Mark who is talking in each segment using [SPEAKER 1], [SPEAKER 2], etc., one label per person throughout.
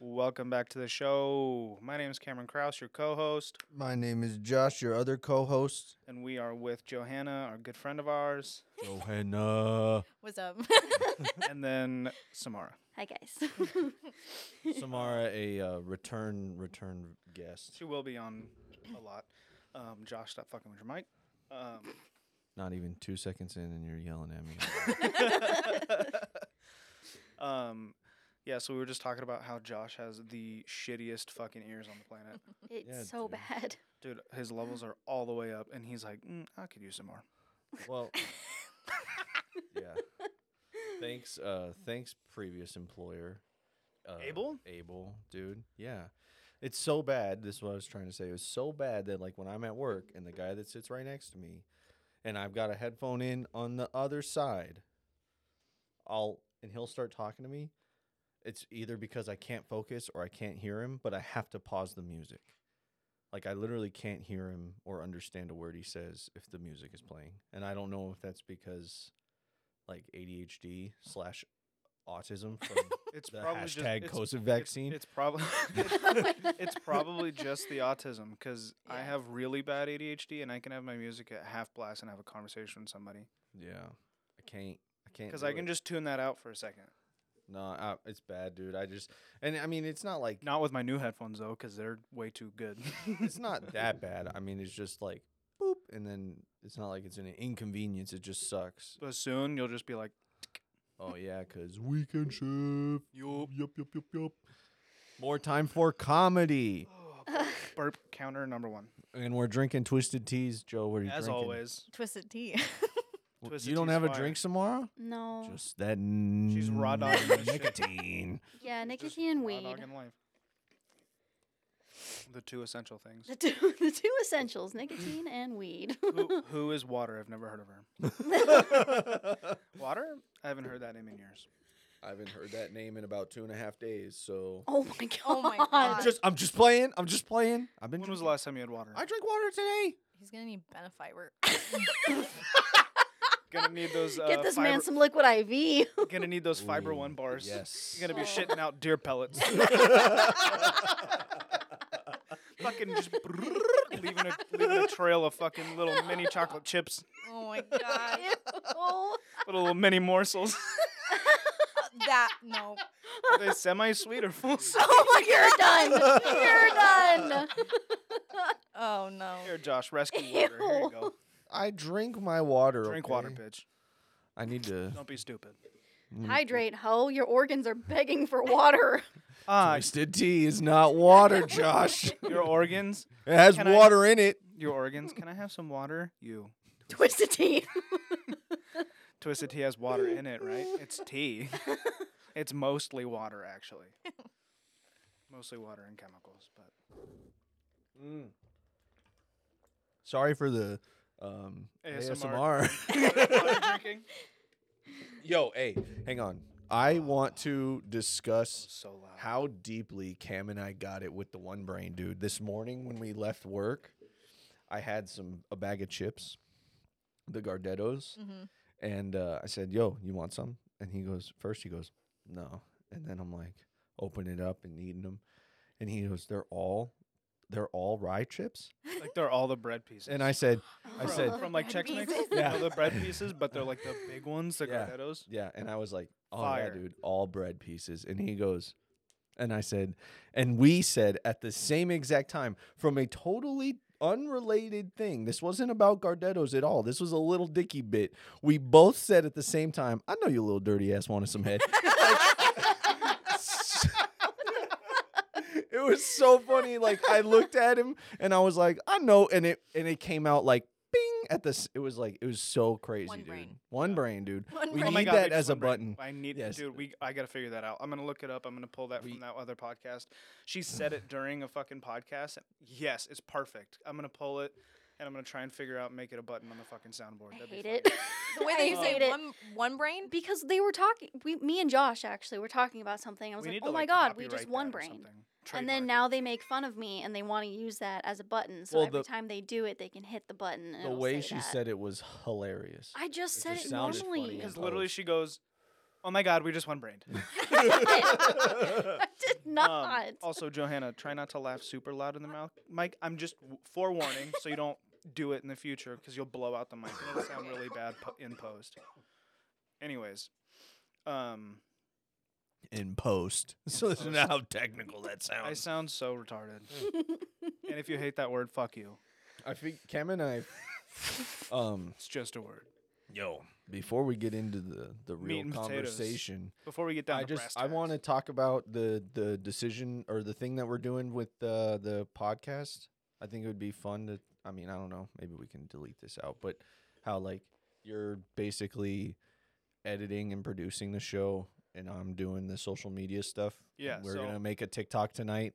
[SPEAKER 1] Welcome back to the show. My name is Cameron Kraus, your co host,
[SPEAKER 2] My name is Josh, your other co-host.
[SPEAKER 1] and we are with Johanna, our good friend of ours,
[SPEAKER 2] Johanna,
[SPEAKER 3] What's up?
[SPEAKER 1] and then Samara.
[SPEAKER 4] Hi guys.
[SPEAKER 2] Samara, a uh, return return guest.
[SPEAKER 1] She will be on a lot. Um, Josh, stop fucking with your mic. Um,
[SPEAKER 2] Not even two seconds in, and you're yelling at me.
[SPEAKER 1] um, yeah, so we were just talking about how Josh has the shittiest fucking ears on the planet.
[SPEAKER 4] It's
[SPEAKER 2] Yeah,
[SPEAKER 4] so
[SPEAKER 2] dude.
[SPEAKER 4] bad.
[SPEAKER 1] Dude, his levels are all the way up, and he's like, mm, I could use some more.
[SPEAKER 2] well, yeah. Thanks, uh, thanks, previous employer. Uh,
[SPEAKER 1] Abel?
[SPEAKER 2] Abel, dude. Yeah. It's so bad. This is what I was trying to say. It was so bad that like when I'm at work and the guy that sits right next to me, and I've got a headphone in on the other side, I'll and he'll start talking to me. It's either because I can't focus or I can't hear him, but I have to pause the music. Like I literally can't hear him or understand a word he says if the music is playing, and I don't know if that's because like ADHD slash autism from
[SPEAKER 1] It's
[SPEAKER 2] the
[SPEAKER 1] probably just-
[SPEAKER 2] hashtag
[SPEAKER 1] it's-
[SPEAKER 2] COVID
[SPEAKER 1] it's-
[SPEAKER 2] vaccine.
[SPEAKER 1] It's, probably it's probably just the autism because I
[SPEAKER 3] Yeah.
[SPEAKER 1] have really bad ADHD and I can have my music at half blast and have a conversation with somebody
[SPEAKER 2] yeah, I can't. I can't.
[SPEAKER 1] because
[SPEAKER 2] do
[SPEAKER 1] I can
[SPEAKER 2] it.
[SPEAKER 1] just tune that out for a second.
[SPEAKER 2] No, I, it's bad, dude. I just and I mean, it's not like
[SPEAKER 1] Not with my new headphones though because they're way too good.
[SPEAKER 2] it's not that bad. I mean, it's just like boop, and then it's not like it's an inconvenience. It just sucks.
[SPEAKER 1] but soon you'll just be like,
[SPEAKER 2] Oh yeah, cause weekend shift.
[SPEAKER 1] yup,
[SPEAKER 2] Yup, yup, yup, yup. More time for comedy,
[SPEAKER 1] burp counter number one.
[SPEAKER 2] and we're drinking twisted teas, Joe. What are you
[SPEAKER 1] As
[SPEAKER 2] drinking?
[SPEAKER 1] always,
[SPEAKER 3] Twisted tea.
[SPEAKER 2] W-
[SPEAKER 1] Twisted
[SPEAKER 2] you don't
[SPEAKER 1] Tea's
[SPEAKER 2] have a
[SPEAKER 1] fire.
[SPEAKER 2] drink tomorrow.
[SPEAKER 4] No.
[SPEAKER 2] Just that.
[SPEAKER 1] She's raw dogging that shit.
[SPEAKER 2] nicotine.
[SPEAKER 4] yeah,
[SPEAKER 1] Just
[SPEAKER 4] nicotine and
[SPEAKER 1] raw
[SPEAKER 4] weed.
[SPEAKER 1] dog in life. The two essential things.
[SPEAKER 4] The two, the two essentials: nicotine and weed.
[SPEAKER 1] Who, who is water? I've never heard of her. Water? I haven't heard that name in years.
[SPEAKER 2] I haven't heard that name in about two and a half days, so.
[SPEAKER 4] oh my god.
[SPEAKER 3] Oh my
[SPEAKER 2] I'm
[SPEAKER 3] God.
[SPEAKER 2] just I'm just playing. I'm just playing. I've been.
[SPEAKER 1] When was the
[SPEAKER 2] drinking.
[SPEAKER 1] last time you had water?
[SPEAKER 2] I drank water today.
[SPEAKER 3] He's gonna need benefit work.
[SPEAKER 1] gonna need those. Uh,
[SPEAKER 4] Get this man
[SPEAKER 1] fiber-
[SPEAKER 4] some liquid IV.
[SPEAKER 1] Gonna need those fiber
[SPEAKER 2] Ooh,
[SPEAKER 1] one bars.
[SPEAKER 2] Yes.
[SPEAKER 1] You're gonna be
[SPEAKER 4] Oh.
[SPEAKER 1] shitting out deer pellets. fucking just leaving a, leaving a trail of fucking little mini chocolate chips,
[SPEAKER 3] oh my god.
[SPEAKER 4] oh,
[SPEAKER 1] little mini morsels.
[SPEAKER 3] that no.
[SPEAKER 1] Are they semi-sweet or full?
[SPEAKER 4] Oh you're done. You're done.
[SPEAKER 3] Oh no.
[SPEAKER 1] Here, Josh, rescue water. Here you go.
[SPEAKER 2] I drink my water.
[SPEAKER 1] Drink water,
[SPEAKER 2] okay?
[SPEAKER 1] bitch.
[SPEAKER 2] I need to.
[SPEAKER 1] Don't be stupid.
[SPEAKER 4] Hydrate, ho. Your organs are begging for water.
[SPEAKER 1] Ah,
[SPEAKER 2] Twisted tea is not water, Josh. it
[SPEAKER 1] your organs,
[SPEAKER 2] has
[SPEAKER 1] Can I-
[SPEAKER 2] water in it.
[SPEAKER 1] your organs. Can I have some water? You.
[SPEAKER 4] Twisted tea.
[SPEAKER 1] Twisted tea has water in it, right? It's tea. it's mostly water, actually. mostly water and chemicals, but
[SPEAKER 2] Sorry for the um,
[SPEAKER 1] ASMR.
[SPEAKER 2] ASMR. Yo, hey, hang on. I want to discuss
[SPEAKER 1] so loud.
[SPEAKER 2] how deeply Cam and I got it with the one brain dude. This morning when we left work, I had some a bag of chips, the Gardettos,
[SPEAKER 3] Mm-hmm.
[SPEAKER 2] and uh, I said, "Yo, you want some?" And he goes, first he goes, "No," and then I'm like, open it up and eating them, and he goes, "They're all." They're all rye chips,
[SPEAKER 1] like they're all the bread pieces.
[SPEAKER 2] and I said, I
[SPEAKER 1] from,
[SPEAKER 2] said,
[SPEAKER 1] from like
[SPEAKER 3] Bread
[SPEAKER 1] Chex Mix,
[SPEAKER 3] pieces.
[SPEAKER 1] yeah,
[SPEAKER 2] Yeah.
[SPEAKER 1] the bread pieces, but they're like the big ones, the
[SPEAKER 2] Yeah.
[SPEAKER 1] Gardettos.
[SPEAKER 2] Yeah, and I was like, "Oh
[SPEAKER 1] Fire.
[SPEAKER 2] yeah, dude, all bread pieces." And he goes, and I said, and we said at the same exact time from a totally unrelated thing. This wasn't about Gardettos at all. This was a little dicky bit. We both said at the same time, "I know you little dirty ass wanted some head." it was so funny. Like I looked at him and I was like, "I know," and it and it came out like. Bing at this it was like it was so crazy
[SPEAKER 3] One
[SPEAKER 2] dude
[SPEAKER 3] brain.
[SPEAKER 2] one brain dude
[SPEAKER 3] One
[SPEAKER 2] we
[SPEAKER 3] brain. Oh my
[SPEAKER 2] need
[SPEAKER 1] God, they
[SPEAKER 2] that
[SPEAKER 1] just
[SPEAKER 2] as a
[SPEAKER 1] went right-
[SPEAKER 2] button
[SPEAKER 1] I need,
[SPEAKER 2] Yes.
[SPEAKER 1] dude. We, I gotta figure that out. I'm gonna look it up. I'm gonna pull that
[SPEAKER 2] We-
[SPEAKER 1] from that other podcast. She said it during a fucking podcast. Yes, it's perfect. I'm gonna pull it, and I'm gonna try and figure out make it a button on the fucking soundboard.
[SPEAKER 4] I
[SPEAKER 1] That'd be
[SPEAKER 4] hate
[SPEAKER 1] funny.
[SPEAKER 4] it.
[SPEAKER 3] The way that you
[SPEAKER 4] I
[SPEAKER 3] say
[SPEAKER 4] hate it.
[SPEAKER 3] one one brain.
[SPEAKER 4] because they were talking we me and josh actually were talking about something i was
[SPEAKER 1] We
[SPEAKER 4] like
[SPEAKER 1] need
[SPEAKER 4] oh
[SPEAKER 1] to,
[SPEAKER 4] my
[SPEAKER 1] like,
[SPEAKER 4] god we
[SPEAKER 1] copyright
[SPEAKER 4] just
[SPEAKER 1] that
[SPEAKER 4] one
[SPEAKER 1] or
[SPEAKER 4] brain
[SPEAKER 1] something.
[SPEAKER 4] and then
[SPEAKER 1] Trademark it.
[SPEAKER 4] now they make fun of me and they want to use that as a button so
[SPEAKER 2] Well,
[SPEAKER 4] every
[SPEAKER 2] the-
[SPEAKER 4] time they do it they can hit the button and
[SPEAKER 2] the
[SPEAKER 4] it'll
[SPEAKER 2] way
[SPEAKER 4] say
[SPEAKER 2] she
[SPEAKER 4] that.
[SPEAKER 2] said it was hilarious.
[SPEAKER 4] i just
[SPEAKER 2] it
[SPEAKER 4] said
[SPEAKER 2] just
[SPEAKER 4] it
[SPEAKER 2] sounded funny
[SPEAKER 4] normally
[SPEAKER 2] and
[SPEAKER 1] because literally she goes, "Oh my God, we just one brained."
[SPEAKER 4] i did not.
[SPEAKER 1] also, Johanna, try not to laugh super loud in the mouth. Mike, I'm just w- forewarning so you don't do it in the future because you'll blow out the mic and it'll sound really bad po- in post. Anyways, um,
[SPEAKER 2] in post. So listen to how technical that
[SPEAKER 1] I
[SPEAKER 2] sounds.
[SPEAKER 1] sound so retarded. and if you hate that word, fuck you.
[SPEAKER 2] I think Cam and I, um,
[SPEAKER 1] It's just a word.
[SPEAKER 2] yo, before we get into the the
[SPEAKER 1] Meat
[SPEAKER 2] real
[SPEAKER 1] and potatoes.
[SPEAKER 2] conversation,
[SPEAKER 1] Before we get down
[SPEAKER 2] I
[SPEAKER 1] to brass
[SPEAKER 2] just I
[SPEAKER 1] tacks.
[SPEAKER 2] want to talk about the the decision or the thing that we're doing with the the podcast. I think it would be fun to. I mean, I don't know. Maybe we can delete this out, but how like you're basically editing and producing the show, and I'm doing the social media stuff. and
[SPEAKER 1] Yeah,
[SPEAKER 2] we're
[SPEAKER 1] so-
[SPEAKER 2] gonna make a TikTok tonight.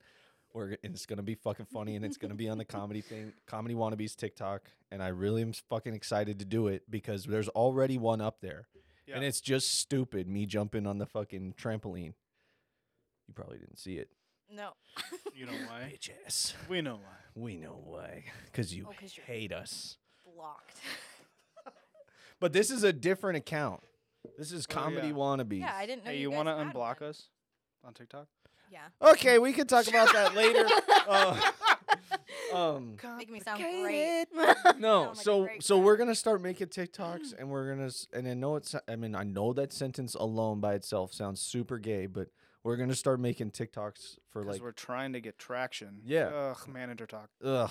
[SPEAKER 2] We're g- and it's gonna be fucking funny, and it's gonna be on the comedy thing, comedy wannabes TikTok, and I really am s- fucking excited to do it because there's already one up there. And
[SPEAKER 1] Yeah.
[SPEAKER 2] it's just stupid me jumping on the fucking trampoline. You probably didn't see it.
[SPEAKER 3] No.
[SPEAKER 1] You know why?
[SPEAKER 2] Bitch ass.
[SPEAKER 1] We know why.
[SPEAKER 2] We know why. Because you
[SPEAKER 3] Oh, 'cause you're-
[SPEAKER 2] hate us.
[SPEAKER 3] Blocked.
[SPEAKER 2] But this is a different account. This is
[SPEAKER 1] Oh,
[SPEAKER 2] Comedy
[SPEAKER 1] yeah.
[SPEAKER 2] Wannabes.
[SPEAKER 3] Yeah, I didn't know.
[SPEAKER 1] Hey,
[SPEAKER 3] you,
[SPEAKER 1] you
[SPEAKER 3] guys
[SPEAKER 1] want to
[SPEAKER 3] had
[SPEAKER 1] unblock
[SPEAKER 3] one.
[SPEAKER 1] us on TikTok?
[SPEAKER 3] Yeah.
[SPEAKER 2] Okay, we can talk about that later. Uh, um,
[SPEAKER 3] Make me sound great.
[SPEAKER 2] no,
[SPEAKER 3] Sound like a
[SPEAKER 2] so
[SPEAKER 3] great
[SPEAKER 2] so
[SPEAKER 3] guy.
[SPEAKER 2] we're gonna start making TikToks, and we're gonna s- and I know it's I mean I know that sentence alone by itself sounds super gay, but we're gonna start making TikToks for
[SPEAKER 1] Because
[SPEAKER 2] like
[SPEAKER 1] we're trying to get traction.
[SPEAKER 2] Yeah.
[SPEAKER 1] Ugh, manager talk.
[SPEAKER 2] ugh,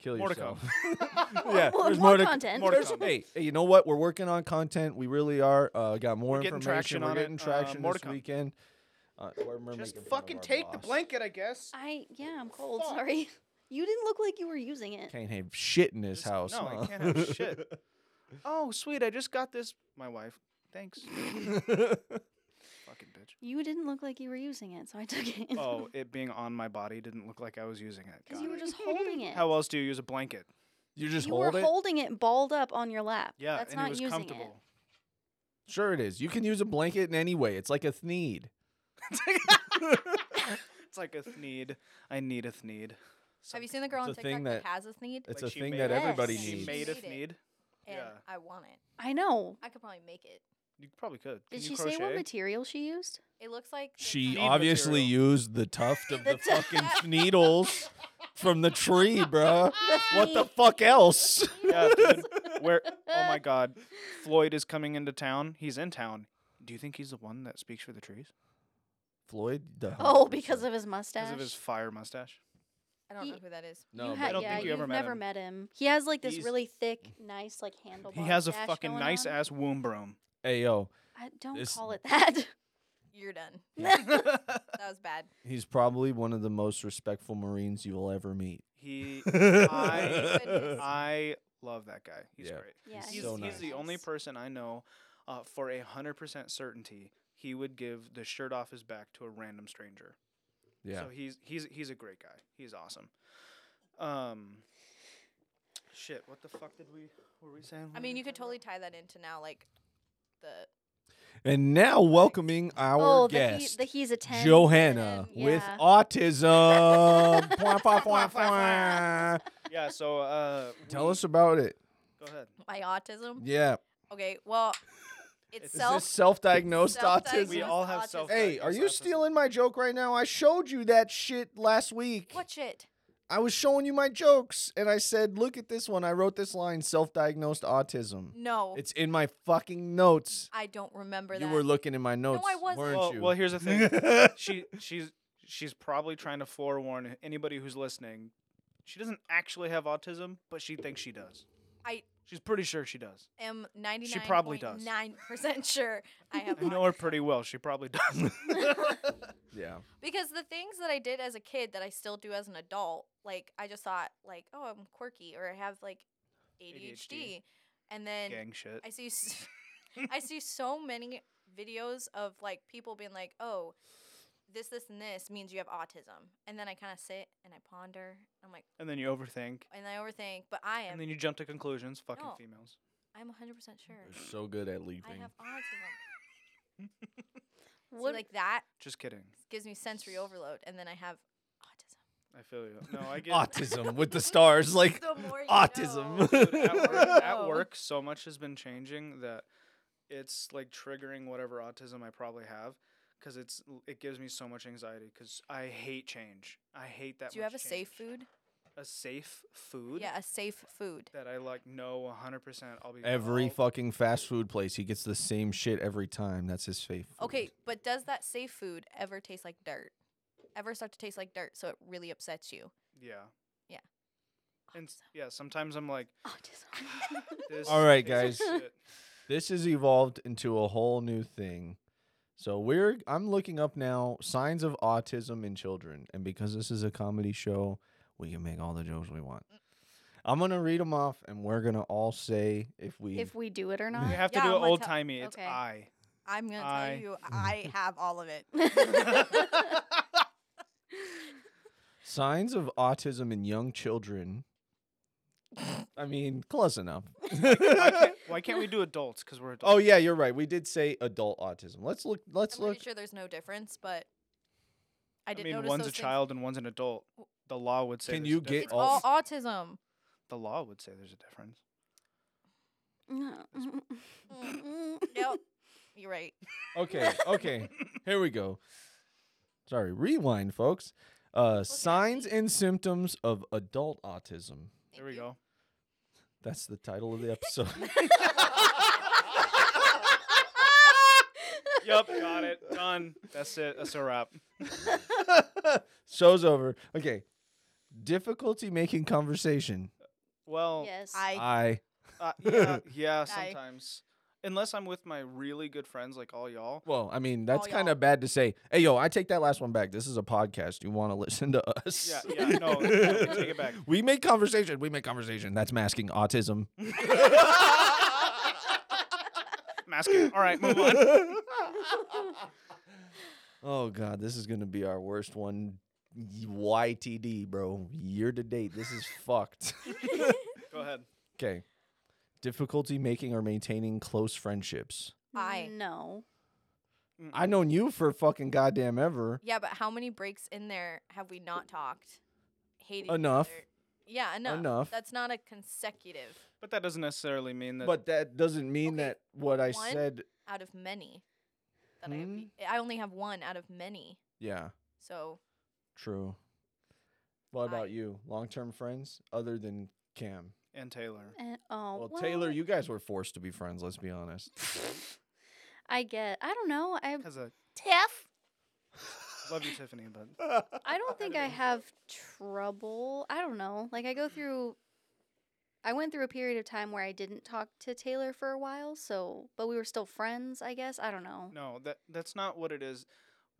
[SPEAKER 2] kill
[SPEAKER 1] More to
[SPEAKER 2] yourself.
[SPEAKER 1] come.
[SPEAKER 2] yeah,
[SPEAKER 4] More-
[SPEAKER 2] there's
[SPEAKER 4] more
[SPEAKER 2] more to-
[SPEAKER 4] content.
[SPEAKER 1] more to
[SPEAKER 2] There's-
[SPEAKER 1] come.
[SPEAKER 2] hey, hey, you know what? We're working on content. We really are. Uh, got more
[SPEAKER 1] We're getting
[SPEAKER 2] information.
[SPEAKER 1] traction
[SPEAKER 2] We're
[SPEAKER 1] on it.
[SPEAKER 2] getting
[SPEAKER 1] Uh,
[SPEAKER 2] traction
[SPEAKER 1] more to
[SPEAKER 2] this
[SPEAKER 1] come.
[SPEAKER 2] weekend. Uh, we're- we're
[SPEAKER 1] Just
[SPEAKER 2] making fun of
[SPEAKER 1] fucking
[SPEAKER 2] our
[SPEAKER 1] take the
[SPEAKER 2] boss.
[SPEAKER 1] blanket, I guess.
[SPEAKER 4] I yeah, I'm cold.
[SPEAKER 1] Fuck.
[SPEAKER 4] Sorry. You didn't look like you were using it.
[SPEAKER 2] Can't have shit in his
[SPEAKER 1] Just-
[SPEAKER 2] house.
[SPEAKER 1] no, I
[SPEAKER 2] huh?
[SPEAKER 1] can't have shit. Oh, sweet. I just got this. My wife. Thanks. fucking bitch.
[SPEAKER 4] You didn't look like you were using it, so I took it.
[SPEAKER 1] Oh, it being on my body didn't look like I was using it.
[SPEAKER 4] because
[SPEAKER 1] Got
[SPEAKER 4] you were
[SPEAKER 1] it.
[SPEAKER 4] just holding it.
[SPEAKER 1] How else do you use a blanket?
[SPEAKER 2] you just
[SPEAKER 4] you
[SPEAKER 2] hold
[SPEAKER 4] were
[SPEAKER 2] it.
[SPEAKER 4] holding it balled up on your lap.
[SPEAKER 1] Yeah,
[SPEAKER 4] that's
[SPEAKER 1] and
[SPEAKER 4] not
[SPEAKER 1] it was
[SPEAKER 4] using
[SPEAKER 1] comfortable.
[SPEAKER 2] sure, it is. You can use a blanket in any way. It's like a need.
[SPEAKER 1] It's like a th- need. I need a th- need.
[SPEAKER 3] Have you seen the girl on
[SPEAKER 2] It's a thing
[SPEAKER 3] TikTok that,
[SPEAKER 2] that-
[SPEAKER 3] has a need?
[SPEAKER 2] It's
[SPEAKER 1] Like
[SPEAKER 2] a
[SPEAKER 1] she
[SPEAKER 2] thing
[SPEAKER 1] made
[SPEAKER 2] that
[SPEAKER 4] it.
[SPEAKER 2] everybody
[SPEAKER 4] Yes.
[SPEAKER 1] She
[SPEAKER 2] needs.
[SPEAKER 1] made a th-
[SPEAKER 3] Made it.
[SPEAKER 1] need.
[SPEAKER 3] and
[SPEAKER 1] yeah.
[SPEAKER 3] I want it.
[SPEAKER 4] It. I know.
[SPEAKER 3] I could probably make it.
[SPEAKER 1] You probably could.
[SPEAKER 4] Did
[SPEAKER 1] Can
[SPEAKER 4] she
[SPEAKER 1] you crochet?
[SPEAKER 4] say what material she used?
[SPEAKER 3] It looks like the
[SPEAKER 2] She
[SPEAKER 1] Need
[SPEAKER 3] kind-
[SPEAKER 2] obviously
[SPEAKER 1] material.
[SPEAKER 2] used the tuft of
[SPEAKER 3] The
[SPEAKER 2] the
[SPEAKER 3] tuft.
[SPEAKER 2] fucking needles from the tree, bruh. What the fuck else?
[SPEAKER 1] Yeah, dude. Where? Oh my God, Floyd is coming into town. He's in town. Do you think he's the one that speaks for the trees
[SPEAKER 2] Floyd. The
[SPEAKER 4] Oh, because
[SPEAKER 2] 100%.
[SPEAKER 4] of his mustache.
[SPEAKER 1] because of his fire mustache?
[SPEAKER 3] I don't know
[SPEAKER 4] Ye-
[SPEAKER 3] who that is.
[SPEAKER 2] no.
[SPEAKER 4] you
[SPEAKER 2] but
[SPEAKER 4] ha-
[SPEAKER 1] I don't
[SPEAKER 4] yeah,
[SPEAKER 1] think you
[SPEAKER 4] you've
[SPEAKER 1] ever met
[SPEAKER 4] never
[SPEAKER 1] him. Mm.
[SPEAKER 4] met him. He has like this
[SPEAKER 2] He's-
[SPEAKER 4] really thick, nice, like handlebar.
[SPEAKER 1] He has a
[SPEAKER 4] mustache
[SPEAKER 1] fucking
[SPEAKER 4] going
[SPEAKER 1] nice
[SPEAKER 4] on.
[SPEAKER 1] ass womb broom.
[SPEAKER 2] Hey yo,
[SPEAKER 4] I don't
[SPEAKER 2] This-
[SPEAKER 4] call it that.
[SPEAKER 3] You're done.
[SPEAKER 1] he
[SPEAKER 3] That was bad.
[SPEAKER 2] he's probably one of the most respectful Marines you will ever meet.
[SPEAKER 1] I- I love that guy. He's
[SPEAKER 2] Yeah.
[SPEAKER 1] great.
[SPEAKER 4] yeah,
[SPEAKER 1] He's,
[SPEAKER 2] so
[SPEAKER 1] he's
[SPEAKER 2] nice.
[SPEAKER 1] the only
[SPEAKER 4] nice.
[SPEAKER 1] person I know uh, for a hundred percent certainty he would give the shirt off his back to a random stranger.
[SPEAKER 2] yeah.
[SPEAKER 1] So he's he's he's a great guy. He's awesome. Um. Shit. What the fuck did we were we saying?
[SPEAKER 3] I mean, you could totally tie that into now, like the
[SPEAKER 2] and now welcoming our
[SPEAKER 4] oh, the, he,
[SPEAKER 2] guest,
[SPEAKER 4] the he's a ten.
[SPEAKER 2] Johanna
[SPEAKER 4] ten,
[SPEAKER 2] with
[SPEAKER 4] yeah.
[SPEAKER 2] autism. Pwah, pwah, pwah, pwah.
[SPEAKER 1] Yeah. So uh,
[SPEAKER 2] Tell
[SPEAKER 1] we-
[SPEAKER 2] us about it.
[SPEAKER 1] Go ahead.
[SPEAKER 3] my autism.
[SPEAKER 2] Yeah.
[SPEAKER 3] Okay, well, it's
[SPEAKER 1] Is
[SPEAKER 2] Is
[SPEAKER 3] self.
[SPEAKER 2] this self-diagnosed, autism?
[SPEAKER 3] self-diagnosed
[SPEAKER 1] We all have
[SPEAKER 3] autism.
[SPEAKER 1] self-
[SPEAKER 2] Hey, are you
[SPEAKER 1] Self-diagnosed
[SPEAKER 2] stealing my joke right now? I showed you that shit last week.
[SPEAKER 3] What shit?
[SPEAKER 2] I was showing you my jokes and I said, "Look at this one. I wrote this line, self-diagnosed autism."
[SPEAKER 3] No,
[SPEAKER 2] It's in my fucking notes.
[SPEAKER 3] I don't remember
[SPEAKER 2] You
[SPEAKER 3] that.
[SPEAKER 2] were looking in my notes,
[SPEAKER 3] I wasn't.
[SPEAKER 2] weren't
[SPEAKER 1] Well,
[SPEAKER 2] you?
[SPEAKER 1] well, here's the thing. she she's she's probably trying to forewarn anybody who's listening. She doesn't actually have autism, but she thinks she does.
[SPEAKER 3] I-
[SPEAKER 1] She's pretty sure she does.
[SPEAKER 3] am ninety nine.
[SPEAKER 1] probably does.
[SPEAKER 3] Nine percent sure I have.
[SPEAKER 1] I know her pretty well. She probably does.
[SPEAKER 2] yeah.
[SPEAKER 3] Because the things that I did as a kid that I still do as an adult, like I just thought, like, oh, I'm quirky or I have like ADHD,
[SPEAKER 1] ADHD.
[SPEAKER 3] and then
[SPEAKER 1] Gang shit.
[SPEAKER 3] I see, s- I see so many videos of like people being like, oh, this, this, and this means you have autism, and then I kind of sit and I ponder. I'm like,
[SPEAKER 1] And then you overthink.
[SPEAKER 3] and I overthink, but I am,
[SPEAKER 1] And then you jump to conclusions. Fucking
[SPEAKER 3] No.
[SPEAKER 1] females.
[SPEAKER 3] I'm 100 percent sure
[SPEAKER 2] so good at
[SPEAKER 3] I
[SPEAKER 2] leaping.
[SPEAKER 3] have autism. See,
[SPEAKER 4] What?
[SPEAKER 3] like that
[SPEAKER 1] Just kidding.
[SPEAKER 3] gives me sensory overload, and then I have autism.
[SPEAKER 1] I feel you. No, I get
[SPEAKER 2] Autism with the stars, like
[SPEAKER 3] The more you know.
[SPEAKER 2] autism.
[SPEAKER 1] Dude, at, work, at
[SPEAKER 3] No.
[SPEAKER 1] work, so much has been changing that it's like triggering whatever autism I probably have because it's it gives me so much anxiety because I hate change. I hate that.
[SPEAKER 3] Do you have a
[SPEAKER 1] much
[SPEAKER 3] safe
[SPEAKER 1] change.
[SPEAKER 3] food?
[SPEAKER 1] A safe food.
[SPEAKER 3] Yeah, a safe food.
[SPEAKER 1] That I like. No, hundred percent. I'll be "Oh,
[SPEAKER 2] Every
[SPEAKER 1] all-
[SPEAKER 2] fucking fast food place, he gets the same shit every time. That's his faith.
[SPEAKER 3] Okay, but does that safe food ever taste like dirt? Ever start to taste like dirt, so it really upsets you?
[SPEAKER 1] Yeah.
[SPEAKER 3] Yeah.
[SPEAKER 1] And s- yeah, sometimes I'm like,
[SPEAKER 4] Autism.
[SPEAKER 1] this
[SPEAKER 2] All right,
[SPEAKER 1] tastes
[SPEAKER 4] guys.
[SPEAKER 1] shit.
[SPEAKER 2] This has evolved into a whole new thing. So we're I'm looking up now signs of autism in children, and because this is a comedy show, we can make all the jokes we want. I'm gonna read them off, and we're gonna all say if we.
[SPEAKER 4] if we do it or
[SPEAKER 1] You
[SPEAKER 4] not.
[SPEAKER 1] have to
[SPEAKER 3] Uh, Yeah,
[SPEAKER 1] do
[SPEAKER 3] I'm
[SPEAKER 1] it
[SPEAKER 3] gonna tell-
[SPEAKER 1] old timey. It's
[SPEAKER 4] okay.
[SPEAKER 1] I.
[SPEAKER 3] I'm gonna
[SPEAKER 1] I-
[SPEAKER 3] tell you, I have all of it.
[SPEAKER 2] signs of autism in young children. I mean, close enough.
[SPEAKER 1] Why can't, why can't we do adults? Because we're adults.
[SPEAKER 2] oh yeah, you're right. We did say adult autism. Let's look. Let's
[SPEAKER 3] I'm
[SPEAKER 2] look.
[SPEAKER 3] pretty sure there's no difference, but I
[SPEAKER 1] I,
[SPEAKER 3] didn't
[SPEAKER 1] mean,
[SPEAKER 3] notice
[SPEAKER 1] one's
[SPEAKER 3] those
[SPEAKER 1] a
[SPEAKER 3] things.
[SPEAKER 1] child and one's an adult. The law would say.
[SPEAKER 2] Can
[SPEAKER 1] there's
[SPEAKER 2] you
[SPEAKER 1] a
[SPEAKER 2] get
[SPEAKER 1] difference.
[SPEAKER 3] It's all autism.
[SPEAKER 1] The law would say there's a difference.
[SPEAKER 4] Mm.
[SPEAKER 3] Yep, you're right.
[SPEAKER 2] Okay, okay. Here we go. Sorry, rewind, folks. Uh, signs and symptoms of adult autism.
[SPEAKER 1] There we
[SPEAKER 3] you.
[SPEAKER 1] go.
[SPEAKER 2] That's the title of the episode.
[SPEAKER 1] yep, got it. Done. That's it. That's a wrap.
[SPEAKER 2] Show's over. Okay. Difficulty making conversation.
[SPEAKER 1] Well,
[SPEAKER 4] yes.
[SPEAKER 3] I
[SPEAKER 2] I.
[SPEAKER 1] uh, yeah, yeah.
[SPEAKER 3] I-
[SPEAKER 1] Sometimes, unless I'm with my really good friends, like all y'all.
[SPEAKER 2] Well, I mean, that's
[SPEAKER 3] y'all.
[SPEAKER 2] kind of bad to say. Hey, yo, I take that last one back. This is a podcast. You want to listen to us?
[SPEAKER 1] Yeah, yeah. No, no, take it back.
[SPEAKER 2] We make conversation. We make conversation. That's masking autism.
[SPEAKER 1] Masking. All right, move on.
[SPEAKER 2] oh god, this is gonna be our worst one. YTD, bro. Year to date, this is fucked.
[SPEAKER 1] Go ahead.
[SPEAKER 2] Okay. Difficulty making or maintaining close friendships.
[SPEAKER 3] I-
[SPEAKER 4] No.
[SPEAKER 2] I known you for fucking goddamn ever.
[SPEAKER 3] yeah, but how many breaks in there have we not talked? Hated each
[SPEAKER 2] Enough.
[SPEAKER 3] other? Yeah, enough.
[SPEAKER 2] Enough.
[SPEAKER 3] That's not a consecutive
[SPEAKER 1] But that doesn't necessarily mean that.
[SPEAKER 2] But that doesn't mean
[SPEAKER 3] Okay,
[SPEAKER 2] that what I
[SPEAKER 3] one.
[SPEAKER 2] said.
[SPEAKER 3] out of many. That
[SPEAKER 2] Hmm?
[SPEAKER 3] I, I only have one out of many.
[SPEAKER 2] Yeah,
[SPEAKER 3] So
[SPEAKER 2] true. What
[SPEAKER 3] I-
[SPEAKER 2] about you? Long term friends other than Cam?
[SPEAKER 1] and Taylor.
[SPEAKER 4] And, oh,
[SPEAKER 2] Well, Taylor,
[SPEAKER 4] well,
[SPEAKER 2] you guys were forced to be friends, let's be honest.
[SPEAKER 4] I get. I don't know. I
[SPEAKER 1] Because I
[SPEAKER 4] Tiff.
[SPEAKER 1] love you, Tiffany, but
[SPEAKER 4] I don't think I have trouble. I don't know. Like I go through I went through a period of time where I didn't talk to Taylor for a while, so but we were still friends, I guess. I don't know.
[SPEAKER 1] no, that that's not what it is.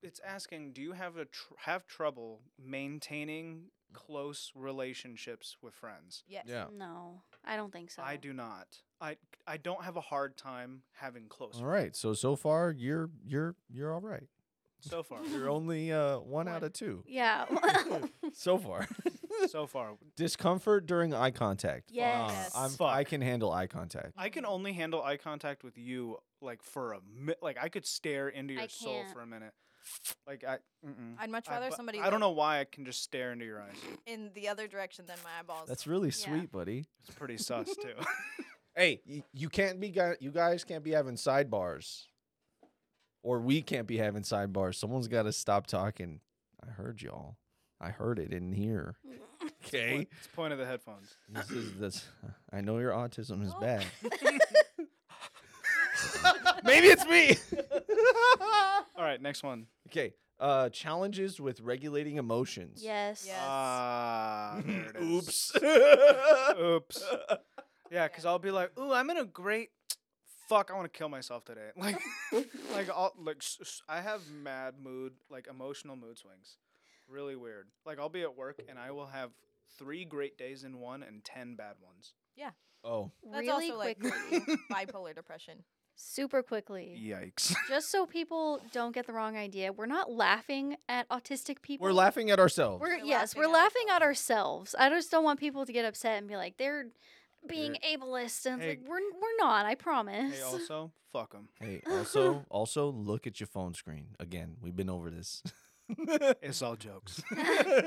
[SPEAKER 1] It's asking, do you have a tr- have trouble maintaining close relationships with friends?
[SPEAKER 3] yes.
[SPEAKER 2] Yeah.
[SPEAKER 4] No. I don't think so.
[SPEAKER 1] I do not. I I don't have a hard time having close.
[SPEAKER 2] All right. So so far you're you're you're all right.
[SPEAKER 1] So far,
[SPEAKER 2] You're only uh, one out
[SPEAKER 3] One.
[SPEAKER 2] of two
[SPEAKER 4] Yeah.
[SPEAKER 2] so far.
[SPEAKER 1] so far,
[SPEAKER 2] Discomfort during eye contact.
[SPEAKER 4] Yes.
[SPEAKER 2] Ah, I'm,
[SPEAKER 1] Fuck.
[SPEAKER 2] I can handle eye contact.
[SPEAKER 1] I
[SPEAKER 3] Mm-hmm.
[SPEAKER 1] can only handle eye contact with you like for a mi- like I could stare into your
[SPEAKER 4] I
[SPEAKER 1] soul
[SPEAKER 4] can't.
[SPEAKER 1] for a minute. Like I, mm-mm.
[SPEAKER 3] I'd much
[SPEAKER 1] I-
[SPEAKER 3] rather
[SPEAKER 1] but
[SPEAKER 3] somebody
[SPEAKER 1] I don't
[SPEAKER 3] look
[SPEAKER 1] know why I can just stare into your eyes.
[SPEAKER 3] in the other direction than my eyeballs.
[SPEAKER 2] That's really
[SPEAKER 4] Yeah.
[SPEAKER 2] sweet, buddy.
[SPEAKER 1] It's pretty sus too.
[SPEAKER 2] Hey, y- you can't be gu- you guys can't be having sidebars, or we can't be having sidebars. Someone's got to stop talking. I heard y'all. I heard it in here. Okay.
[SPEAKER 1] It's point of the headphones.
[SPEAKER 2] This is this. I know your autism is
[SPEAKER 3] Oh.
[SPEAKER 2] bad. Maybe it's me.
[SPEAKER 1] All right, next one.
[SPEAKER 2] okay. Uh, challenges with regulating emotions.
[SPEAKER 4] yes.
[SPEAKER 3] Yes.
[SPEAKER 1] Ah, there it is.
[SPEAKER 2] Oops.
[SPEAKER 1] Oops. Yeah, because I'll be like, ooh, I'm in a great. Fuck, I want to kill myself today. Like, like, I'll, like s- s- I have mad mood, like emotional mood swings. Really weird. Like, I'll be at work and I will have three great days in one and 10 bad ones.
[SPEAKER 2] oh.
[SPEAKER 3] That's
[SPEAKER 4] really
[SPEAKER 3] also like
[SPEAKER 4] quickly.
[SPEAKER 3] bipolar depression.
[SPEAKER 4] super quickly.
[SPEAKER 1] Yikes.
[SPEAKER 4] Just so people don't get the wrong idea, we're not laughing at autistic people.
[SPEAKER 2] We're laughing at ourselves.
[SPEAKER 4] We're,
[SPEAKER 3] We're
[SPEAKER 4] yes,
[SPEAKER 3] laughing
[SPEAKER 4] we're
[SPEAKER 3] at
[SPEAKER 4] laughing at ourselves. I just don't want people to get upset and be like they're being ableist and it's
[SPEAKER 1] Hey.
[SPEAKER 4] like we're we're not. I promise.
[SPEAKER 1] Hey, also, fuck them.
[SPEAKER 2] hey, also, also look at your phone screen. Again, we've been over this.
[SPEAKER 1] It's all jokes.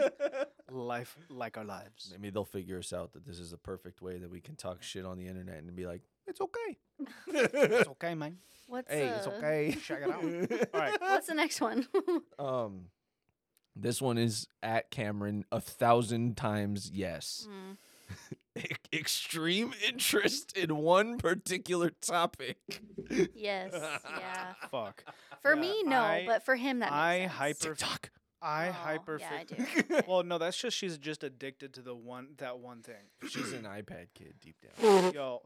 [SPEAKER 1] Life like our lives.
[SPEAKER 2] Maybe they'll figure us out that this is the perfect way that we can talk shit on the internet and be like, It's okay. it's
[SPEAKER 1] okay, man.
[SPEAKER 4] What's
[SPEAKER 2] Hey, it's
[SPEAKER 4] uh,
[SPEAKER 2] okay.
[SPEAKER 1] Check it out.
[SPEAKER 2] All
[SPEAKER 1] right.
[SPEAKER 4] What's the next one?
[SPEAKER 2] Um, this one is at Cameron a thousand times yes.
[SPEAKER 4] Mm.
[SPEAKER 2] E- extreme interest in one particular topic.
[SPEAKER 4] Yes. Yeah.
[SPEAKER 1] Fuck.
[SPEAKER 4] For
[SPEAKER 1] Yeah,
[SPEAKER 4] me, no,
[SPEAKER 1] I-
[SPEAKER 4] but for him, that makes
[SPEAKER 1] I
[SPEAKER 4] sense.
[SPEAKER 1] hyper.
[SPEAKER 2] TikTok.
[SPEAKER 1] I
[SPEAKER 4] Oh,
[SPEAKER 1] hyper.
[SPEAKER 4] Yeah, I
[SPEAKER 1] fix-
[SPEAKER 4] do.
[SPEAKER 1] Well, no, that's just she's just addicted to the one that one thing.
[SPEAKER 2] She's an iPad kid deep down.
[SPEAKER 1] Yo.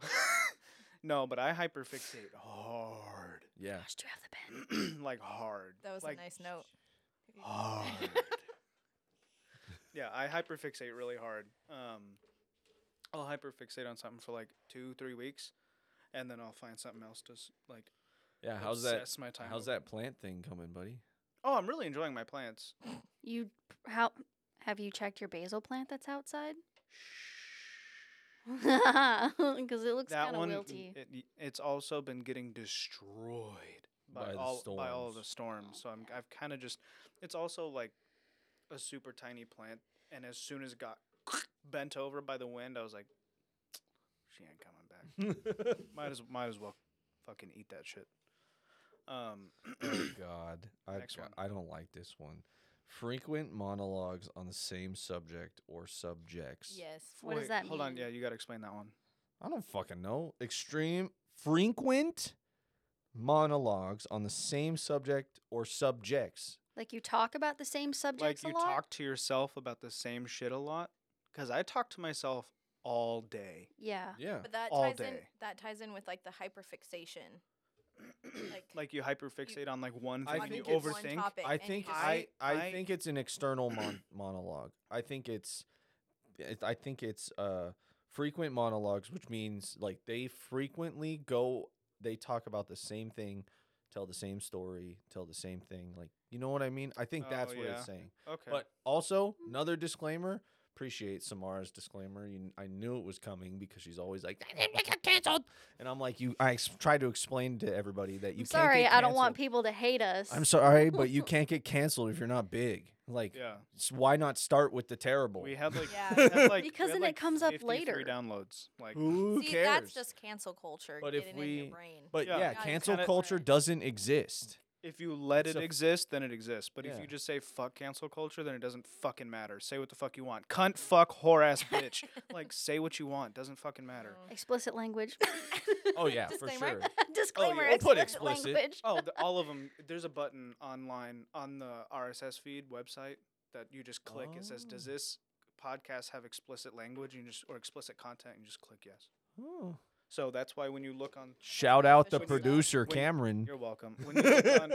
[SPEAKER 1] no, but I hyperfixate hard.
[SPEAKER 2] Yeah.
[SPEAKER 4] Gosh, do you have the pen?
[SPEAKER 1] like hard.
[SPEAKER 3] That was
[SPEAKER 1] like,
[SPEAKER 3] a nice note.
[SPEAKER 1] Hard. yeah, I hyperfixate really hard. Um, I'll hyperfixate on something for like two, three weeks, and then I'll find something else to s- like
[SPEAKER 2] Yeah. How's that?
[SPEAKER 1] obsess my time.
[SPEAKER 2] How's
[SPEAKER 1] over.
[SPEAKER 2] that plant thing coming, buddy?
[SPEAKER 1] Oh, I'm really enjoying my plants.
[SPEAKER 4] You how have you checked your basil plant that's outside? Because it looks
[SPEAKER 1] that
[SPEAKER 4] kind of
[SPEAKER 1] one,
[SPEAKER 4] wilty.
[SPEAKER 1] it, y- it's also been getting destroyed by,
[SPEAKER 2] By the
[SPEAKER 1] all by all of the
[SPEAKER 2] storms.
[SPEAKER 1] storms. So I'm I've kind of just. It's also like a super tiny plant, and as soon as it got bent over by the wind, I was like, she ain't coming back. Might as might as well fucking eat that shit. Um,
[SPEAKER 2] oh God, I
[SPEAKER 1] Next
[SPEAKER 2] g-
[SPEAKER 1] one.
[SPEAKER 2] I don't like this one. Frequent monologues on the same subject or subjects.
[SPEAKER 3] Yes.
[SPEAKER 4] What does
[SPEAKER 1] wait,
[SPEAKER 4] that
[SPEAKER 1] Hold on,
[SPEAKER 4] mean?
[SPEAKER 1] yeah, you gotta explain that one.
[SPEAKER 2] I don't fucking know. Extreme frequent monologues on the same subject or subjects.
[SPEAKER 4] like you talk about the same subjects
[SPEAKER 1] like you
[SPEAKER 4] a lot.
[SPEAKER 1] talk to yourself about the same shit a lot, because I talk to myself all day.
[SPEAKER 4] yeah.
[SPEAKER 2] Yeah.
[SPEAKER 3] But that
[SPEAKER 1] all
[SPEAKER 3] ties in
[SPEAKER 1] day.
[SPEAKER 3] that ties in with like the hyperfixation. like,
[SPEAKER 1] Like you hyperfixate on like one
[SPEAKER 2] I
[SPEAKER 1] thing, and you
[SPEAKER 2] think it's-
[SPEAKER 3] one
[SPEAKER 1] overthink.
[SPEAKER 3] topic
[SPEAKER 2] I
[SPEAKER 3] and you
[SPEAKER 2] think
[SPEAKER 3] just-
[SPEAKER 2] I, I
[SPEAKER 1] I-
[SPEAKER 2] think it's an external mon- monologue. I think it's it, I think it's uh frequent monologues, which means like they frequently go they talk about the same thing, tell the same story, tell the same thing. Like you know what I mean? I think
[SPEAKER 1] Oh,
[SPEAKER 2] that's what
[SPEAKER 1] yeah.
[SPEAKER 2] it's saying.
[SPEAKER 1] Okay.
[SPEAKER 2] But also another disclaimer. Appreciate Samara's disclaimer. You, kn- I knew it was coming because she's always like, "I got canceled," and I'm like, "You." I ex- tried to explain to everybody that you.
[SPEAKER 4] I'm
[SPEAKER 2] can't
[SPEAKER 4] sorry,
[SPEAKER 2] get
[SPEAKER 4] I don't want
[SPEAKER 2] canceled.
[SPEAKER 4] people to hate us.
[SPEAKER 2] I'm sorry, but you can't get canceled if you're not big. Like,
[SPEAKER 1] yeah,
[SPEAKER 2] s- why not start with the terrible?
[SPEAKER 1] we had like,
[SPEAKER 3] Yeah.
[SPEAKER 1] we had, like
[SPEAKER 4] Because
[SPEAKER 1] we had,
[SPEAKER 4] then it
[SPEAKER 1] like,
[SPEAKER 4] comes up
[SPEAKER 1] 53
[SPEAKER 4] later.
[SPEAKER 1] Downloads like
[SPEAKER 2] Who
[SPEAKER 3] see,
[SPEAKER 2] cares?
[SPEAKER 3] that's just cancel culture.
[SPEAKER 2] But
[SPEAKER 3] Get
[SPEAKER 2] if
[SPEAKER 3] it in
[SPEAKER 2] we-
[SPEAKER 3] your brain.
[SPEAKER 2] but
[SPEAKER 1] Yeah.
[SPEAKER 2] yeah,
[SPEAKER 1] Yeah,
[SPEAKER 3] it's
[SPEAKER 2] cancel
[SPEAKER 1] kinda-
[SPEAKER 2] culture doesn't exist.
[SPEAKER 1] if you let
[SPEAKER 2] It's
[SPEAKER 1] it
[SPEAKER 2] a-
[SPEAKER 1] exist, then it exists. But if
[SPEAKER 2] Yeah.
[SPEAKER 1] you just say fuck cancel culture, then it doesn't fucking matter. Say what the fuck you want, cunt, fuck, whore ass, bitch. like say what you want, doesn't fucking matter.
[SPEAKER 3] Mm-hmm.
[SPEAKER 4] Explicit language.
[SPEAKER 2] Oh yeah,
[SPEAKER 3] Just
[SPEAKER 2] for
[SPEAKER 3] saying,
[SPEAKER 2] sure.
[SPEAKER 3] right?
[SPEAKER 4] Disclaimer.
[SPEAKER 2] we'll put explicit.
[SPEAKER 4] language.
[SPEAKER 1] Oh, the, all of them. There's a button online on the RSS feed website that you just click. It says, "Does
[SPEAKER 2] Oh.
[SPEAKER 1] this podcast have explicit language?" You just or explicit content, and you just click yes.
[SPEAKER 2] Oh.
[SPEAKER 1] So that's why when you look on,
[SPEAKER 2] Shout out the
[SPEAKER 3] Official stuff.
[SPEAKER 2] producer
[SPEAKER 1] When-
[SPEAKER 2] Cameron.
[SPEAKER 1] you're welcome. When you look on, when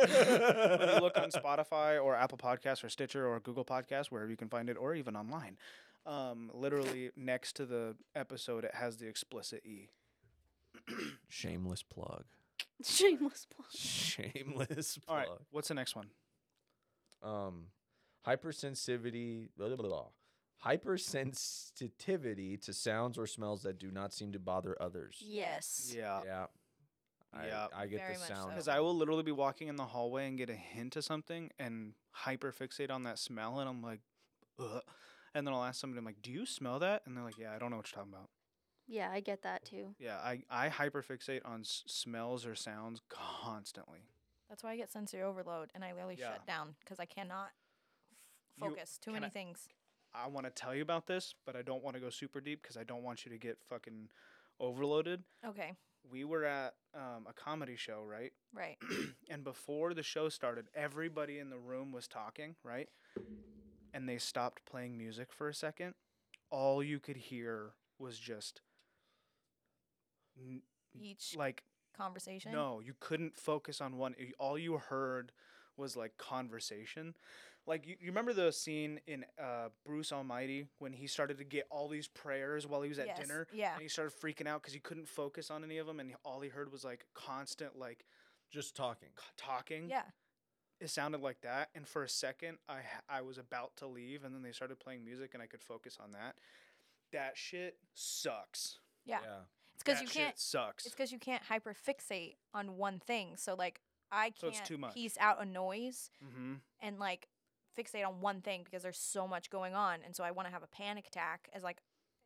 [SPEAKER 1] you look on Spotify or Apple Podcasts or Stitcher or Google Podcasts, wherever you can find it, or even online, um, literally next to the episode, it has the explicit e.
[SPEAKER 2] Shameless plug.
[SPEAKER 4] Shameless plug.
[SPEAKER 2] Shameless
[SPEAKER 1] All
[SPEAKER 2] plug.
[SPEAKER 1] right, what's the next one?
[SPEAKER 2] Um, hypersensitivity. Blah, blah, blah, blah. Hypersensitivity to sounds or smells that do not seem to bother others.
[SPEAKER 4] Yes.
[SPEAKER 1] Yeah.
[SPEAKER 2] Yeah. I,
[SPEAKER 1] Yeah.
[SPEAKER 2] I get
[SPEAKER 3] Very
[SPEAKER 2] the
[SPEAKER 3] much
[SPEAKER 2] sound.
[SPEAKER 3] so.
[SPEAKER 1] Because I will literally be walking in the hallway and get a hint of something and hyperfixate on that smell, and I'm like, Ugh. and then I'll ask somebody, I'm like, "Do you smell that?" And they're like, "Yeah, I don't know what you're talking about."
[SPEAKER 4] Yeah, I get that too.
[SPEAKER 1] Yeah, I I hyperfixate on s- smells or sounds constantly.
[SPEAKER 3] That's why I get sensory overload and I literally
[SPEAKER 1] Yeah.
[SPEAKER 3] shut down because I cannot f-
[SPEAKER 1] You-
[SPEAKER 3] focus. Too
[SPEAKER 1] can
[SPEAKER 3] many
[SPEAKER 1] I-
[SPEAKER 3] things.
[SPEAKER 1] I want to tell you about this, but I don't want to go super deep because I don't want you to get fucking overloaded.
[SPEAKER 3] Okay,
[SPEAKER 1] We were at um, a comedy show, right?
[SPEAKER 3] right.
[SPEAKER 1] and before the show started, everybody in the room was talking, right? And they stopped playing music for a second. All you could hear was just n-
[SPEAKER 3] Each
[SPEAKER 1] like
[SPEAKER 3] conversation.
[SPEAKER 1] no, you couldn't focus on one. y- All you heard was like conversation. Like you, you remember the scene in uh, Bruce Almighty when he started to get all these prayers while he was at
[SPEAKER 3] Yes,
[SPEAKER 1] dinner
[SPEAKER 3] Yeah.
[SPEAKER 1] and he started freaking out because he couldn't focus on any of them and he- all he heard was like constant like
[SPEAKER 2] Just talking.
[SPEAKER 1] c- talking
[SPEAKER 3] Yeah.
[SPEAKER 1] it sounded like that and for a second i ha- i was about to leave and then they started playing music and i could focus on that that shit sucks
[SPEAKER 3] Yeah. It's because
[SPEAKER 1] That
[SPEAKER 3] you
[SPEAKER 1] shit
[SPEAKER 3] can't.
[SPEAKER 1] sucks
[SPEAKER 3] It's because you can't hyperfixate on one thing. So like I
[SPEAKER 1] So
[SPEAKER 3] can't
[SPEAKER 1] it's too much.
[SPEAKER 3] piece out a noise
[SPEAKER 1] mm-hmm.
[SPEAKER 3] and like fixate on one thing because there's so much going on, and so I want to have a panic attack as like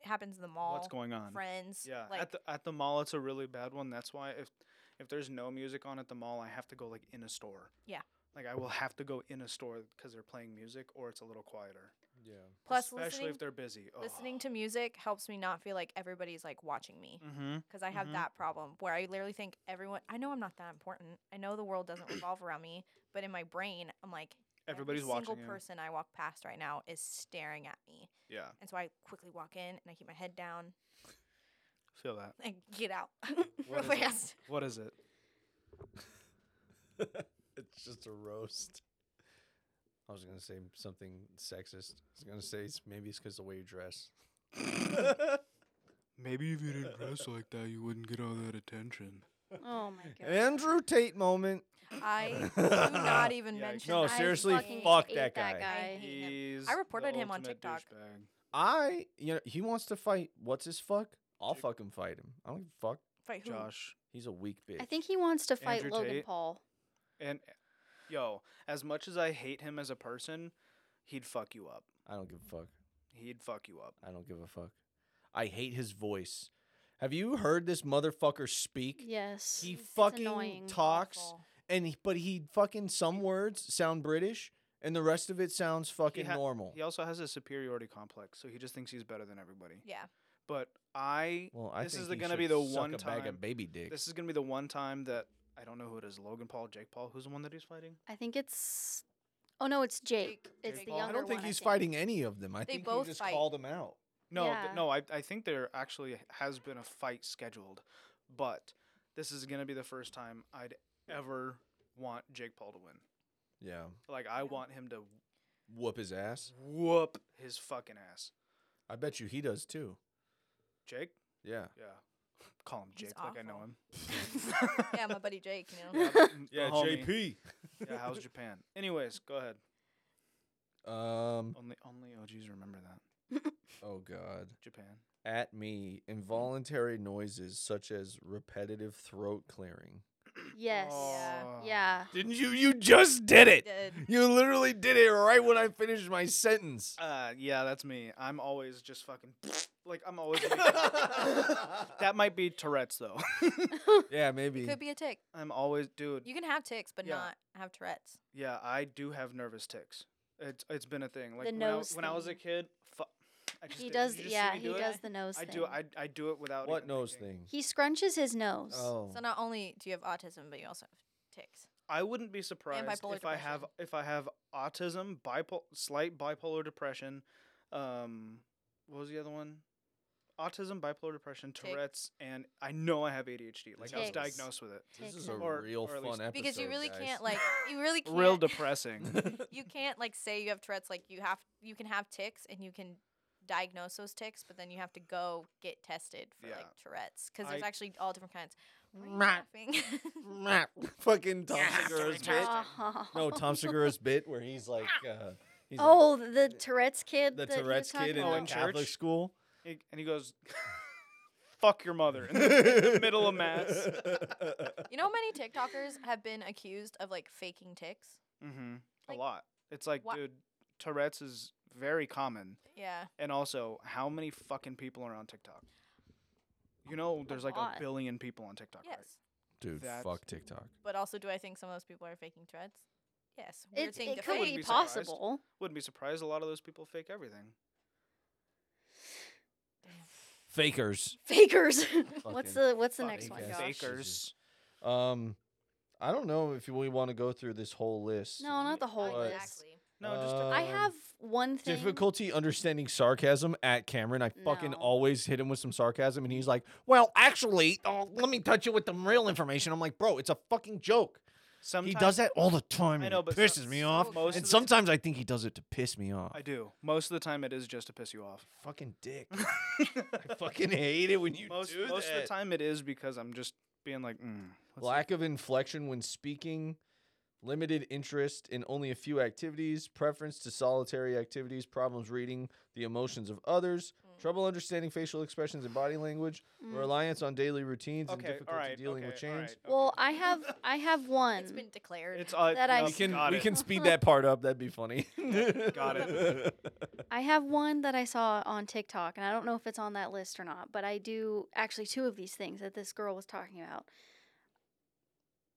[SPEAKER 3] happens in the mall.
[SPEAKER 1] what's going on.
[SPEAKER 3] Friends.
[SPEAKER 1] Yeah,
[SPEAKER 3] Like,
[SPEAKER 1] at the at the mall, it's a really bad one. That's why if if there's no music on at the mall, I have to go like in a store.
[SPEAKER 3] Yeah.
[SPEAKER 1] Like I will have to go in a store because they're playing music or it's a little quieter.
[SPEAKER 2] Yeah.
[SPEAKER 3] plus
[SPEAKER 1] especially
[SPEAKER 3] listening,
[SPEAKER 1] if they're busy. Oh.
[SPEAKER 3] listening to music helps me not feel like everybody's like watching me.
[SPEAKER 1] Mm-hmm.
[SPEAKER 3] because I have
[SPEAKER 1] Mhm.
[SPEAKER 3] that problem where I literally think everyone. I know I'm not that important. I know the world doesn't revolve around me, but in my brain, I'm like
[SPEAKER 1] Everybody's
[SPEAKER 3] every single
[SPEAKER 1] watching you.
[SPEAKER 3] person I walk past right now is staring at me,
[SPEAKER 1] Yeah,
[SPEAKER 3] and so I quickly walk in and I keep my head down
[SPEAKER 1] feel that.
[SPEAKER 3] and get out real
[SPEAKER 2] What is it?
[SPEAKER 3] fast.
[SPEAKER 1] What is it?
[SPEAKER 2] it's just a roast. I was gonna say something sexist. I was gonna say it's, maybe it's because the way you dress.
[SPEAKER 5] Maybe if you didn't dress like that, you wouldn't get all that attention.
[SPEAKER 4] Oh my god.
[SPEAKER 2] Andrew Tate moment.
[SPEAKER 3] I do not even
[SPEAKER 1] Yikes.
[SPEAKER 3] mention.
[SPEAKER 2] No,
[SPEAKER 4] I
[SPEAKER 3] that.
[SPEAKER 2] Oh, seriously,
[SPEAKER 4] fucking
[SPEAKER 2] fuck
[SPEAKER 4] hate
[SPEAKER 2] that guy.
[SPEAKER 3] I hate him.
[SPEAKER 1] He's
[SPEAKER 3] I reported
[SPEAKER 1] the
[SPEAKER 3] him on
[SPEAKER 1] ultimate
[SPEAKER 3] TikTok.
[SPEAKER 1] douchebag.
[SPEAKER 2] I you know he wants to fight. What's his fuck? I'll fucking fight him. I don't give a fuck.
[SPEAKER 3] Fight who?
[SPEAKER 1] Josh
[SPEAKER 2] He's a weak bitch.
[SPEAKER 4] I think he wants to fight
[SPEAKER 1] Andrew
[SPEAKER 4] Logan
[SPEAKER 1] Tate?
[SPEAKER 4] Paul.
[SPEAKER 1] and yo, as much as I hate him as a person, he'd fuck you up.
[SPEAKER 2] I don't give a fuck.
[SPEAKER 1] He'd fuck you up.
[SPEAKER 2] I don't give a fuck. I hate his voice. Have you heard this motherfucker speak?
[SPEAKER 4] Yes.
[SPEAKER 2] He
[SPEAKER 4] It's
[SPEAKER 2] fucking
[SPEAKER 4] annoying.
[SPEAKER 2] talks,
[SPEAKER 3] Awful.
[SPEAKER 2] and he, but he fucking some words sound British, and the rest of it sounds fucking
[SPEAKER 1] ha-
[SPEAKER 2] normal.
[SPEAKER 1] He also has a superiority complex, so he just thinks he's better than everybody.
[SPEAKER 3] Yeah,
[SPEAKER 1] But I
[SPEAKER 2] Well, I
[SPEAKER 1] This
[SPEAKER 2] think
[SPEAKER 1] is the-
[SPEAKER 2] he
[SPEAKER 1] gonna
[SPEAKER 2] should
[SPEAKER 1] be the
[SPEAKER 2] suck
[SPEAKER 1] one
[SPEAKER 2] a bag
[SPEAKER 1] time-
[SPEAKER 2] of baby dick.
[SPEAKER 1] This is gonna be the one time that I don't know who it is. Logan Paul, Jake Paul. Who's the one that he's fighting?
[SPEAKER 4] I think it's. Oh no, it's Jake.
[SPEAKER 3] Jake-
[SPEAKER 4] It's
[SPEAKER 3] Jake
[SPEAKER 4] the
[SPEAKER 3] Paul.
[SPEAKER 4] younger
[SPEAKER 2] Oh, I don't think
[SPEAKER 4] one,
[SPEAKER 2] he's fighting any of them. I
[SPEAKER 3] They
[SPEAKER 2] think
[SPEAKER 3] both
[SPEAKER 2] he just
[SPEAKER 3] fight.
[SPEAKER 2] called him out.
[SPEAKER 1] No, th-
[SPEAKER 4] Yeah.
[SPEAKER 1] no. I, I think there actually has been a fight scheduled, but this is gonna be the first time I'd ever want Jake Paul to win.
[SPEAKER 2] Yeah,
[SPEAKER 1] Like I
[SPEAKER 3] Yeah.
[SPEAKER 1] want him to
[SPEAKER 2] whoop his ass.
[SPEAKER 1] whoop his fucking ass.
[SPEAKER 2] I bet you he does too.
[SPEAKER 1] Jake?
[SPEAKER 2] Yeah.
[SPEAKER 1] Yeah. Call him
[SPEAKER 3] He's
[SPEAKER 1] Jake like I know
[SPEAKER 3] awful.
[SPEAKER 1] him.
[SPEAKER 3] yeah, my buddy Jake. You know,
[SPEAKER 1] Yeah, m- the homie.
[SPEAKER 2] JP.
[SPEAKER 1] Yeah, how's Japan? Anyways, go ahead.
[SPEAKER 2] Um.
[SPEAKER 1] Only only OGs remember that.
[SPEAKER 2] Oh God.
[SPEAKER 1] Japan.
[SPEAKER 2] At me, involuntary noises such as repetitive throat clearing.
[SPEAKER 4] Yes.
[SPEAKER 1] Oh.
[SPEAKER 4] Yeah.
[SPEAKER 2] Didn't you? You just did it.
[SPEAKER 3] Did.
[SPEAKER 2] You literally did it right when I finished my sentence.
[SPEAKER 1] Uh, yeah, that's me. I'm always just fucking like I'm always. that might be Tourette's though.
[SPEAKER 2] yeah, maybe.
[SPEAKER 3] could be a tick.
[SPEAKER 1] I'm always, dude.
[SPEAKER 3] You can have ticks, but
[SPEAKER 1] Yeah.
[SPEAKER 3] not have Tourette's.
[SPEAKER 1] Yeah, I do have nervous tics. It's it's been a thing. Like
[SPEAKER 4] The
[SPEAKER 1] when, I,
[SPEAKER 4] nose
[SPEAKER 1] when I was a
[SPEAKER 4] thing.
[SPEAKER 1] kid, fu- I just
[SPEAKER 4] He
[SPEAKER 1] did-
[SPEAKER 4] does.
[SPEAKER 1] you just see
[SPEAKER 4] yeah,
[SPEAKER 1] me
[SPEAKER 4] he
[SPEAKER 1] do it?
[SPEAKER 4] does the nose
[SPEAKER 1] I
[SPEAKER 4] thing.
[SPEAKER 1] do. I I do it without.
[SPEAKER 2] what
[SPEAKER 1] even
[SPEAKER 2] nose
[SPEAKER 1] thinking.
[SPEAKER 2] thing?
[SPEAKER 4] He scrunches his nose.
[SPEAKER 2] Oh.
[SPEAKER 3] So not only do you have autism, but you also have ticks.
[SPEAKER 1] I wouldn't be surprised if
[SPEAKER 3] bipolar
[SPEAKER 1] I have if I have autism, bipolar, slight bipolar depression. Um, what was the other one? Autism, bipolar depression,
[SPEAKER 3] Tic.
[SPEAKER 1] Tourette's, and I know I have ADHD. Like I was
[SPEAKER 4] Tics.
[SPEAKER 1] diagnosed with it.
[SPEAKER 2] This
[SPEAKER 4] Tick
[SPEAKER 2] is a
[SPEAKER 4] tock.
[SPEAKER 1] Or-
[SPEAKER 2] real
[SPEAKER 1] or at
[SPEAKER 2] fun
[SPEAKER 1] least-
[SPEAKER 2] episode.
[SPEAKER 3] because you really
[SPEAKER 2] guys.
[SPEAKER 3] can't like you really can't
[SPEAKER 1] Real depressing.
[SPEAKER 3] you can't like say you have Tourette's like you have you can have ticks and you can diagnose those ticks, but then you have to go get tested for
[SPEAKER 1] Yeah.
[SPEAKER 3] like Tourette's because there's
[SPEAKER 1] I-
[SPEAKER 3] actually all different kinds. Why are you
[SPEAKER 2] Meh.
[SPEAKER 3] laughing?
[SPEAKER 2] Fucking Tom Segura's
[SPEAKER 1] Tourette's.
[SPEAKER 2] bit.
[SPEAKER 4] Oh.
[SPEAKER 2] No, Tom Segura's bit where he's like, uh, he's like,
[SPEAKER 4] Oh, the Tourette's kid.
[SPEAKER 2] the
[SPEAKER 4] that you were
[SPEAKER 2] Tourette's kid
[SPEAKER 4] talking
[SPEAKER 2] in
[SPEAKER 1] Oh,
[SPEAKER 2] the
[SPEAKER 1] in
[SPEAKER 4] about?
[SPEAKER 2] Catholic
[SPEAKER 1] church?
[SPEAKER 2] school.
[SPEAKER 1] He- and he goes, "Fuck your mother." And middle of mass.
[SPEAKER 3] you know how many TikTokers have been accused of like faking ticks?
[SPEAKER 1] Mm-hmm.
[SPEAKER 3] Like,
[SPEAKER 1] a lot. It's like,
[SPEAKER 3] wha-
[SPEAKER 1] dude, Tourette's is very common.
[SPEAKER 3] Yeah.
[SPEAKER 1] And also, how many fucking people are on TikTok? You know, there's like
[SPEAKER 4] lot.
[SPEAKER 1] a billion people on TikTok.
[SPEAKER 3] Yes.
[SPEAKER 1] Right?
[SPEAKER 2] Dude,
[SPEAKER 1] That's-
[SPEAKER 2] fuck TikTok.
[SPEAKER 3] But also, do I think some of those people are faking Tourette's? Yes. Weird
[SPEAKER 4] It,
[SPEAKER 3] thing to
[SPEAKER 4] it could
[SPEAKER 1] wouldn't
[SPEAKER 3] fake.
[SPEAKER 4] be
[SPEAKER 1] be surprised.
[SPEAKER 4] possible.
[SPEAKER 1] Wouldn't be surprised. A lot of those people fake everything.
[SPEAKER 2] Fakers.
[SPEAKER 4] Fakers. what's
[SPEAKER 2] Fucking
[SPEAKER 4] the What's the
[SPEAKER 1] fucking
[SPEAKER 4] next one?
[SPEAKER 2] fake
[SPEAKER 4] Josh?
[SPEAKER 2] ass. Fake.
[SPEAKER 1] Fakers.
[SPEAKER 2] Um, I don't know if we want to go through this whole list.
[SPEAKER 4] No, not the whole
[SPEAKER 2] What?
[SPEAKER 4] list.
[SPEAKER 3] Exactly.
[SPEAKER 1] No, just a-
[SPEAKER 4] I
[SPEAKER 2] Um,
[SPEAKER 4] have one thing.
[SPEAKER 2] Difficulty understanding sarcasm at Cameron. I fucking
[SPEAKER 4] No.
[SPEAKER 2] always hit him with some sarcasm, and he's like, "Well, actually, oh, let me touch you with the real information." I'm like, "Bro, it's a fucking joke."
[SPEAKER 1] sometimes
[SPEAKER 2] he does that all the time.
[SPEAKER 1] I
[SPEAKER 2] and
[SPEAKER 1] know,
[SPEAKER 2] it
[SPEAKER 1] but so-
[SPEAKER 2] pisses me
[SPEAKER 1] so
[SPEAKER 2] off.
[SPEAKER 1] most of
[SPEAKER 2] And
[SPEAKER 1] the-
[SPEAKER 2] sometimes I think he does it to piss me off.
[SPEAKER 1] I do. Most of the time, it is just to piss you off.
[SPEAKER 2] fucking dick. I fucking hate it when you
[SPEAKER 1] most
[SPEAKER 2] do
[SPEAKER 1] most of
[SPEAKER 2] that.
[SPEAKER 1] the time, it is because I'm just being like, mm, what's
[SPEAKER 2] Lack of inflection when speaking. limited interest in only a few activities, preference to solitary activities, problems reading the emotions of others,
[SPEAKER 1] Hmm.
[SPEAKER 2] trouble understanding facial expressions and body language,
[SPEAKER 4] Mm.
[SPEAKER 2] reliance on daily routines, and
[SPEAKER 1] Okay,
[SPEAKER 2] difficulty
[SPEAKER 1] all right.
[SPEAKER 2] dealing
[SPEAKER 1] okay,
[SPEAKER 2] with change.
[SPEAKER 1] alright,
[SPEAKER 4] Well,
[SPEAKER 1] okay.
[SPEAKER 4] I have I have one.
[SPEAKER 3] It's been declared.
[SPEAKER 1] It's uh,
[SPEAKER 4] that I
[SPEAKER 1] no,
[SPEAKER 4] We
[SPEAKER 2] Can,
[SPEAKER 1] got
[SPEAKER 2] we
[SPEAKER 1] it.
[SPEAKER 2] can speed that part up. That'd be funny.
[SPEAKER 1] Got
[SPEAKER 2] it.
[SPEAKER 4] I have one that I saw on TikTok, and I don't know if it's on that list or not, but I do actually two of these things that this girl was talking about.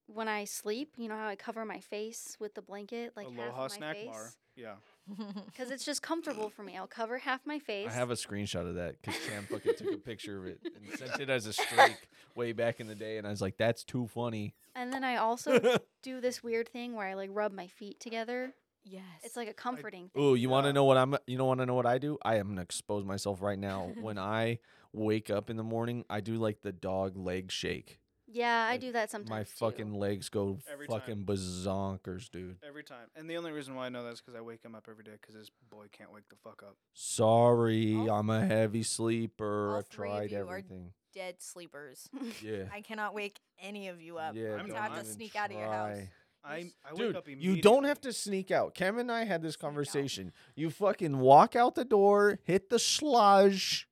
[SPEAKER 4] When I sleep, you know how I cover my face with the blanket, like half
[SPEAKER 1] Aloha
[SPEAKER 4] my
[SPEAKER 1] snack
[SPEAKER 4] face,
[SPEAKER 1] bar. Yeah.
[SPEAKER 4] because it's just comfortable for me. I'll cover half my face.
[SPEAKER 2] I have a screenshot of that because Sam fucking took a picture of it and sent it as a streak way back in the day, and I was like, "That's too funny."
[SPEAKER 4] And then I also do this weird thing where I like rub my feet together.
[SPEAKER 3] yes.
[SPEAKER 4] It's like a comforting thing.
[SPEAKER 2] Ooh, you want
[SPEAKER 1] Yeah.
[SPEAKER 2] to know what I'm? You don't want to know what I do? I am gonna expose myself right now. when I wake up in the morning, I do like the dog leg shake.
[SPEAKER 4] Yeah, I
[SPEAKER 2] Like,
[SPEAKER 4] do that sometimes.
[SPEAKER 2] My
[SPEAKER 4] too.
[SPEAKER 2] fucking legs go
[SPEAKER 1] Every time.
[SPEAKER 2] fucking bazonkers, dude.
[SPEAKER 1] Every time. And the only reason why I know that is because I wake him up every day because this boy can't wake the fuck up.
[SPEAKER 2] Sorry,
[SPEAKER 3] All
[SPEAKER 2] I'm a heavy sleeper.
[SPEAKER 3] all
[SPEAKER 2] I've
[SPEAKER 3] three of
[SPEAKER 2] tried
[SPEAKER 3] you are
[SPEAKER 2] everything.
[SPEAKER 3] dead sleepers.
[SPEAKER 2] Yeah.
[SPEAKER 3] I cannot wake any of you up.
[SPEAKER 2] yeah,
[SPEAKER 1] I'm
[SPEAKER 2] don't
[SPEAKER 1] gonna have to
[SPEAKER 2] even
[SPEAKER 3] sneak out of your house.
[SPEAKER 2] try.
[SPEAKER 1] I, I wake
[SPEAKER 2] Dude,
[SPEAKER 1] up immediately.
[SPEAKER 2] you don't have to sneak out. Cam and I had this
[SPEAKER 3] Sneak out.
[SPEAKER 2] conversation. You fucking walk out the door, hit the sludge,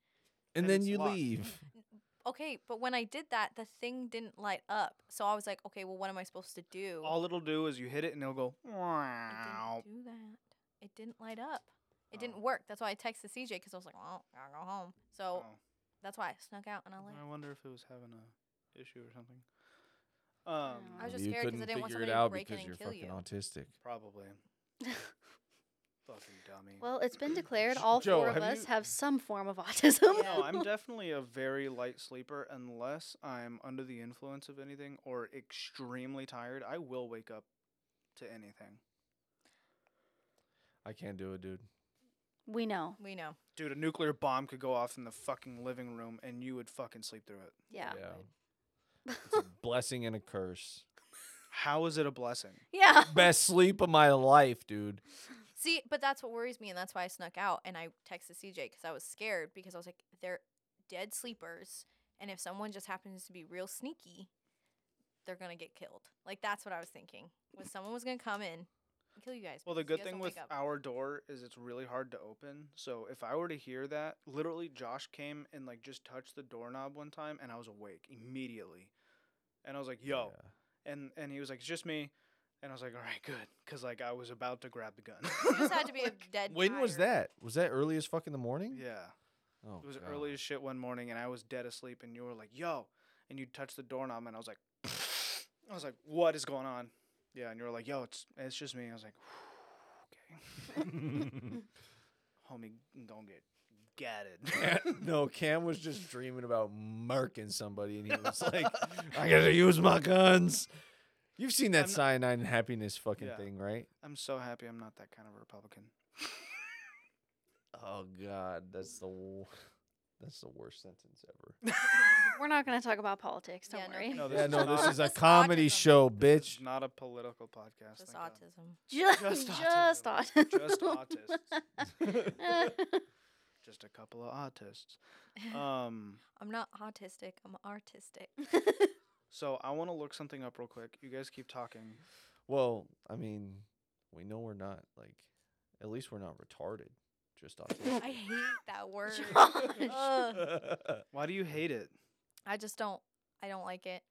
[SPEAKER 2] and,
[SPEAKER 1] And
[SPEAKER 2] then
[SPEAKER 1] it's
[SPEAKER 2] you
[SPEAKER 1] locked.
[SPEAKER 2] leave.
[SPEAKER 3] Okay, but when I did that, the thing didn't light up. So I was like, okay, well, what am I supposed to do?
[SPEAKER 1] All it'll do is you hit it and it'll go.
[SPEAKER 3] It
[SPEAKER 1] Wow.
[SPEAKER 3] didn't do that. It didn't light up. It
[SPEAKER 1] Oh.
[SPEAKER 3] didn't work. That's why I texted CJ because I was like, well, gotta go home. So
[SPEAKER 1] Oh.
[SPEAKER 3] that's why I snuck out and I left.
[SPEAKER 1] I wonder if it was having a issue or something. Um,
[SPEAKER 4] know.
[SPEAKER 3] I was
[SPEAKER 4] Maybe
[SPEAKER 3] just scared because I didn't want somebody to break in and kill you.
[SPEAKER 2] autistic.
[SPEAKER 1] probably. Fucking dummy.
[SPEAKER 4] Well, it's been declared
[SPEAKER 2] Jo-
[SPEAKER 4] all
[SPEAKER 2] Joe,
[SPEAKER 4] four of
[SPEAKER 2] have
[SPEAKER 4] us
[SPEAKER 2] you-
[SPEAKER 4] have some form of autism.
[SPEAKER 1] no, I'm definitely a very light sleeper unless I'm under the influence of anything or extremely tired. I will wake up to anything.
[SPEAKER 2] I can't do it, dude.
[SPEAKER 4] we know.
[SPEAKER 3] We know.
[SPEAKER 1] Dude, a nuclear bomb could go off in the fucking living room and you would fucking sleep through it.
[SPEAKER 4] Yeah.
[SPEAKER 2] it's a blessing and a curse.
[SPEAKER 1] How is it a blessing?
[SPEAKER 4] Yeah.
[SPEAKER 2] Best sleep of my life, dude.
[SPEAKER 3] See, but that's what worries me, and that's why I snuck out and I texted CJ because I was scared because I was like, they're dead sleepers, and if someone just happens to be real sneaky, they're gonna get killed. Like that's what I was thinking. Was someone was gonna come in and kill you guys?
[SPEAKER 1] Well, the
[SPEAKER 3] because
[SPEAKER 1] good
[SPEAKER 3] you guys
[SPEAKER 1] thing
[SPEAKER 3] don't
[SPEAKER 1] with
[SPEAKER 3] wake up.
[SPEAKER 1] our door is it's really hard to open. So if I were to hear that, literally Josh came and like just touched the doorknob one time and I was awake immediately. And I was like, "Yo." And and he was like, "It's just me." And I was like, "All right, good." Cuz like I was about to grab the gun.
[SPEAKER 3] you just had to be a dead.
[SPEAKER 2] When was
[SPEAKER 3] tired.
[SPEAKER 2] that? Was that early as fuck in the morning?
[SPEAKER 1] yeah.
[SPEAKER 2] Oh,
[SPEAKER 1] It was
[SPEAKER 2] God.
[SPEAKER 1] early as shit one morning and I was dead asleep and you were like, "Yo." And you touched the doorknob and I was like I was like, "What is going on?" Yeah, and you were like, "Yo, it's it's just me." I was like, "Okay." Homie, don't get gatted.
[SPEAKER 2] no, Cam was just dreaming about murking somebody, and he was like, "I gotta use my guns." You've seen that
[SPEAKER 1] I'm not-
[SPEAKER 2] cyanide and happiness fucking
[SPEAKER 1] Yeah.
[SPEAKER 2] thing, right?
[SPEAKER 1] I'm so happy I'm not that kind of Republican.
[SPEAKER 2] Oh God, that's the wo- that's the worst sentence ever.
[SPEAKER 4] We're not going to talk about politics. Don't
[SPEAKER 3] Yeah, no,
[SPEAKER 4] worry.
[SPEAKER 3] thank No,
[SPEAKER 1] Oh, this is
[SPEAKER 2] yeah, no, this
[SPEAKER 1] not-
[SPEAKER 2] is a
[SPEAKER 3] This is
[SPEAKER 2] comedy
[SPEAKER 3] autism.
[SPEAKER 2] show,
[SPEAKER 1] This is
[SPEAKER 2] bitch.
[SPEAKER 1] not a political podcast.
[SPEAKER 3] Just
[SPEAKER 1] thank God.
[SPEAKER 3] autism.
[SPEAKER 4] Just,
[SPEAKER 1] Just
[SPEAKER 4] just
[SPEAKER 1] autism. Just
[SPEAKER 4] autism.
[SPEAKER 1] Just a couple of autists. Um,
[SPEAKER 3] Uh, I'm not autistic. I'm artistic.
[SPEAKER 1] so I want to look something up real quick. You guys keep talking.
[SPEAKER 2] Well, I mean, we know we're not like, at least we're not retarded. Just autistic.
[SPEAKER 3] I hate that word.
[SPEAKER 4] Josh.
[SPEAKER 3] Ugh.
[SPEAKER 1] Why do you hate it?
[SPEAKER 3] I just don't. I don't like it.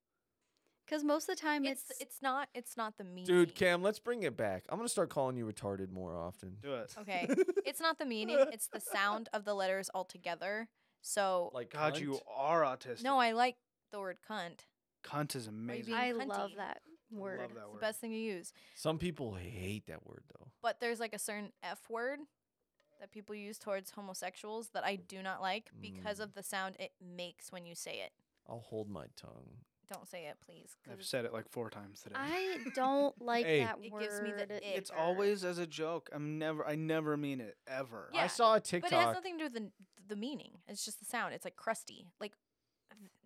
[SPEAKER 4] Because most of the time
[SPEAKER 3] It's
[SPEAKER 4] it's,
[SPEAKER 3] it's not it's not the meaning.
[SPEAKER 2] Dude, Cam, let's bring it back. I'm gonna start calling you retarded more often.
[SPEAKER 1] Do it.
[SPEAKER 3] Okay. it's not the meaning, it's the sound of the letters altogether. So
[SPEAKER 2] Like
[SPEAKER 1] God, you are autistic.
[SPEAKER 3] no, I like the word cunt.
[SPEAKER 1] Cunt is amazing.
[SPEAKER 3] being
[SPEAKER 4] I
[SPEAKER 3] cunty.
[SPEAKER 4] love that
[SPEAKER 1] I
[SPEAKER 4] word.
[SPEAKER 1] Love that
[SPEAKER 3] It's the
[SPEAKER 1] word.
[SPEAKER 3] best thing to use.
[SPEAKER 2] Some people hate that word though.
[SPEAKER 3] But there's like a certain F word that people use towards homosexuals that I do not like because
[SPEAKER 2] Mm.
[SPEAKER 3] of the sound it makes when you say it.
[SPEAKER 2] I'll hold my tongue.
[SPEAKER 3] Don't say it, please.
[SPEAKER 1] I've
[SPEAKER 3] 'cause it's-
[SPEAKER 1] said it like four times today.
[SPEAKER 4] I don't like
[SPEAKER 2] Hey.
[SPEAKER 4] that
[SPEAKER 3] It
[SPEAKER 4] word.
[SPEAKER 3] gives me the ick.
[SPEAKER 1] it's always as a joke. I'm never. I never mean it ever.
[SPEAKER 3] Yeah,
[SPEAKER 2] I saw a
[SPEAKER 3] but it has
[SPEAKER 2] TikTok.
[SPEAKER 3] nothing to do with the, the meaning. It's just the sound. It's like crusty. Like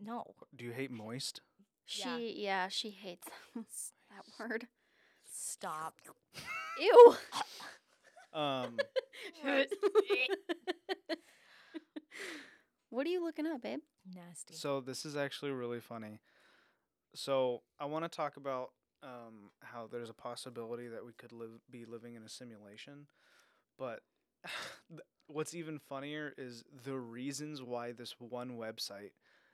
[SPEAKER 3] no.
[SPEAKER 1] Do you hate moist?
[SPEAKER 4] she,
[SPEAKER 3] Yeah.
[SPEAKER 4] yeah. she hates that word.
[SPEAKER 3] Stop.
[SPEAKER 4] Ew.
[SPEAKER 1] Um,
[SPEAKER 4] what are you looking up, babe?
[SPEAKER 3] Nasty.
[SPEAKER 1] So this is actually really funny. So I want to talk about um, how there's a possibility that we could live be living in a simulation, but th- what's even funnier is the reasons why this one website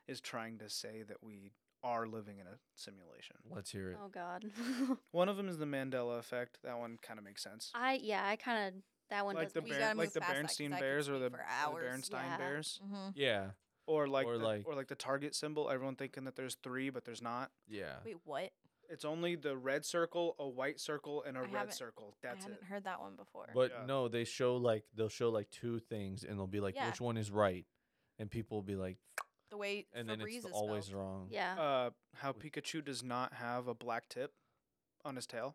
[SPEAKER 1] is trying to say that we are living in a simulation.
[SPEAKER 3] Mm.
[SPEAKER 2] Let's hear it.
[SPEAKER 4] Oh God.
[SPEAKER 1] One of them is the Mandela effect. That one kind of makes sense.
[SPEAKER 4] I yeah. I kind of that one
[SPEAKER 1] Like the
[SPEAKER 4] doesn't.
[SPEAKER 3] We
[SPEAKER 4] make
[SPEAKER 1] Ber-
[SPEAKER 3] gotta
[SPEAKER 1] like
[SPEAKER 3] move
[SPEAKER 1] the
[SPEAKER 3] past that 'cause
[SPEAKER 1] Bernstein
[SPEAKER 3] I could
[SPEAKER 1] Bears or
[SPEAKER 3] speak
[SPEAKER 1] the,
[SPEAKER 3] for
[SPEAKER 1] the
[SPEAKER 3] hours.
[SPEAKER 1] Bernstein
[SPEAKER 4] Yeah.
[SPEAKER 1] Bears
[SPEAKER 3] Mm-hmm.
[SPEAKER 2] Yeah,
[SPEAKER 1] or like
[SPEAKER 2] Or
[SPEAKER 1] the,
[SPEAKER 2] like-
[SPEAKER 1] or like the target symbol. Everyone thinking that there's three, but there's not.
[SPEAKER 2] yeah.
[SPEAKER 3] Wait, what?
[SPEAKER 1] It's only the red circle, a white circle, and a
[SPEAKER 3] I
[SPEAKER 1] red
[SPEAKER 3] haven't-
[SPEAKER 1] circle.
[SPEAKER 3] I
[SPEAKER 1] That's
[SPEAKER 3] haven't
[SPEAKER 1] it.
[SPEAKER 3] heard that one before.
[SPEAKER 2] But
[SPEAKER 1] Yeah.
[SPEAKER 2] no, they show like they'll show like two things, and they'll be like,
[SPEAKER 3] Yeah.
[SPEAKER 2] which one is right, and people will be like,
[SPEAKER 3] the way
[SPEAKER 2] and then
[SPEAKER 3] Febreze
[SPEAKER 2] it's
[SPEAKER 3] is
[SPEAKER 2] always
[SPEAKER 3] spelled.
[SPEAKER 2] wrong.
[SPEAKER 4] Yeah,
[SPEAKER 1] Uh, how Pikachu does not have a black tip on his tail.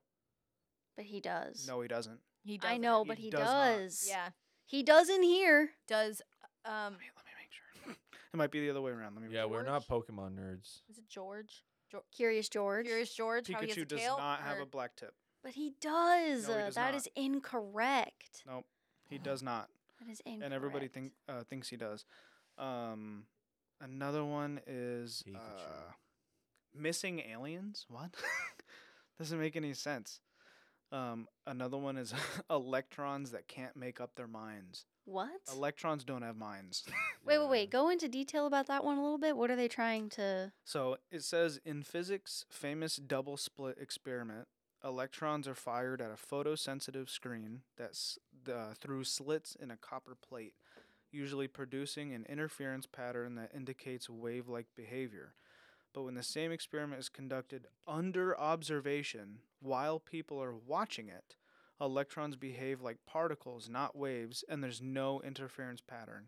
[SPEAKER 4] but he does.
[SPEAKER 1] No, he doesn't.
[SPEAKER 3] He
[SPEAKER 4] I
[SPEAKER 3] doesn't.
[SPEAKER 4] know,
[SPEAKER 1] He
[SPEAKER 4] but he
[SPEAKER 1] does not.
[SPEAKER 4] does.
[SPEAKER 3] Yeah,
[SPEAKER 4] He does in here.
[SPEAKER 3] does um
[SPEAKER 1] Let me, let me make sure. it might be the other way around. Let me.
[SPEAKER 2] Yeah,
[SPEAKER 1] Yeah.
[SPEAKER 2] we're not Pokemon nerds.
[SPEAKER 3] is it George? George.
[SPEAKER 4] Curious George.
[SPEAKER 3] Curious George, how he has a
[SPEAKER 1] Pikachu does
[SPEAKER 3] tail,
[SPEAKER 1] not have
[SPEAKER 3] or-
[SPEAKER 1] a black tip.
[SPEAKER 4] But he does.
[SPEAKER 1] No, he
[SPEAKER 4] Uh,
[SPEAKER 1] does
[SPEAKER 4] that
[SPEAKER 1] not.
[SPEAKER 4] is incorrect.
[SPEAKER 1] Nope, he
[SPEAKER 2] Oh.
[SPEAKER 1] does not,
[SPEAKER 4] That is incorrect.
[SPEAKER 1] and everybody think uh, thinks he does. Um, another one is
[SPEAKER 2] Pikachu.
[SPEAKER 1] uh, missing aliens. What? Doesn't make any sense. Um, another one is electrons that can't make up their minds.
[SPEAKER 4] What?
[SPEAKER 1] Electrons don't have minds.
[SPEAKER 4] Wait, wait,
[SPEAKER 2] Yeah.
[SPEAKER 4] wait. Go into detail about that one a little bit. What are they trying to?
[SPEAKER 1] So it says in physics, famous double split experiment, electrons are fired at a photosensitive screen that's uh, through slits in a copper plate, usually producing an interference pattern that indicates wave-like behavior. But when the same experiment is conducted under observation while people are watching it, electrons behave like particles, not waves, and there's no interference pattern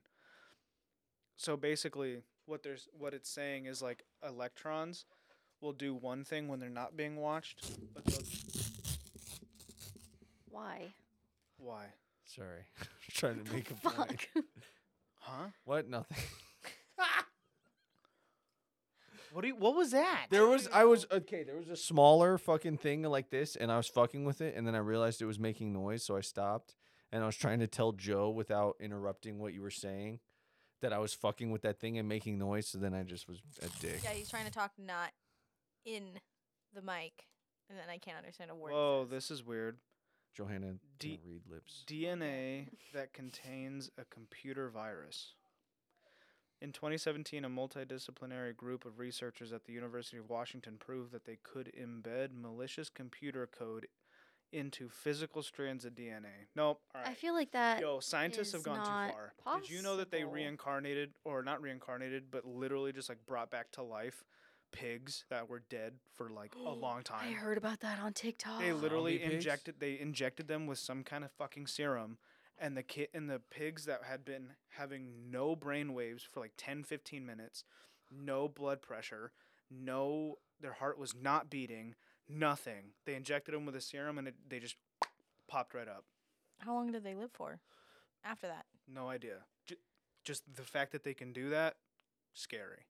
[SPEAKER 1] so basically what there's what it's saying is like electrons will do one thing when they're not being watched but they'll,
[SPEAKER 4] Why?
[SPEAKER 1] why
[SPEAKER 2] Sorry, trying to make a point.
[SPEAKER 4] Fuck.
[SPEAKER 1] huh
[SPEAKER 2] What? Nothing.
[SPEAKER 1] what do you what was that
[SPEAKER 2] There was I was okay. There was a smaller fucking thing like this, and I was fucking with it, and then I realized it was making noise, so I stopped, and I was trying to tell Joe without interrupting what you were saying that I was fucking with that thing and making noise. So then I just was a dick.
[SPEAKER 3] Yeah, he's trying to talk not in the mic, and then I can't understand a word. he
[SPEAKER 1] whoa
[SPEAKER 3] says.
[SPEAKER 1] this is weird
[SPEAKER 2] Johanna
[SPEAKER 1] D-
[SPEAKER 2] can't read lips.
[SPEAKER 1] dna that contains a computer virus in 2017, a multidisciplinary group of researchers at the University of Washington proved that they could embed malicious computer code into physical strands of DNA. Nope. All right.
[SPEAKER 4] I feel like that.
[SPEAKER 1] Yo, scientists have
[SPEAKER 4] is
[SPEAKER 1] gone
[SPEAKER 4] not
[SPEAKER 1] too far. Did you know that they
[SPEAKER 4] possible.
[SPEAKER 1] reincarnated, or not reincarnated, but literally just like brought back to life pigs that were dead for like a long
[SPEAKER 4] I
[SPEAKER 1] time?
[SPEAKER 4] heard about that on TikTok.
[SPEAKER 1] They literally
[SPEAKER 2] Zombie pigs?
[SPEAKER 1] injected they injected them with some kind of fucking serum, and the kit and the pigs that had been having no brain waves for like 10, 15 minutes, no blood pressure, no their heart was not beating, nothing. They injected them with a serum, and it, they just popped right up.
[SPEAKER 3] How long did they live for? After that,
[SPEAKER 1] No idea. J- just the fact that they can do that, scary.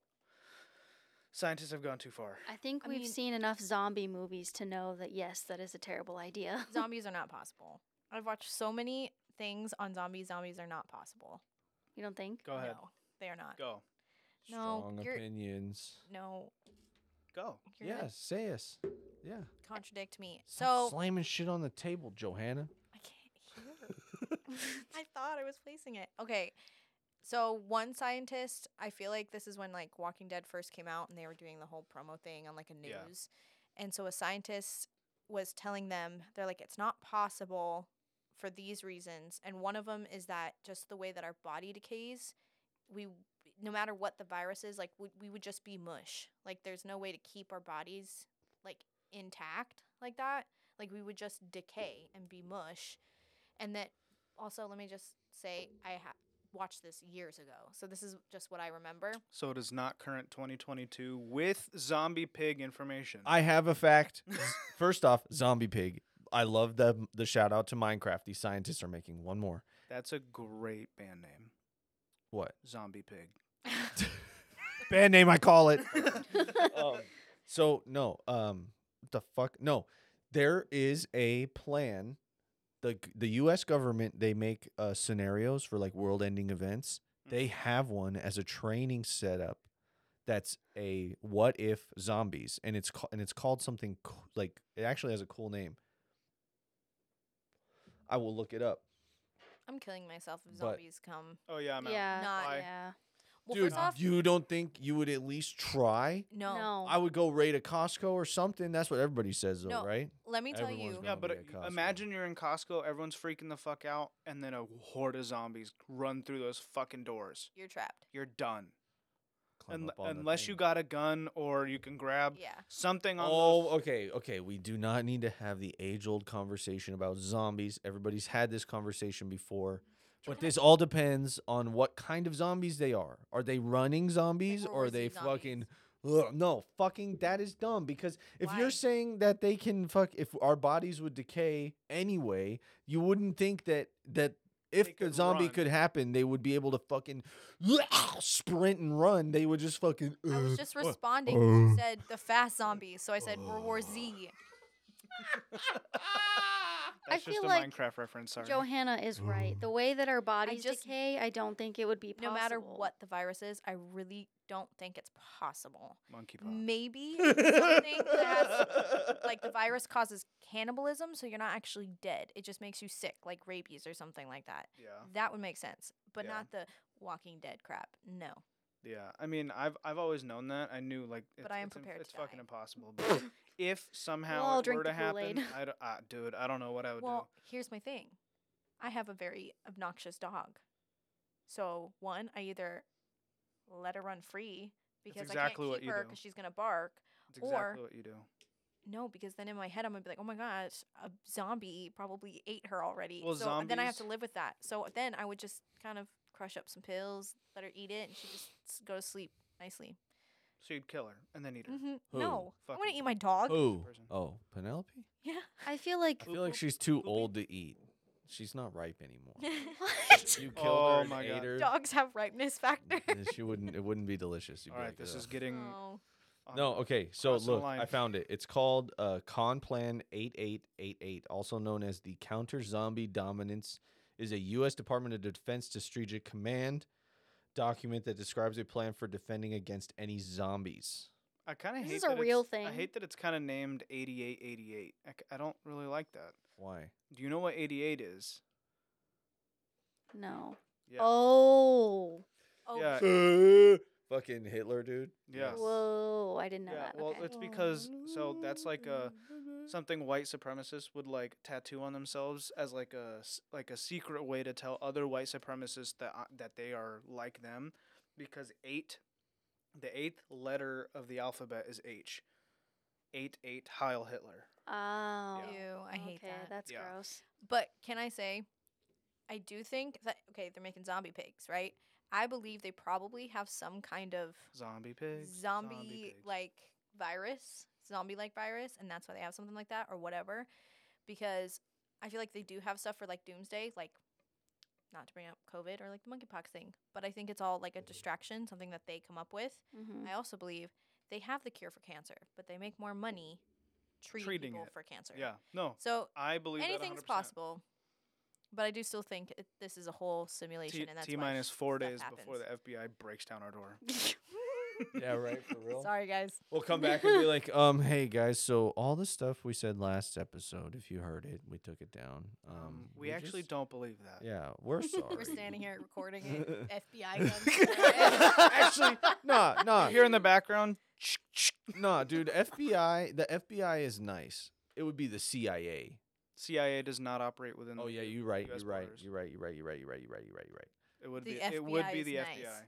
[SPEAKER 1] Scientists have gone too far.
[SPEAKER 4] I think
[SPEAKER 3] I
[SPEAKER 4] we've
[SPEAKER 3] mean-
[SPEAKER 4] seen enough zombie movies to know that yes, that is a terrible idea.
[SPEAKER 3] zombies are not possible. I've watched so many things on zombies. Zombies are not possible.
[SPEAKER 4] you don't think?
[SPEAKER 1] Go ahead.
[SPEAKER 3] No, they are not.
[SPEAKER 1] Go.
[SPEAKER 3] No,
[SPEAKER 2] Strong
[SPEAKER 3] you're-
[SPEAKER 2] opinions.
[SPEAKER 3] No,
[SPEAKER 1] Go.
[SPEAKER 3] you're
[SPEAKER 2] yes,
[SPEAKER 3] gonna
[SPEAKER 2] say us. Yeah.
[SPEAKER 3] contradict me.
[SPEAKER 2] Stop
[SPEAKER 3] so
[SPEAKER 2] slamming shit on the table, Johanna.
[SPEAKER 3] I can't hear. I thought I was placing it. Okay. So one scientist, I feel like this is when like Walking Dead first came out and they were doing the whole promo thing on like a
[SPEAKER 1] Yeah.
[SPEAKER 3] news. And so a scientist was telling them they're like it's not possible for these reasons and one of them is that just the way that our body decays, we no matter what the virus is, like we, we would just be mush. Like there's no way to keep our bodies like intact like that. Like we would just decay and be mush. And that also let me just say I ha- watched this years ago. So this is just what I remember.
[SPEAKER 1] So it is not current 2022 with zombie pig information.
[SPEAKER 2] I have a fact. First off, zombie pig. I love the the shout out to Minecraft. These scientists are making one more.
[SPEAKER 1] That's a great band name.
[SPEAKER 2] What
[SPEAKER 1] Zombie pig.
[SPEAKER 2] band name? I call it. um, so no, um, the fuck no. There is a plan. the g- The U.S. government they make uh,
[SPEAKER 1] Mm.
[SPEAKER 2] scenarios for like world ending events. They have one as a training setup that's a what if zombies and it's ca- and it's called something c- like it actually has a cool name. I will look it up.
[SPEAKER 3] I'm killing myself if
[SPEAKER 2] But-
[SPEAKER 3] zombies come.
[SPEAKER 1] Oh yeah, I'm out.
[SPEAKER 4] yeah,
[SPEAKER 3] Not-
[SPEAKER 1] Why?
[SPEAKER 4] yeah.
[SPEAKER 3] Well,
[SPEAKER 2] Dude,
[SPEAKER 3] first off,
[SPEAKER 2] you don't think you would at least try?
[SPEAKER 3] no.
[SPEAKER 4] No.
[SPEAKER 2] I would go raid a Costco or something. That's what everybody says, though,
[SPEAKER 3] No.
[SPEAKER 2] right?
[SPEAKER 3] Let me tell
[SPEAKER 2] Everyone's
[SPEAKER 3] you.
[SPEAKER 2] gonna
[SPEAKER 1] Yeah, but
[SPEAKER 2] be
[SPEAKER 1] uh,
[SPEAKER 2] at
[SPEAKER 1] y-
[SPEAKER 2] Costco.
[SPEAKER 1] imagine you're in Costco, everyone's freaking the fuck out, and then a horde of zombies run through those fucking doors.
[SPEAKER 3] You're trapped.
[SPEAKER 1] You're done.
[SPEAKER 2] Climb
[SPEAKER 1] Unle-
[SPEAKER 2] up on the
[SPEAKER 1] unless you
[SPEAKER 2] thing.
[SPEAKER 1] got a gun or you can
[SPEAKER 2] Um,
[SPEAKER 1] grab
[SPEAKER 3] Yeah.
[SPEAKER 1] something on
[SPEAKER 2] Oh, okay, okay. We do not need to have the age-old conversation about zombies. Everybody's had this conversation before. But this all depends on what kind of zombies they are. Are they running zombies or are
[SPEAKER 3] World
[SPEAKER 2] they
[SPEAKER 3] War Z zombies.
[SPEAKER 2] fucking Ugh, no, fucking that is dumb because if
[SPEAKER 3] Why?
[SPEAKER 2] you're saying that they can fuck if our bodies would decay anyway, you wouldn't think that that if the
[SPEAKER 1] could
[SPEAKER 2] zombie
[SPEAKER 1] run.
[SPEAKER 2] could happen, they would be able to fucking sprint and run. They would just fucking
[SPEAKER 3] I was
[SPEAKER 2] "Ugh,
[SPEAKER 3] just
[SPEAKER 2] uh,
[SPEAKER 3] responding. 'cause
[SPEAKER 5] uh.
[SPEAKER 3] you said the fast zombies, so I said World War Z.
[SPEAKER 1] That's
[SPEAKER 4] I
[SPEAKER 1] just
[SPEAKER 4] feel
[SPEAKER 1] a
[SPEAKER 4] like
[SPEAKER 1] Minecraft reference, sorry.
[SPEAKER 4] Johanna is right.
[SPEAKER 5] Ooh.
[SPEAKER 4] The way that our bodies
[SPEAKER 3] just-
[SPEAKER 4] decay, I don't think it would be
[SPEAKER 3] No
[SPEAKER 4] possible.
[SPEAKER 3] matter what the virus is, I really don't think it's possible.
[SPEAKER 1] Monkeypox.
[SPEAKER 3] Maybe something that has like the virus causes cannibalism, so you're not actually dead. It just makes you sick, like rabies or something like that.
[SPEAKER 1] Yeah.
[SPEAKER 3] That would make sense, but
[SPEAKER 1] Oh. Yeah.
[SPEAKER 3] not the Walking Dead crap. No.
[SPEAKER 1] Yeah. I mean, I've I've always known that. I knew like it's,
[SPEAKER 3] I am
[SPEAKER 1] it's, im-
[SPEAKER 3] prepared to
[SPEAKER 1] it's fucking
[SPEAKER 3] die.
[SPEAKER 1] impossible. But if somehow
[SPEAKER 4] all
[SPEAKER 1] it
[SPEAKER 4] drink
[SPEAKER 1] were
[SPEAKER 4] the
[SPEAKER 1] to happen,
[SPEAKER 4] Kool-Aid.
[SPEAKER 1] I d- uh, dude, I don't know what I would
[SPEAKER 3] Well, here's my thing. I have a very obnoxious dog. So one, I either let her run free because
[SPEAKER 1] exactly
[SPEAKER 3] I
[SPEAKER 1] what
[SPEAKER 3] can't keep
[SPEAKER 1] you
[SPEAKER 3] her
[SPEAKER 1] do.
[SPEAKER 3] because she's gonna bark.
[SPEAKER 1] do. It's exactly
[SPEAKER 3] or-
[SPEAKER 1] what you do.
[SPEAKER 3] No, because then in my head I'm gonna be like, oh my gosh, a zombie probably ate her already.
[SPEAKER 1] Well,
[SPEAKER 3] so then I have to
[SPEAKER 1] zombies-
[SPEAKER 3] live with that. So then I would just kind of crush up some pills, let her eat it, and she just s- go to sleep nicely.
[SPEAKER 1] So you'd kill her and then eat
[SPEAKER 4] Mm-hmm.
[SPEAKER 1] her.
[SPEAKER 3] hmm
[SPEAKER 2] Who?
[SPEAKER 3] No, I'm gonna
[SPEAKER 1] Fucking
[SPEAKER 3] eat my dog.
[SPEAKER 2] Who?
[SPEAKER 1] person.
[SPEAKER 2] Oh, Penelope?
[SPEAKER 3] Yeah.
[SPEAKER 4] I feel like
[SPEAKER 2] I feel like she's too old to eat. She's not ripe anymore.
[SPEAKER 4] what?
[SPEAKER 2] You killed
[SPEAKER 1] Oh
[SPEAKER 2] her and
[SPEAKER 1] my
[SPEAKER 2] ate
[SPEAKER 1] God.
[SPEAKER 2] her.
[SPEAKER 3] Dogs have ripeness factor.
[SPEAKER 2] and She wouldn't. It wouldn't be delicious. You'd
[SPEAKER 1] All
[SPEAKER 2] be
[SPEAKER 1] right,
[SPEAKER 2] like,
[SPEAKER 1] this is
[SPEAKER 2] "Ugh."
[SPEAKER 1] getting
[SPEAKER 3] Oh.
[SPEAKER 1] um,
[SPEAKER 2] No, okay. So
[SPEAKER 1] crossing the
[SPEAKER 2] look,
[SPEAKER 1] line.
[SPEAKER 2] I found it. It's called uh, Con Plan 8888, also known as the Counter Zombie Dominance, is a U.S. Department of Defense Strategic Command document that describes a plan for defending against any zombies.
[SPEAKER 1] I kind of
[SPEAKER 4] This
[SPEAKER 1] hate
[SPEAKER 4] is a
[SPEAKER 1] that
[SPEAKER 4] real
[SPEAKER 1] it's- I
[SPEAKER 4] thing.
[SPEAKER 1] hate that it's kind of named 8888. I, c- I don't really like that.
[SPEAKER 2] Why?
[SPEAKER 1] Do you know what 88 is?
[SPEAKER 4] No.
[SPEAKER 1] Yeah.
[SPEAKER 4] Oh.
[SPEAKER 3] Oh,
[SPEAKER 1] Yeah.
[SPEAKER 2] Fucking Hitler,
[SPEAKER 1] Yeah.
[SPEAKER 2] dude.
[SPEAKER 1] Uh, Yes.
[SPEAKER 4] Whoa. I didn't know
[SPEAKER 1] Yeah,
[SPEAKER 4] that.
[SPEAKER 1] well,
[SPEAKER 4] okay.
[SPEAKER 1] it's because so that's like a something white supremacists would like tattoo on themselves as like a s- like a secret way to tell other white supremacists that I- that they are like them because 8 the eighth letter of the alphabet is H. 88 Heil Hitler.
[SPEAKER 4] Oh.
[SPEAKER 3] Ew, I hate
[SPEAKER 4] okay,
[SPEAKER 3] that.
[SPEAKER 4] that's
[SPEAKER 1] Yeah.
[SPEAKER 4] gross.
[SPEAKER 3] But can I say, I do think that okay, they're making zombie pigs, right? I believe they probably have some kind of
[SPEAKER 1] Zombie pig.
[SPEAKER 3] zombie,
[SPEAKER 1] pig.
[SPEAKER 3] like virus, zombie like virus, and that's why they have something like that or whatever. Because I feel like they do have stuff for like doomsday, like not to bring up COVID or like the monkeypox thing, but I think it's all
[SPEAKER 1] Mm-hmm.
[SPEAKER 3] like a distraction, something that they come up with.
[SPEAKER 4] Mm-hmm.
[SPEAKER 3] I also believe they have the cure for cancer, but they make more money treating,
[SPEAKER 1] Treating
[SPEAKER 3] people
[SPEAKER 1] it.
[SPEAKER 3] for cancer.
[SPEAKER 1] Yeah. No.
[SPEAKER 3] So
[SPEAKER 1] I believe
[SPEAKER 3] anything's
[SPEAKER 1] that 100%.
[SPEAKER 3] possible. But I do still think it, this is a whole simulation,
[SPEAKER 1] T,
[SPEAKER 3] and that's
[SPEAKER 1] T
[SPEAKER 3] why
[SPEAKER 1] minus four
[SPEAKER 3] stuff
[SPEAKER 1] days before the
[SPEAKER 3] happens.
[SPEAKER 1] FBI breaks down our door.
[SPEAKER 2] Yeah, right. For real.
[SPEAKER 3] Sorry, guys.
[SPEAKER 2] We'll come back and be like, um, hey guys, so all the stuff we said last episode, if you heard it, we took it down. Um,
[SPEAKER 1] Um, we, actually
[SPEAKER 2] just-
[SPEAKER 1] don't believe that.
[SPEAKER 2] Yeah, we're sorry.
[SPEAKER 3] We're standing here recording it. FBI guns.
[SPEAKER 2] actually, nah, nah,
[SPEAKER 1] Here in the background,
[SPEAKER 2] nah, dude. FBI, the FBI is nice. It would be the CIA.
[SPEAKER 1] CIA does not operate within.
[SPEAKER 2] Oh
[SPEAKER 1] the
[SPEAKER 2] yeah,
[SPEAKER 1] U-
[SPEAKER 2] you're right.
[SPEAKER 1] US
[SPEAKER 2] You're right.
[SPEAKER 1] borders.
[SPEAKER 2] You're right. You're right. You're right. You're right. You're right. You're right. You're right.
[SPEAKER 1] It would
[SPEAKER 3] The
[SPEAKER 1] be. it would
[SPEAKER 3] FBI
[SPEAKER 1] be
[SPEAKER 3] is
[SPEAKER 1] the
[SPEAKER 3] nice.
[SPEAKER 1] FBI.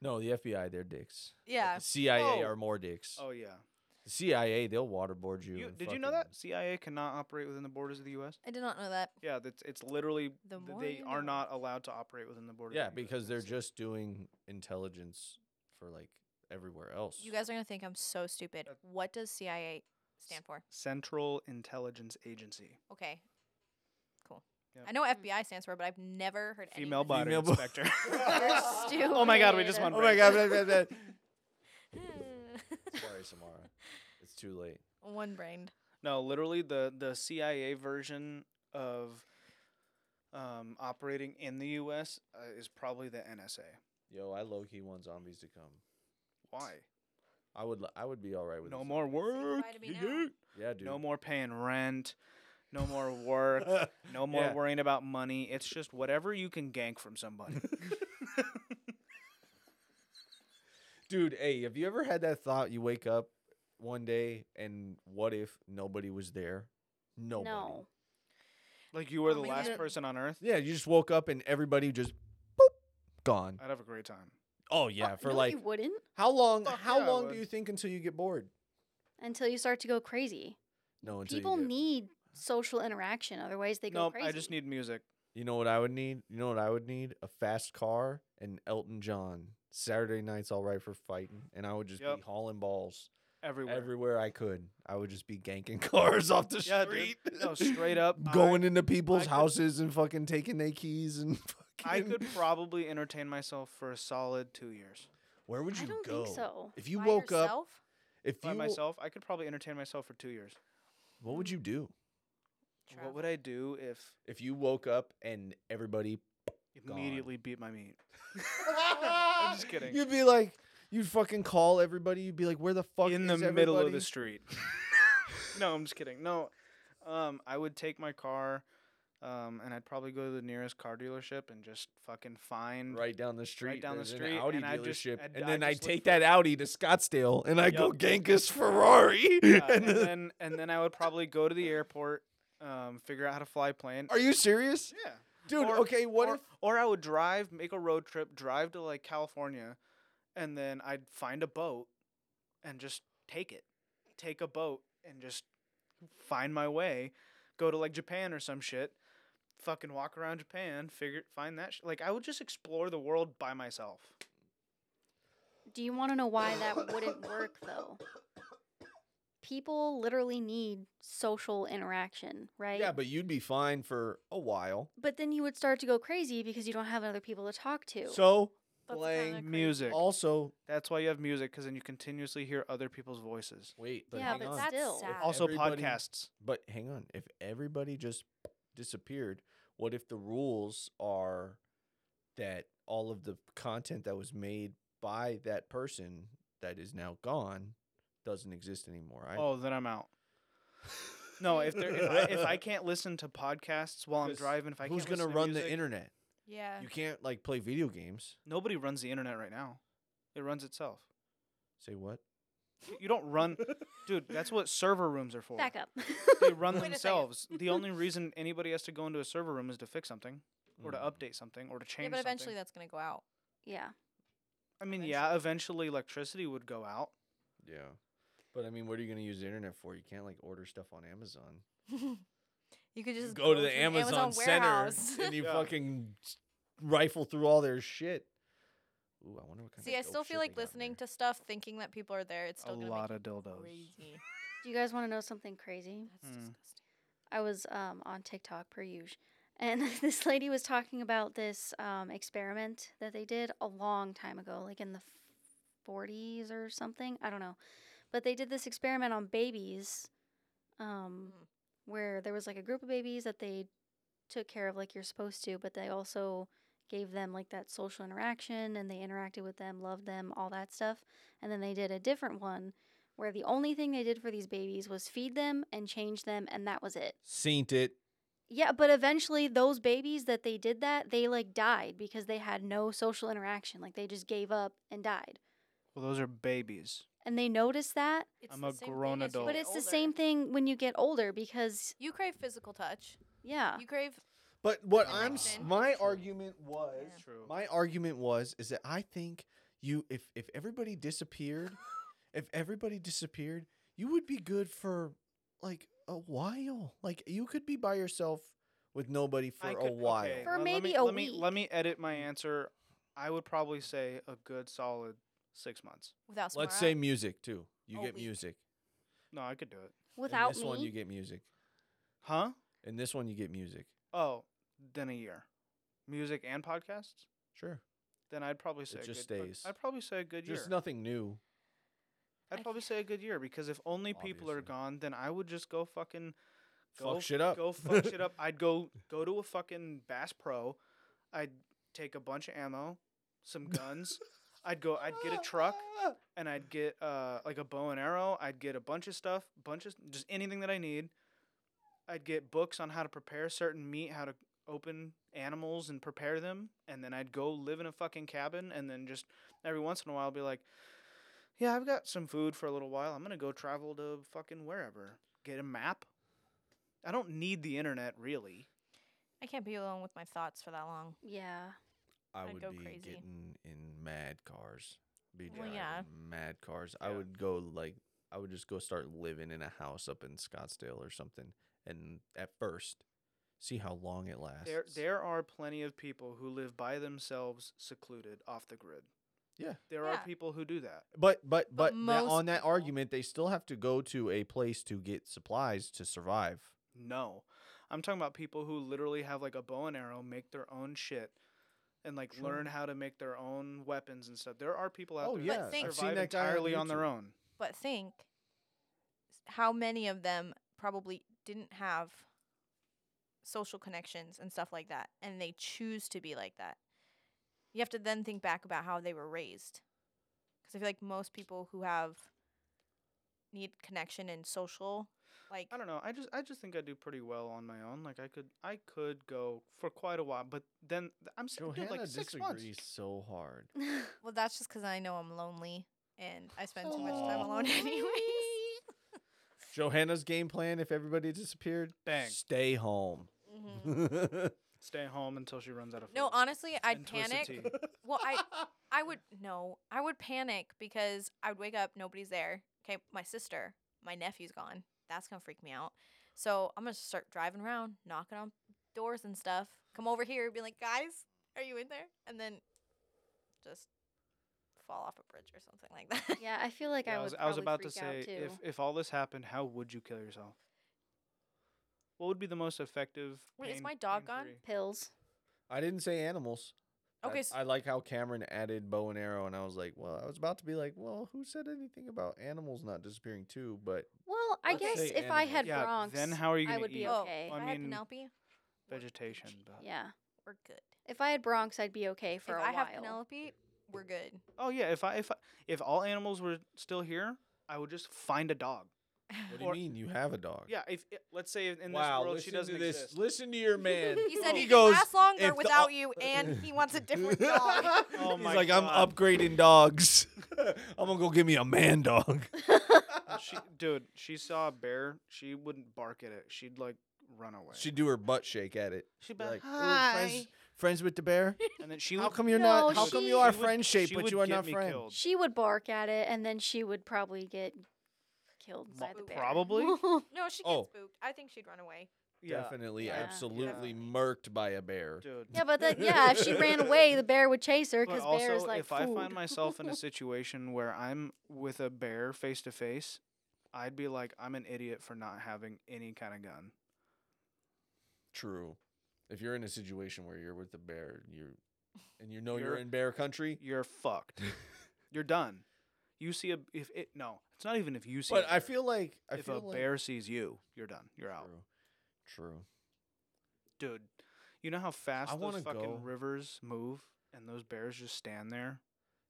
[SPEAKER 2] No, the FBI, they're dicks. But
[SPEAKER 3] yeah.
[SPEAKER 2] the CIA
[SPEAKER 1] Oh.
[SPEAKER 2] are more dicks.
[SPEAKER 1] Oh yeah.
[SPEAKER 2] The CIA, they'll waterboard you.
[SPEAKER 1] You,
[SPEAKER 2] and
[SPEAKER 1] did you know that
[SPEAKER 2] fucking-
[SPEAKER 1] CIA cannot operate within the borders of the U.S.?
[SPEAKER 3] I did not know that.
[SPEAKER 1] Yeah, that's it's literally
[SPEAKER 3] The
[SPEAKER 1] th-
[SPEAKER 3] more
[SPEAKER 1] they
[SPEAKER 3] you
[SPEAKER 1] are
[SPEAKER 3] know.
[SPEAKER 1] not allowed to operate within the borders.
[SPEAKER 2] Yeah,
[SPEAKER 1] of the US.
[SPEAKER 2] because they're
[SPEAKER 1] It's-
[SPEAKER 2] just doing intelligence for like everywhere else.
[SPEAKER 3] You guys are going to think I'm so stupid.
[SPEAKER 1] Uh,
[SPEAKER 3] What does CIA stand for?
[SPEAKER 1] Central Intelligence Agency.
[SPEAKER 3] Okay. Cool.
[SPEAKER 1] Yep.
[SPEAKER 3] I know what FBI stands for, but I've never heard any
[SPEAKER 1] Female
[SPEAKER 3] of this.
[SPEAKER 1] body
[SPEAKER 2] Female bo-
[SPEAKER 1] inspector.
[SPEAKER 4] You're
[SPEAKER 1] oh my God, we just
[SPEAKER 4] stupid.
[SPEAKER 1] won.
[SPEAKER 2] Oh my
[SPEAKER 1] break.
[SPEAKER 2] god, blah, blah, blah.
[SPEAKER 3] Hmm.
[SPEAKER 2] Sorry, Samara. It's too late.
[SPEAKER 3] One brained.
[SPEAKER 1] No, literally the the CIA version of um, operating in the U.S. Uh, is probably the NSA.
[SPEAKER 2] Yo, I low key want zombies to come.
[SPEAKER 1] Why?
[SPEAKER 2] I would li- I would be all right with
[SPEAKER 1] No
[SPEAKER 2] this.
[SPEAKER 1] more work.
[SPEAKER 3] to me
[SPEAKER 1] yeah,
[SPEAKER 3] now.
[SPEAKER 1] yeah.
[SPEAKER 2] Yeah, dude.
[SPEAKER 1] No more paying rent. No more work. No more
[SPEAKER 2] Yeah.
[SPEAKER 1] worrying about money. It's just whatever you can gank from somebody.
[SPEAKER 2] Dude, hey, have you ever had that thought you wake up one day and what if nobody was there? Nobody.
[SPEAKER 4] No.
[SPEAKER 1] like you were
[SPEAKER 3] Oh
[SPEAKER 1] the
[SPEAKER 3] my
[SPEAKER 1] last
[SPEAKER 3] God.
[SPEAKER 1] person on earth.
[SPEAKER 2] Yeah, you just woke up and everybody just boop gone.
[SPEAKER 1] I'd have a great time.
[SPEAKER 2] Oh yeah,
[SPEAKER 4] Uh,
[SPEAKER 2] for
[SPEAKER 4] no,
[SPEAKER 2] like
[SPEAKER 4] you wouldn't
[SPEAKER 2] how long
[SPEAKER 1] Fuck
[SPEAKER 2] how
[SPEAKER 1] yeah, I
[SPEAKER 2] long do
[SPEAKER 1] would.
[SPEAKER 2] you think until you get bored?
[SPEAKER 4] until you start to go crazy.
[SPEAKER 2] No, until
[SPEAKER 4] People
[SPEAKER 2] you get-
[SPEAKER 4] need social interaction, otherwise they go
[SPEAKER 1] nope,
[SPEAKER 4] crazy.
[SPEAKER 1] I just need music.
[SPEAKER 2] You know what I would need? You know what I would need? A fast car and Elton John. Saturday night's all right for fighting, and I would just be
[SPEAKER 1] Yep.
[SPEAKER 2] hauling balls
[SPEAKER 1] Everywhere.
[SPEAKER 2] everywhere I could. I would just be ganking cars off the
[SPEAKER 1] Yeah, dude.
[SPEAKER 2] street.
[SPEAKER 1] No, straight up,
[SPEAKER 2] going
[SPEAKER 1] I-
[SPEAKER 2] into people's
[SPEAKER 1] I could-
[SPEAKER 2] houses and fucking taking their keys and
[SPEAKER 1] I
[SPEAKER 2] fucking.
[SPEAKER 1] could probably entertain myself for a solid two years.
[SPEAKER 2] Where would you
[SPEAKER 4] I don't
[SPEAKER 2] go?
[SPEAKER 4] think so.
[SPEAKER 2] If you
[SPEAKER 3] By
[SPEAKER 2] woke up,
[SPEAKER 3] yourself?
[SPEAKER 2] if you
[SPEAKER 1] By
[SPEAKER 2] wo-
[SPEAKER 1] myself, I could probably entertain myself for two years.
[SPEAKER 2] what would you do?
[SPEAKER 1] What would I do if
[SPEAKER 2] If you woke up and everybody, Gone.
[SPEAKER 1] immediately beat my meat? I'm just kidding.
[SPEAKER 2] You'd be like, you'd fucking call everybody. You'd be like, where the fuck
[SPEAKER 1] in the
[SPEAKER 2] is
[SPEAKER 1] middle of
[SPEAKER 2] everybody?
[SPEAKER 1] the street. no, I'm just kidding. No, um, I would take my car, um, and I'd probably go to the nearest car dealership and just fucking find.
[SPEAKER 2] right down the street.
[SPEAKER 1] down the
[SPEAKER 2] there's an
[SPEAKER 1] street,
[SPEAKER 2] Audi
[SPEAKER 1] and I just-
[SPEAKER 2] dealership,
[SPEAKER 1] I'd-
[SPEAKER 2] and
[SPEAKER 1] I
[SPEAKER 2] then I
[SPEAKER 1] just look
[SPEAKER 2] take
[SPEAKER 1] for-
[SPEAKER 2] that Audi to Scottsdale, and I go
[SPEAKER 1] Yup.
[SPEAKER 2] gank his Ferrari.
[SPEAKER 1] Yeah,
[SPEAKER 2] and
[SPEAKER 1] and
[SPEAKER 2] then-
[SPEAKER 1] then and then I would probably go to the airport, um, figure out how to fly a plane.
[SPEAKER 2] are you serious,
[SPEAKER 1] Yeah.
[SPEAKER 2] dude?
[SPEAKER 1] Or-
[SPEAKER 2] okay, what
[SPEAKER 1] or,
[SPEAKER 2] if?
[SPEAKER 1] Or I would drive, make a road trip, drive to like California, and then I'd find a boat, and just take it, take a boat, and just find my way, go to like Japan or some shit, fucking walk around Japan, figure find that sh- like I would just explore the world by myself.
[SPEAKER 4] Do you want to know why that wouldn't work though? People literally need social interaction, right?
[SPEAKER 2] Yeah, but you'd be fine for a while.
[SPEAKER 4] But then you would start to go crazy because you don't have other people to talk to.
[SPEAKER 2] So
[SPEAKER 3] That's
[SPEAKER 2] playing
[SPEAKER 3] kinda crazy.
[SPEAKER 1] Music.
[SPEAKER 2] also
[SPEAKER 1] That's why you have music because then you continuously hear other people's voices.
[SPEAKER 2] wait,
[SPEAKER 4] Yeah,
[SPEAKER 2] hang
[SPEAKER 4] but
[SPEAKER 2] on.
[SPEAKER 4] that's- still.
[SPEAKER 3] sad.
[SPEAKER 1] Also
[SPEAKER 2] Everybody-
[SPEAKER 1] podcasts.
[SPEAKER 2] but hang on. If everybody just disappeared, what if the rules are that all of the content that was made by that person that is now gone doesn't exist anymore? I
[SPEAKER 1] Oh, then I'm out. No, if, there, if, I, if I can't listen to podcasts while I'm
[SPEAKER 2] 'Cause
[SPEAKER 1] driving, if I
[SPEAKER 2] who's
[SPEAKER 1] can't
[SPEAKER 2] gonna
[SPEAKER 1] listen
[SPEAKER 2] run
[SPEAKER 1] music,
[SPEAKER 2] the internet?
[SPEAKER 3] Yeah.
[SPEAKER 2] You can't like play video games.
[SPEAKER 1] Nobody runs the internet right now. It runs itself.
[SPEAKER 2] Say what?
[SPEAKER 1] Y- You don't run, dude. That's what server rooms are for.
[SPEAKER 4] Back up.
[SPEAKER 1] They run
[SPEAKER 3] Wait a second.
[SPEAKER 1] themselves. The only reason anybody has to go into a server room is to fix something, or to
[SPEAKER 2] Mm.
[SPEAKER 1] update something, or to change.
[SPEAKER 3] Yeah, but eventually
[SPEAKER 1] something.
[SPEAKER 3] that's gonna go out.
[SPEAKER 4] yeah.
[SPEAKER 1] I mean, yeah, eventually electricity would go out.
[SPEAKER 2] Yeah. But I mean, what are you gonna use the internet for? You can't like order stuff on Amazon.
[SPEAKER 3] you could
[SPEAKER 2] You
[SPEAKER 3] just
[SPEAKER 2] go to the
[SPEAKER 3] an
[SPEAKER 2] Amazon,
[SPEAKER 3] warehouse.
[SPEAKER 2] Center and you
[SPEAKER 1] Yeah.
[SPEAKER 2] fucking s- rifle through all their shit. Ooh, I wonder what kind
[SPEAKER 3] See,
[SPEAKER 2] of
[SPEAKER 3] I
[SPEAKER 2] dope
[SPEAKER 3] still
[SPEAKER 2] shit
[SPEAKER 3] feel like
[SPEAKER 2] they got in
[SPEAKER 3] listening
[SPEAKER 2] there.
[SPEAKER 3] to stuff, thinking that people are there. It's
[SPEAKER 1] A
[SPEAKER 3] still gonna
[SPEAKER 1] lot
[SPEAKER 3] make
[SPEAKER 1] of dildos.
[SPEAKER 3] you crazy.
[SPEAKER 2] Hmm.
[SPEAKER 4] Do you guys want to know something crazy?
[SPEAKER 3] That's
[SPEAKER 1] Mm.
[SPEAKER 3] disgusting.
[SPEAKER 4] I was um, on TikTok per usual, and this lady was talking about this um, experiment that they did a long time ago, like in the 40s or something. I don't know, but they did this experiment on babies, um,
[SPEAKER 3] Mm.
[SPEAKER 4] where there was like a group of babies that they took care of like you're supposed to, but they also gave them like that social interaction and they interacted with them, loved them, all that stuff. And then they did a different one where the only thing they did for these babies was feed them and change them and that was it.
[SPEAKER 2] Saint it.
[SPEAKER 4] Yeah, but eventually those babies that they did that, they like died because they had no social interaction. Like they just gave up and died.
[SPEAKER 1] Well, those are babies.
[SPEAKER 4] And they noticed that.
[SPEAKER 3] It's
[SPEAKER 1] I'm
[SPEAKER 3] the
[SPEAKER 1] a
[SPEAKER 3] same thing
[SPEAKER 1] grown
[SPEAKER 3] as you
[SPEAKER 1] adult.
[SPEAKER 4] But
[SPEAKER 3] get
[SPEAKER 4] it's the same
[SPEAKER 3] older.
[SPEAKER 4] thing when you get older because
[SPEAKER 3] You crave physical touch.
[SPEAKER 4] yeah.
[SPEAKER 3] You crave
[SPEAKER 2] But what
[SPEAKER 3] Yeah,
[SPEAKER 2] I'm
[SPEAKER 3] makes
[SPEAKER 2] s-
[SPEAKER 3] sense.
[SPEAKER 2] my
[SPEAKER 1] True.
[SPEAKER 2] argument was
[SPEAKER 3] Yeah.
[SPEAKER 1] True.
[SPEAKER 2] my argument was is that I think you if if everybody disappeared, if everybody disappeared, you would be good for like a while. Like you could be by yourself with nobody for
[SPEAKER 1] I
[SPEAKER 2] a
[SPEAKER 1] could-
[SPEAKER 2] while.
[SPEAKER 1] okay,
[SPEAKER 4] For
[SPEAKER 1] let- let
[SPEAKER 4] maybe
[SPEAKER 1] me-
[SPEAKER 4] a
[SPEAKER 1] let me-
[SPEAKER 4] week.
[SPEAKER 1] Let me edit my answer. I would probably say a good solid six months.
[SPEAKER 3] without.
[SPEAKER 2] Let's
[SPEAKER 3] Samara.
[SPEAKER 2] say music too. You
[SPEAKER 3] A
[SPEAKER 2] get
[SPEAKER 3] week.
[SPEAKER 2] music.
[SPEAKER 1] No, I could do it.
[SPEAKER 4] Without
[SPEAKER 2] In this one
[SPEAKER 4] me.
[SPEAKER 2] you get music.
[SPEAKER 1] Huh?
[SPEAKER 2] In this one you get music.
[SPEAKER 1] Oh, then a year. Music and podcasts?
[SPEAKER 2] Sure.
[SPEAKER 1] Then I'd probably say a
[SPEAKER 2] just
[SPEAKER 1] good, but
[SPEAKER 2] stays.
[SPEAKER 1] I'd probably say a good year.
[SPEAKER 2] There's nothing new.
[SPEAKER 1] I'd probably say a good year because if only people are
[SPEAKER 2] Obviously.
[SPEAKER 1] gone, then I would just go fucking go
[SPEAKER 2] Fuck shit up.
[SPEAKER 1] Go fuck shit up. I'd go go to a fucking Bass Pro. I'd take a bunch of ammo, some guns. I'd go. I'd get a truck and I'd get uh, like a bow and arrow. I'd get a bunch of stuff, bunches, just anything that I need. I'd get books on how to prepare certain meat, how to open animals and prepare them, and then I'd go live in a fucking cabin, and then just every once in a while be like, "Yeah, I've got some food for a little while. I'm gonna go travel to fucking wherever. Get a map. I don't need the internet really.
[SPEAKER 3] I can't be alone with my thoughts for that long.
[SPEAKER 4] Yeah.
[SPEAKER 2] I
[SPEAKER 3] I'd
[SPEAKER 2] would
[SPEAKER 3] go
[SPEAKER 2] be
[SPEAKER 3] crazy.
[SPEAKER 2] getting in mad cars. Be
[SPEAKER 3] Well,
[SPEAKER 2] driving
[SPEAKER 3] yeah.
[SPEAKER 2] mad cars. I
[SPEAKER 1] Yeah.
[SPEAKER 2] would go like I would just go start living in a house up in Scottsdale or something, and at first, see how long it lasts.
[SPEAKER 1] There, there are plenty of people who live by themselves, secluded, off the grid.
[SPEAKER 2] Yeah.
[SPEAKER 1] There
[SPEAKER 3] Yeah.
[SPEAKER 1] are people who do that.
[SPEAKER 2] But but
[SPEAKER 3] But
[SPEAKER 2] but, that-
[SPEAKER 3] most
[SPEAKER 2] on that
[SPEAKER 3] people-
[SPEAKER 2] argument, they still have to go to a place to get supplies to survive.
[SPEAKER 1] No. I'm talking about people who literally have like a bow and arrow, make their own shit, and like
[SPEAKER 2] Sure.
[SPEAKER 1] learn how to make their own weapons and stuff. There are people out
[SPEAKER 2] Oh,
[SPEAKER 1] there
[SPEAKER 3] yeah.
[SPEAKER 1] that
[SPEAKER 3] But think-
[SPEAKER 1] survive
[SPEAKER 2] I've seen that guy on
[SPEAKER 1] entirely on their
[SPEAKER 2] YouTube.
[SPEAKER 1] own.
[SPEAKER 3] But think s- how many of them probably didn't have social connections and stuff like that, and they choose to be like that. You have to then think back about how they were raised. Because I feel like most people who have need connection and social, like,
[SPEAKER 1] I don't know. I just I just think I do pretty well on my own. Like I could I could go for quite a while, but then th- I'm still doing like six months.
[SPEAKER 2] so hard.
[SPEAKER 3] well, that's just because I know I'm lonely and I spend too much time alone,
[SPEAKER 2] Aw.
[SPEAKER 3] anyways.
[SPEAKER 2] Johanna's game plan: if everybody disappeared,
[SPEAKER 1] Bang.
[SPEAKER 2] stay home.
[SPEAKER 3] Mhm.
[SPEAKER 1] Mm-hmm. Stay home until she runs out of food.
[SPEAKER 3] No, honestly, I'd
[SPEAKER 1] and twisted
[SPEAKER 3] panic.
[SPEAKER 1] tea.
[SPEAKER 3] Well, I I would no, I would panic because I would wake up, nobody's there. Okay, my sister, my nephew's gone. That's gonna freak me out. So I'm gonna start driving around, knocking on doors and stuff. Come over here, be like, guys, are you in there? And then just fall off a bridge or something like that.
[SPEAKER 4] yeah, I feel like
[SPEAKER 1] Yeah,
[SPEAKER 4] I,
[SPEAKER 1] I was
[SPEAKER 4] would
[SPEAKER 1] I was
[SPEAKER 4] probably
[SPEAKER 1] about to
[SPEAKER 4] freak
[SPEAKER 1] say
[SPEAKER 4] out too.
[SPEAKER 1] if if all this happened, how would you kill yourself? What would be the most effective?
[SPEAKER 3] Wait, is
[SPEAKER 1] pain-
[SPEAKER 3] my dog
[SPEAKER 1] pain-free-
[SPEAKER 3] gone?
[SPEAKER 4] pills.
[SPEAKER 2] I didn't say animals.
[SPEAKER 3] Okay,
[SPEAKER 2] That's-
[SPEAKER 3] s
[SPEAKER 2] I like how Cameron added bow and arrow, and I was like, well, I was about to be like, well, who said anything about animals not disappearing too? But
[SPEAKER 4] Well, I
[SPEAKER 2] Let's
[SPEAKER 4] guess
[SPEAKER 2] say
[SPEAKER 4] if I
[SPEAKER 2] animals.
[SPEAKER 4] had
[SPEAKER 1] Yeah,
[SPEAKER 4] Bronx,
[SPEAKER 1] then how are you
[SPEAKER 4] I
[SPEAKER 1] gonna
[SPEAKER 4] would be
[SPEAKER 1] eat?
[SPEAKER 3] Oh,
[SPEAKER 4] okay.
[SPEAKER 3] if
[SPEAKER 1] I
[SPEAKER 3] I, had
[SPEAKER 1] mean,
[SPEAKER 3] Penelope,
[SPEAKER 1] vegetation, but
[SPEAKER 4] yeah.
[SPEAKER 3] we're good.
[SPEAKER 4] If I had Bronx, I'd be okay for
[SPEAKER 3] if
[SPEAKER 4] a
[SPEAKER 3] I
[SPEAKER 4] while.
[SPEAKER 3] have Penelope, we're good.
[SPEAKER 1] oh yeah, if I if I, if all animals were still here, I would just find a dog.
[SPEAKER 2] what
[SPEAKER 1] do you Or-
[SPEAKER 2] do you mean you have a dog?
[SPEAKER 1] Yeah, if i- let's say in this world she doesn't exist.
[SPEAKER 2] Listen to your man.
[SPEAKER 3] He said he,
[SPEAKER 2] He
[SPEAKER 3] can
[SPEAKER 2] goes,
[SPEAKER 3] last longer
[SPEAKER 2] "If the-
[SPEAKER 3] without you, and he wants a different dog.
[SPEAKER 1] Oh
[SPEAKER 2] He's
[SPEAKER 1] my
[SPEAKER 2] like, I'm
[SPEAKER 1] God.
[SPEAKER 2] upgrading dogs. I'm gonna go give me a man dog.
[SPEAKER 1] she, dude, she saw a bear. She wouldn't bark at it. She'd like run away.
[SPEAKER 2] She'd do her butt shake at it.
[SPEAKER 1] she'd
[SPEAKER 2] Be
[SPEAKER 1] be
[SPEAKER 2] like,
[SPEAKER 1] like,
[SPEAKER 2] "Ooh, friends, friends with the bear.
[SPEAKER 1] and then she
[SPEAKER 2] How
[SPEAKER 1] would. Oh,
[SPEAKER 2] come you're
[SPEAKER 4] No,
[SPEAKER 2] not? How
[SPEAKER 4] she-
[SPEAKER 2] come you are
[SPEAKER 1] she would-
[SPEAKER 2] friend shaped,
[SPEAKER 1] she
[SPEAKER 2] but
[SPEAKER 1] would
[SPEAKER 2] you are
[SPEAKER 1] get
[SPEAKER 2] not
[SPEAKER 1] me
[SPEAKER 2] friend?
[SPEAKER 1] killed.
[SPEAKER 4] she would bark at it, and then she would probably get killed
[SPEAKER 1] Mo-
[SPEAKER 4] by the bear.
[SPEAKER 1] probably?
[SPEAKER 3] No, she gets
[SPEAKER 2] Oh.
[SPEAKER 3] spooked. I think she'd run away.
[SPEAKER 1] Yeah.
[SPEAKER 2] Definitely,
[SPEAKER 4] Yeah.
[SPEAKER 2] absolutely
[SPEAKER 3] Definitely.
[SPEAKER 2] murked by a bear.
[SPEAKER 1] dude.
[SPEAKER 4] yeah, but then yeah, if she ran away, the bear would chase her
[SPEAKER 1] But
[SPEAKER 4] because
[SPEAKER 1] also,
[SPEAKER 4] bears like
[SPEAKER 1] if I find
[SPEAKER 4] food.
[SPEAKER 1] myself in a situation where I'm with a bear face to face, I'd be like, I'm an idiot for not having any kind of gun.
[SPEAKER 2] True. If you're in a situation where you're with a bear, you're and you know you're,
[SPEAKER 1] You're-
[SPEAKER 2] in bear country.
[SPEAKER 1] You're fucked. you're done. You see a if it no, it's not even if you see. a
[SPEAKER 2] But I
[SPEAKER 1] bear.
[SPEAKER 2] feel like I
[SPEAKER 1] if a
[SPEAKER 2] feel like,
[SPEAKER 1] bear sees you, you're done. You're out,
[SPEAKER 2] True. True.
[SPEAKER 1] dude. You know how fast
[SPEAKER 2] wanna
[SPEAKER 1] those fucking
[SPEAKER 2] go.
[SPEAKER 1] rivers move, and those bears just stand there.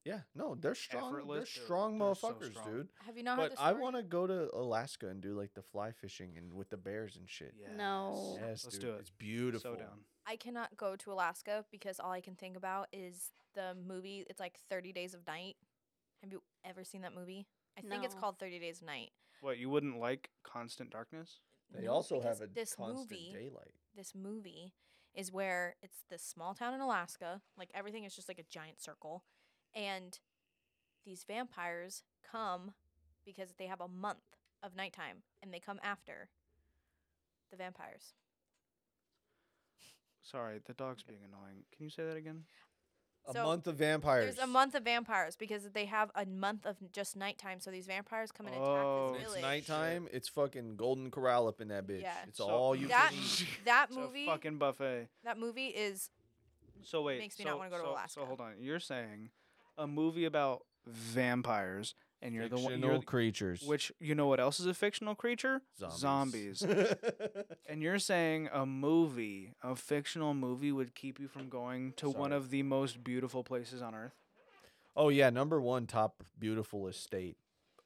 [SPEAKER 2] Yeah. No, they're strong. They're
[SPEAKER 1] Effortless, dude.
[SPEAKER 2] strong
[SPEAKER 1] They're so
[SPEAKER 2] motherfuckers,
[SPEAKER 1] strong.
[SPEAKER 2] dude.
[SPEAKER 3] Have you not heard
[SPEAKER 2] But
[SPEAKER 3] the
[SPEAKER 2] I
[SPEAKER 3] story?
[SPEAKER 2] want to go to Alaska and do like the fly fishing and with the bears and shit.
[SPEAKER 1] Yeah.
[SPEAKER 4] No. Yeah,
[SPEAKER 2] Yes,
[SPEAKER 1] let's
[SPEAKER 2] dude,
[SPEAKER 1] do it.
[SPEAKER 2] It's beautiful.
[SPEAKER 1] So down.
[SPEAKER 3] I cannot go to Alaska because all I can think about is the movie. It's like Thirty Days of Night. Have you ever seen that movie? I think it's
[SPEAKER 4] No.
[SPEAKER 3] called Thirty Days of Night.
[SPEAKER 1] What you wouldn't like constant darkness?
[SPEAKER 2] They
[SPEAKER 3] No,
[SPEAKER 2] also
[SPEAKER 3] because
[SPEAKER 2] have a
[SPEAKER 3] Mm-hmm. this
[SPEAKER 2] constant
[SPEAKER 3] movie-
[SPEAKER 2] daylight.
[SPEAKER 3] This movie is where it's this small town in Alaska. Like everything is just like a giant circle, and these vampires come because they have a month of nighttime, and they come after the vampires.
[SPEAKER 1] Sorry, the dog's being annoying. Can you say that again?
[SPEAKER 2] A
[SPEAKER 3] So,
[SPEAKER 2] month of vampires.
[SPEAKER 3] There's a month of vampires because they have a month of just nighttime. So these vampires come and attack
[SPEAKER 1] Oh,
[SPEAKER 3] this
[SPEAKER 1] It's
[SPEAKER 3] village.
[SPEAKER 2] It's nighttime. It's fucking golden corral up in that bitch.
[SPEAKER 3] Yeah.
[SPEAKER 2] It's
[SPEAKER 1] So-
[SPEAKER 2] all you
[SPEAKER 3] That
[SPEAKER 2] can eat.
[SPEAKER 3] that
[SPEAKER 1] It's a
[SPEAKER 3] movie
[SPEAKER 1] fucking buffet.
[SPEAKER 3] that movie is
[SPEAKER 1] So wait,
[SPEAKER 3] makes me
[SPEAKER 1] so,
[SPEAKER 3] not wanna go to
[SPEAKER 1] so-
[SPEAKER 3] Alaska.
[SPEAKER 1] So hold on, you're saying a movie about vampires, and you're the one, you're, the-
[SPEAKER 2] creatures.
[SPEAKER 1] which you know what else is a fictional creature? Zombies. and you're saying a movie, a fictional movie, would keep you from going to one
[SPEAKER 2] Sorry.
[SPEAKER 1] of the most beautiful places on earth?
[SPEAKER 2] Oh yeah, number one top beautiful estate.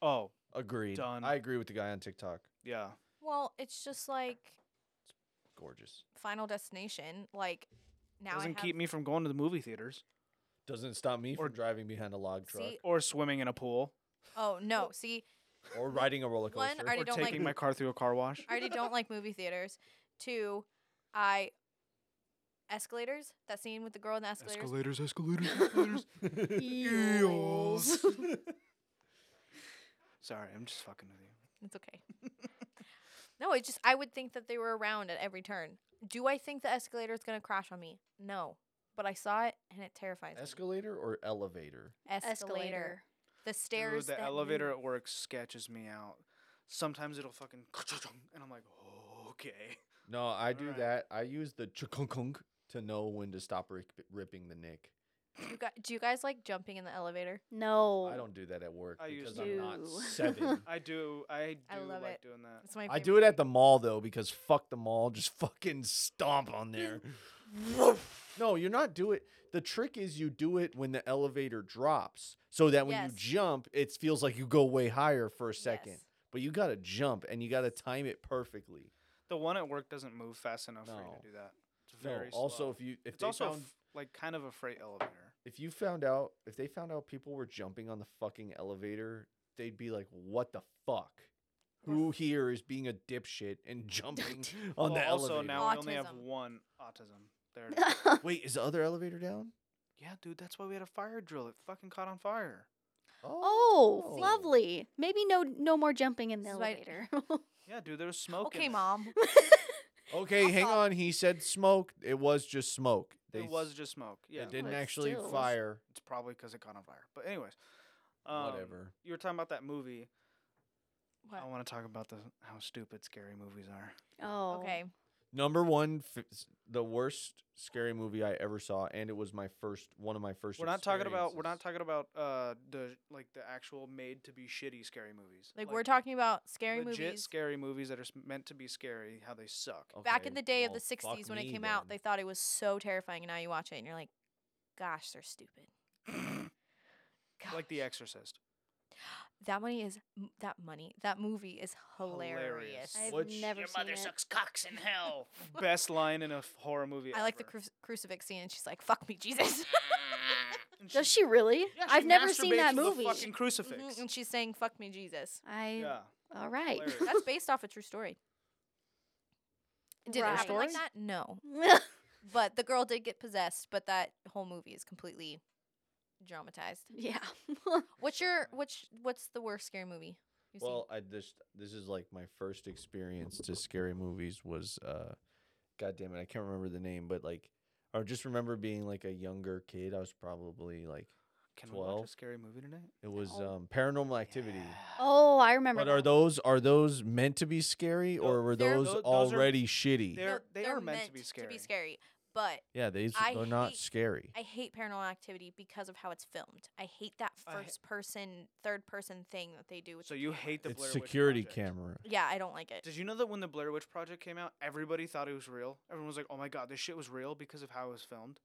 [SPEAKER 1] Oh,
[SPEAKER 2] Agreed.
[SPEAKER 1] Done.
[SPEAKER 2] I agree with the guy on TikTok.
[SPEAKER 1] yeah.
[SPEAKER 3] Well, it's just like
[SPEAKER 2] Gorgeous.
[SPEAKER 3] Final Destination. Like now I
[SPEAKER 1] Doesn't
[SPEAKER 3] have,
[SPEAKER 1] keep me from going to the movie theaters
[SPEAKER 2] Doesn't stop me
[SPEAKER 1] Or-
[SPEAKER 2] from driving behind a log truck
[SPEAKER 3] See-
[SPEAKER 1] or swimming in a pool
[SPEAKER 3] Oh no! See,
[SPEAKER 2] or riding a roller
[SPEAKER 3] One,
[SPEAKER 2] coaster.
[SPEAKER 3] already
[SPEAKER 1] or
[SPEAKER 3] don't like-
[SPEAKER 1] taking my car through a car wash.
[SPEAKER 3] I already don't like movie theaters. Two, I escalators. That scene with the girl in the escalators.
[SPEAKER 5] Escalators, escalators, escalators.
[SPEAKER 4] Eels.
[SPEAKER 1] Sorry, I'm just fucking with you.
[SPEAKER 3] It's okay. no, it's just I would think that they were around at every turn. Do I think the escalator is gonna crash on me? No, but I saw it and it terrifies
[SPEAKER 2] Escalator or elevator?
[SPEAKER 3] me. Escalator.
[SPEAKER 4] Escalator.
[SPEAKER 3] The stairs.
[SPEAKER 1] Dude, the
[SPEAKER 3] that
[SPEAKER 1] elevator
[SPEAKER 3] move.
[SPEAKER 1] at work sketches me out. Sometimes it'll fucking and I'm like, okay.
[SPEAKER 2] No, I do
[SPEAKER 1] Alright.
[SPEAKER 2] that. I use the chukunk to know when to stop rip- ripping the nick.
[SPEAKER 3] You gu do you guys like jumping in the elevator?
[SPEAKER 4] No.
[SPEAKER 2] I don't do that at work
[SPEAKER 1] I used
[SPEAKER 2] because
[SPEAKER 1] to.
[SPEAKER 2] I'm not
[SPEAKER 4] Ew.
[SPEAKER 2] seven.
[SPEAKER 1] I do. I do
[SPEAKER 3] I love
[SPEAKER 1] like
[SPEAKER 3] it.
[SPEAKER 1] doing that.
[SPEAKER 3] It's my.
[SPEAKER 2] I
[SPEAKER 3] Favorite.
[SPEAKER 2] do it at the mall though because fuck the mall, just fucking stomp on there. no, you're not do it. The trick is you do it when the elevator drops, so that when
[SPEAKER 3] Yes.
[SPEAKER 2] you jump, it feels like you go way higher for a second.
[SPEAKER 3] Yes.
[SPEAKER 2] But you gotta jump and you gotta time it perfectly.
[SPEAKER 1] The one at work doesn't move fast enough for you
[SPEAKER 2] No.
[SPEAKER 1] to do that. It's
[SPEAKER 2] No,
[SPEAKER 1] very
[SPEAKER 2] also
[SPEAKER 1] slow.
[SPEAKER 2] if you if
[SPEAKER 1] it's
[SPEAKER 2] they
[SPEAKER 1] also
[SPEAKER 2] found,
[SPEAKER 1] f- like kind of a freight elevator.
[SPEAKER 2] if you found out if they found out people were jumping on the fucking elevator, they'd be like, "What the fuck." Who here is being a dipshit and jumping on
[SPEAKER 1] Well,
[SPEAKER 2] the
[SPEAKER 1] also
[SPEAKER 2] elevator?
[SPEAKER 1] now we only have
[SPEAKER 3] Autism.
[SPEAKER 1] one autism. There it is.
[SPEAKER 2] Wait, is the other elevator down?
[SPEAKER 1] yeah, dude, that's why we had a fire drill. It fucking caught on fire.
[SPEAKER 4] oh, lovely. Maybe no no more jumping in the
[SPEAKER 3] This is why-
[SPEAKER 4] elevator.
[SPEAKER 1] Yeah, dude, there was smoke. in
[SPEAKER 3] Okay,
[SPEAKER 1] there.
[SPEAKER 3] mom.
[SPEAKER 2] Okay,
[SPEAKER 1] Oh,
[SPEAKER 3] I'll
[SPEAKER 2] hang
[SPEAKER 3] follow.
[SPEAKER 2] on. He said smoke. It was just smoke. They
[SPEAKER 1] It was
[SPEAKER 2] s-
[SPEAKER 1] just smoke.
[SPEAKER 2] It
[SPEAKER 1] Yeah,
[SPEAKER 2] didn't
[SPEAKER 4] But
[SPEAKER 2] actually
[SPEAKER 4] still.
[SPEAKER 2] fire.
[SPEAKER 1] it's probably because it caught on fire. But anyways, um,
[SPEAKER 2] Whatever.
[SPEAKER 1] You were talking about that movie. I
[SPEAKER 3] What?
[SPEAKER 1] want to talk about the how stupid scary movies are.
[SPEAKER 4] oh.
[SPEAKER 3] Okay.
[SPEAKER 2] Number one, f- s- the worst scary movie I ever saw, and it was my first, one of my first.
[SPEAKER 1] We're not talking about we're not
[SPEAKER 2] experiences.
[SPEAKER 1] talking about uh the like the actual made to be shitty scary movies.
[SPEAKER 3] Like, we're talking about scary
[SPEAKER 1] legit
[SPEAKER 3] movies.
[SPEAKER 1] scary movies that are s- meant to be scary. How they suck.
[SPEAKER 3] Back
[SPEAKER 2] Okay,
[SPEAKER 3] in the day of
[SPEAKER 2] well,
[SPEAKER 3] the
[SPEAKER 2] fuck
[SPEAKER 3] 60s when it
[SPEAKER 2] me
[SPEAKER 3] came out, they
[SPEAKER 2] then.
[SPEAKER 3] thought it was so terrifying. And now you watch it and you're like, gosh, they're stupid.
[SPEAKER 1] Like The
[SPEAKER 3] Gosh.
[SPEAKER 1] Exorcist.
[SPEAKER 3] That money is m- that money. That movie is hilarious.
[SPEAKER 1] Hilarious.
[SPEAKER 4] I've
[SPEAKER 2] Which-
[SPEAKER 4] never seen it.
[SPEAKER 1] cocks in hell. Best line in a f- horror movie.
[SPEAKER 3] I like the
[SPEAKER 1] ever.
[SPEAKER 3] cru- crucifix scene. And she's like, "Fuck me, Jesus."
[SPEAKER 1] And
[SPEAKER 4] Does she really?
[SPEAKER 1] yeah,
[SPEAKER 4] I've
[SPEAKER 1] she
[SPEAKER 4] never seen
[SPEAKER 1] masturbates
[SPEAKER 4] that
[SPEAKER 1] to the
[SPEAKER 4] movie.
[SPEAKER 1] fucking crucifix.
[SPEAKER 3] Mhm, and she's saying, "Fuck me, Jesus."
[SPEAKER 4] I
[SPEAKER 1] Yeah.
[SPEAKER 4] all right.
[SPEAKER 1] hilarious.
[SPEAKER 3] That's based off a true story. Did it
[SPEAKER 4] Right.
[SPEAKER 3] happen like
[SPEAKER 4] Story?
[SPEAKER 3] that? No, but the girl did get possessed. But that whole movie is completely dramatized.
[SPEAKER 4] yeah.
[SPEAKER 3] What's your what's what's the worst scary movie? You've seen?
[SPEAKER 2] Well, I just this is like my first experience to scary movies was, uh, God damn it, I can't remember the name, but like, I just remember being like a younger kid. I was probably like,
[SPEAKER 1] Can we watch a
[SPEAKER 2] 12.
[SPEAKER 1] scary movie tonight?
[SPEAKER 2] it was
[SPEAKER 4] Oh.
[SPEAKER 2] um, Paranormal Activity.
[SPEAKER 4] Oh, I remember.
[SPEAKER 2] But are
[SPEAKER 4] that.
[SPEAKER 2] those are those meant to be scary,
[SPEAKER 1] No,
[SPEAKER 2] or were
[SPEAKER 3] they're-
[SPEAKER 2] those,
[SPEAKER 1] tho- those are-
[SPEAKER 2] already shitty?
[SPEAKER 1] they're- they are meant to be
[SPEAKER 3] To
[SPEAKER 1] scary.
[SPEAKER 3] be scary, but
[SPEAKER 2] yeah, these
[SPEAKER 3] I
[SPEAKER 2] they're not
[SPEAKER 3] hate-
[SPEAKER 2] scary.
[SPEAKER 3] I hate Paranormal Activity because of how it's filmed. I hate that
[SPEAKER 1] I ha-
[SPEAKER 3] first person, third person thing that they do. With
[SPEAKER 1] So
[SPEAKER 3] the
[SPEAKER 1] you
[SPEAKER 3] camera.
[SPEAKER 1] hate the
[SPEAKER 2] it's
[SPEAKER 1] Blair
[SPEAKER 2] security
[SPEAKER 1] Witch Project.
[SPEAKER 2] camera.
[SPEAKER 3] Yeah, I don't like it.
[SPEAKER 1] Did you know that when the Blair Witch Project came out, everybody thought it was real? Everyone was like, "Oh my god, this shit was real" because of how it was filmed.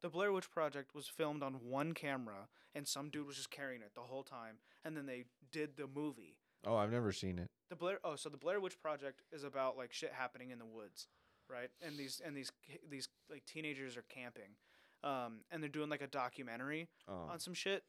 [SPEAKER 1] The Blair Witch Project was filmed on one camera, and some dude was just carrying it the whole time, and then they did the movie.
[SPEAKER 2] Oh, I've never seen it.
[SPEAKER 1] The Blair oh, so the Blair Witch Project is about like shit happening in the woods, right? And these and these ki- these like teenagers are camping, um, and they're doing like a documentary
[SPEAKER 2] Oh.
[SPEAKER 1] on some shit.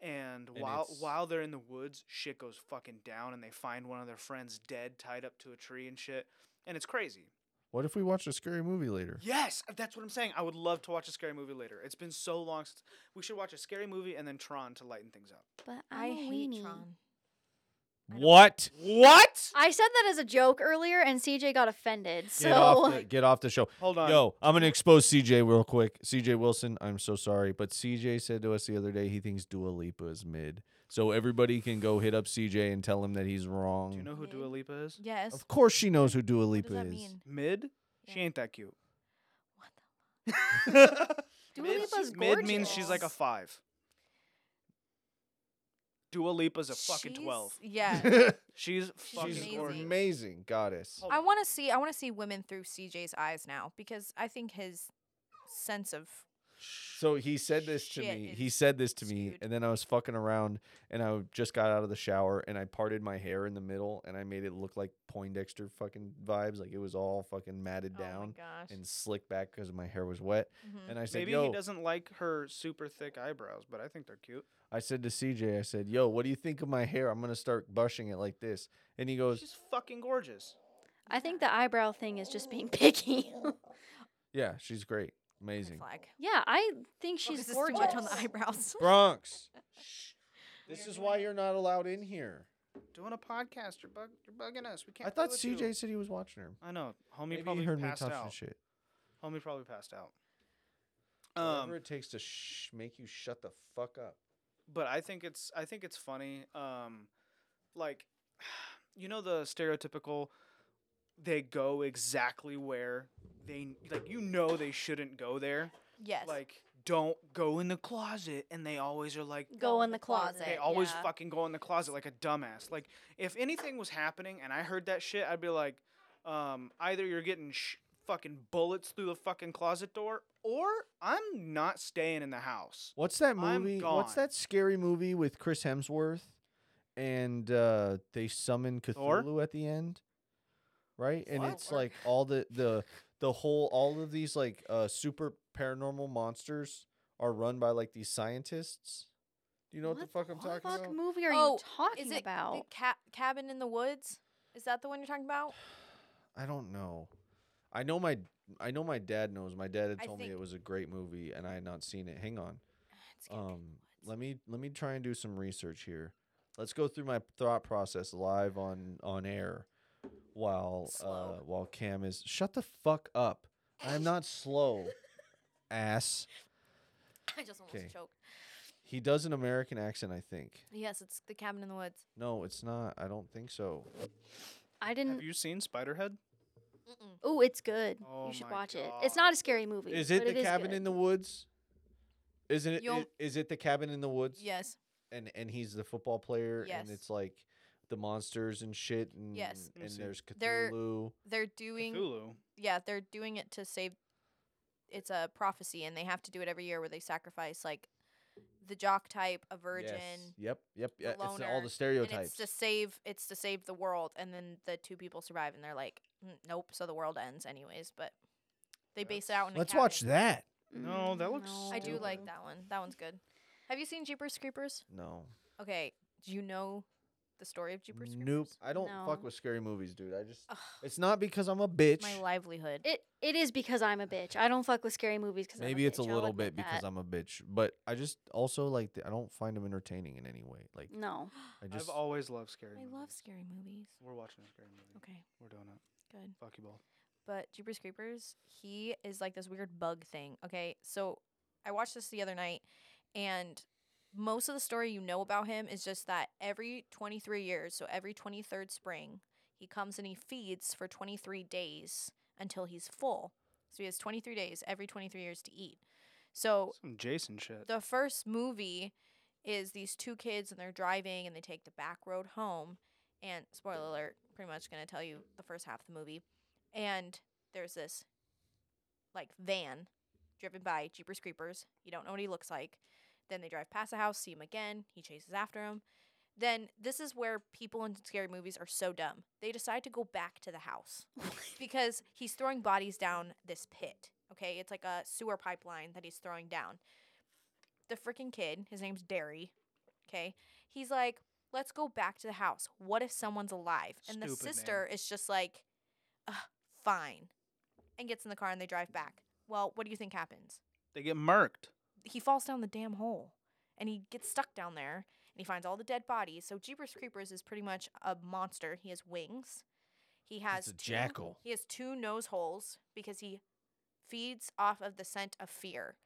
[SPEAKER 1] And,
[SPEAKER 2] And
[SPEAKER 1] while
[SPEAKER 2] it's-
[SPEAKER 1] while they're in the woods, shit goes fucking down, and they find one of their friends dead, tied up to a tree and shit. And it's crazy.
[SPEAKER 2] What if we watch a scary movie later?
[SPEAKER 1] Yes, that's what I'm saying. I would love to watch a scary movie later. It's been so long since we should watch a scary movie and then Tron to lighten things up.
[SPEAKER 4] But
[SPEAKER 3] I
[SPEAKER 4] I'm a
[SPEAKER 3] hate
[SPEAKER 4] weenie.
[SPEAKER 3] Tron.
[SPEAKER 2] What?
[SPEAKER 1] What?
[SPEAKER 4] I said that as a joke earlier, and CJ got offended. So
[SPEAKER 2] Get off the get off the show.
[SPEAKER 1] Hold on.
[SPEAKER 2] Yo, I'm gonna expose CJ real quick. CJ Wilson, I'm so sorry, but CJ said to us the other day he thinks Dua Lipa is mid. So everybody can go hit up CJ and tell him that he's wrong.
[SPEAKER 1] Do you know who Dua Lipa is?
[SPEAKER 3] Yes.
[SPEAKER 2] of course she knows who Dua
[SPEAKER 3] what
[SPEAKER 2] Lipa
[SPEAKER 3] does that
[SPEAKER 2] is.
[SPEAKER 3] mean?
[SPEAKER 1] Mid? She
[SPEAKER 3] Yeah.
[SPEAKER 1] ain't that cute.
[SPEAKER 3] What the?
[SPEAKER 4] Dua
[SPEAKER 1] Mid-
[SPEAKER 4] Lipa's
[SPEAKER 1] Mid means she's like a
[SPEAKER 4] gorgeous.
[SPEAKER 1] five. Dua Lipa's a fucking
[SPEAKER 3] She's-
[SPEAKER 1] twelve.
[SPEAKER 3] Yeah.
[SPEAKER 1] She's
[SPEAKER 3] She's
[SPEAKER 1] fucking
[SPEAKER 2] She's
[SPEAKER 3] amazing.
[SPEAKER 1] gorgeous.
[SPEAKER 2] amazing goddess.
[SPEAKER 1] Hold
[SPEAKER 3] I
[SPEAKER 1] on.
[SPEAKER 3] want to see. I want to see women through CJ's eyes now because I think his sense of
[SPEAKER 2] So he said this to
[SPEAKER 3] Shit
[SPEAKER 2] me.
[SPEAKER 3] is
[SPEAKER 2] He said this to me,
[SPEAKER 3] skewed.
[SPEAKER 2] and then I was fucking around, and I just got out of the shower, and I parted my hair in the middle, and I made it look like Poindexter fucking vibes, like it was all fucking matted down
[SPEAKER 3] Oh my gosh.
[SPEAKER 2] and slicked back because my hair was wet.
[SPEAKER 3] Mhm.
[SPEAKER 2] And I said,
[SPEAKER 1] Maybe
[SPEAKER 2] "Yo,"
[SPEAKER 1] he doesn't like her super thick eyebrows, but I think they're cute.
[SPEAKER 2] I said to CJ, I said, "Yo, what do you think of my hair? I'm gonna start bushing it like this." And he goes,
[SPEAKER 1] She's fucking gorgeous.
[SPEAKER 4] I think the eyebrow thing is just being picky.
[SPEAKER 2] "Yeah, she's great, amazing."
[SPEAKER 3] Flag.
[SPEAKER 4] yeah, I think
[SPEAKER 3] She's
[SPEAKER 4] she's
[SPEAKER 3] this too
[SPEAKER 4] gorgeous.
[SPEAKER 3] much on the eyebrows.
[SPEAKER 2] Bronx. Shh. This is why you're not allowed in here.
[SPEAKER 1] Doing a podcast, you're bug, you're bugging us. We can't.
[SPEAKER 2] I thought
[SPEAKER 1] deal with you.
[SPEAKER 2] CJ said he was watching her.
[SPEAKER 1] I know. Homie
[SPEAKER 2] Maybe
[SPEAKER 1] probably
[SPEAKER 2] he heard me
[SPEAKER 1] passed
[SPEAKER 2] touching
[SPEAKER 1] out.
[SPEAKER 2] shit.
[SPEAKER 1] Homie probably passed out.
[SPEAKER 2] Whatever
[SPEAKER 1] Um,
[SPEAKER 2] it takes to sh- make you shut the fuck up.
[SPEAKER 1] but I think it's I think it's funny. Um, like, you know the stereotypical, they go exactly where they like. You know they shouldn't go there.
[SPEAKER 3] Yes.
[SPEAKER 1] Like, don't go in the closet. And they always are like,
[SPEAKER 4] Go in the
[SPEAKER 1] They
[SPEAKER 4] closet,
[SPEAKER 1] always
[SPEAKER 3] yeah.
[SPEAKER 1] fucking go in the closet like a dumbass. Like if anything was happening and I heard that shit, I'd be like, um, either you're getting sh- fucking bullets through the fucking closet door, or I'm not staying in the house.
[SPEAKER 2] What's that
[SPEAKER 1] I'm
[SPEAKER 2] movie? What's
[SPEAKER 1] gone.
[SPEAKER 2] that scary movie with Chris Hemsworth and uh, they summon
[SPEAKER 1] Thor?
[SPEAKER 2] Cthulhu at the end? Right? And
[SPEAKER 1] What?
[SPEAKER 2] it's like all the the the whole all of these like uh, super paranormal monsters are run by like these scientists. Do you know what, the fuck I'm
[SPEAKER 4] What
[SPEAKER 2] talking
[SPEAKER 4] fuck
[SPEAKER 2] about?
[SPEAKER 4] movie are
[SPEAKER 3] Oh,
[SPEAKER 4] you
[SPEAKER 3] is
[SPEAKER 4] talking
[SPEAKER 3] Is it the
[SPEAKER 4] about?
[SPEAKER 3] ca- cabin in the woods? Is that the one you're talking about?
[SPEAKER 2] I don't know. I know my I know my dad knows. My dad had
[SPEAKER 3] I
[SPEAKER 2] told me
[SPEAKER 3] think-
[SPEAKER 2] it was a great movie and I had not seen it. Hang on.
[SPEAKER 3] It's Cabin in the
[SPEAKER 2] Um,
[SPEAKER 3] Woods.
[SPEAKER 2] let me let me try and do some research here. Let's go through my thought process live on on air while
[SPEAKER 3] Slow.
[SPEAKER 2] uh, while Cam is shut the fuck up. I'm not slow, ass.
[SPEAKER 3] I just almost
[SPEAKER 2] Okay.
[SPEAKER 3] choked.
[SPEAKER 2] He does an American accent, I think.
[SPEAKER 3] Yes, it's the cabin in the woods.
[SPEAKER 2] No, it's not. I don't think so.
[SPEAKER 4] I
[SPEAKER 1] Have
[SPEAKER 4] didn't.
[SPEAKER 1] you seen Spiderhead?
[SPEAKER 3] Mm-mm.
[SPEAKER 4] Oh, it's good.
[SPEAKER 1] Oh
[SPEAKER 4] you should
[SPEAKER 1] my
[SPEAKER 4] watch it. It's
[SPEAKER 1] God.
[SPEAKER 4] not a scary movie.
[SPEAKER 2] Is it
[SPEAKER 4] but
[SPEAKER 2] the cabin
[SPEAKER 4] good.
[SPEAKER 2] in the woods? Isn't it?
[SPEAKER 3] You'll-
[SPEAKER 2] i- Is it the cabin in the woods?
[SPEAKER 3] Yes.
[SPEAKER 2] And and he's the football player,
[SPEAKER 3] Yes.
[SPEAKER 2] and it's like the monsters and shit, and
[SPEAKER 3] Yes.
[SPEAKER 1] Let me
[SPEAKER 2] and
[SPEAKER 1] see.
[SPEAKER 2] there's
[SPEAKER 3] They're-
[SPEAKER 2] Cthulhu.
[SPEAKER 3] They're doing
[SPEAKER 1] Cthulhu.
[SPEAKER 3] yeah, they're doing it to save it's a prophecy and they have to do it every year where they sacrifice like the jock type, a virgin.
[SPEAKER 2] Yes. Yep, yep.
[SPEAKER 3] the
[SPEAKER 2] yeah, it's the- all
[SPEAKER 3] loner,
[SPEAKER 2] the
[SPEAKER 3] And
[SPEAKER 2] stereotypes.
[SPEAKER 3] it's to save it's to save the world and then the two people survive and they're like "Mm, nope, so the world ends anyways, but they base it out in a
[SPEAKER 2] Let's
[SPEAKER 3] cabin.
[SPEAKER 2] watch that.
[SPEAKER 1] No, that
[SPEAKER 4] Mm,
[SPEAKER 1] looks
[SPEAKER 3] I do like
[SPEAKER 1] Stupid.
[SPEAKER 3] that one. That one's good. Have you seen Jeepers Creepers?
[SPEAKER 2] No.
[SPEAKER 3] Okay, do you know the story of Jeepers Creepers?
[SPEAKER 2] Nope. I don't fuck
[SPEAKER 4] No.
[SPEAKER 2] with scary movies, dude. I just
[SPEAKER 3] Ugh,
[SPEAKER 2] it's not because I'm a bitch.
[SPEAKER 3] Oh. my livelihood.
[SPEAKER 4] It it is because I'm a bitch. I don't fuck with scary movies because
[SPEAKER 2] Maybe it's a little bit because I'm a bitch, but I just also like th- I don't find them entertaining in any way. Like
[SPEAKER 4] No,
[SPEAKER 2] I just
[SPEAKER 1] I've always loved scary.
[SPEAKER 3] I
[SPEAKER 1] movies.
[SPEAKER 3] love scary movies.
[SPEAKER 1] We're watching a scary movie.
[SPEAKER 3] Okay,
[SPEAKER 1] We're doing it.
[SPEAKER 3] good.
[SPEAKER 1] Fuck you, ball.
[SPEAKER 3] But Jeepers Creepers, he is like this weird bug thing. Okay, so I watched this the other night, and most of the story you know about him is just that every 23 years, so every 23rd spring, he comes and he feeds for 23 days until he's full. So he has 23 days every 23 years to eat. So
[SPEAKER 1] Some Jason shit.
[SPEAKER 3] the first movie is these two kids and they're driving and they take the back road home and spoiler alert pretty much going to tell you the first half of the movie and there's this like van driven by jeepers creepers you don't know what he looks like then they drive past the house see him again he chases after him then this is where people in scary movies are so dumb they decide to go back to the house because he's throwing bodies down this pit. Okay, it's like a sewer pipeline that he's throwing down. The freaking kid, his name's Derry. Okay, he's like, let's go back to the house. What if someone's alive? And the
[SPEAKER 1] Stupid name.
[SPEAKER 3] sister is just like, Ugh, fine, and gets in the car and they drive back. Well, what do you think happens?
[SPEAKER 1] they get murked.
[SPEAKER 3] he falls down the damn hole and he gets stuck down there and he finds all the dead bodies. So Jeepers Creepers is pretty much a monster. He has wings. He has
[SPEAKER 2] a
[SPEAKER 3] two-
[SPEAKER 2] jackal.
[SPEAKER 3] He has two nose holes because he feeds off of the scent of fear.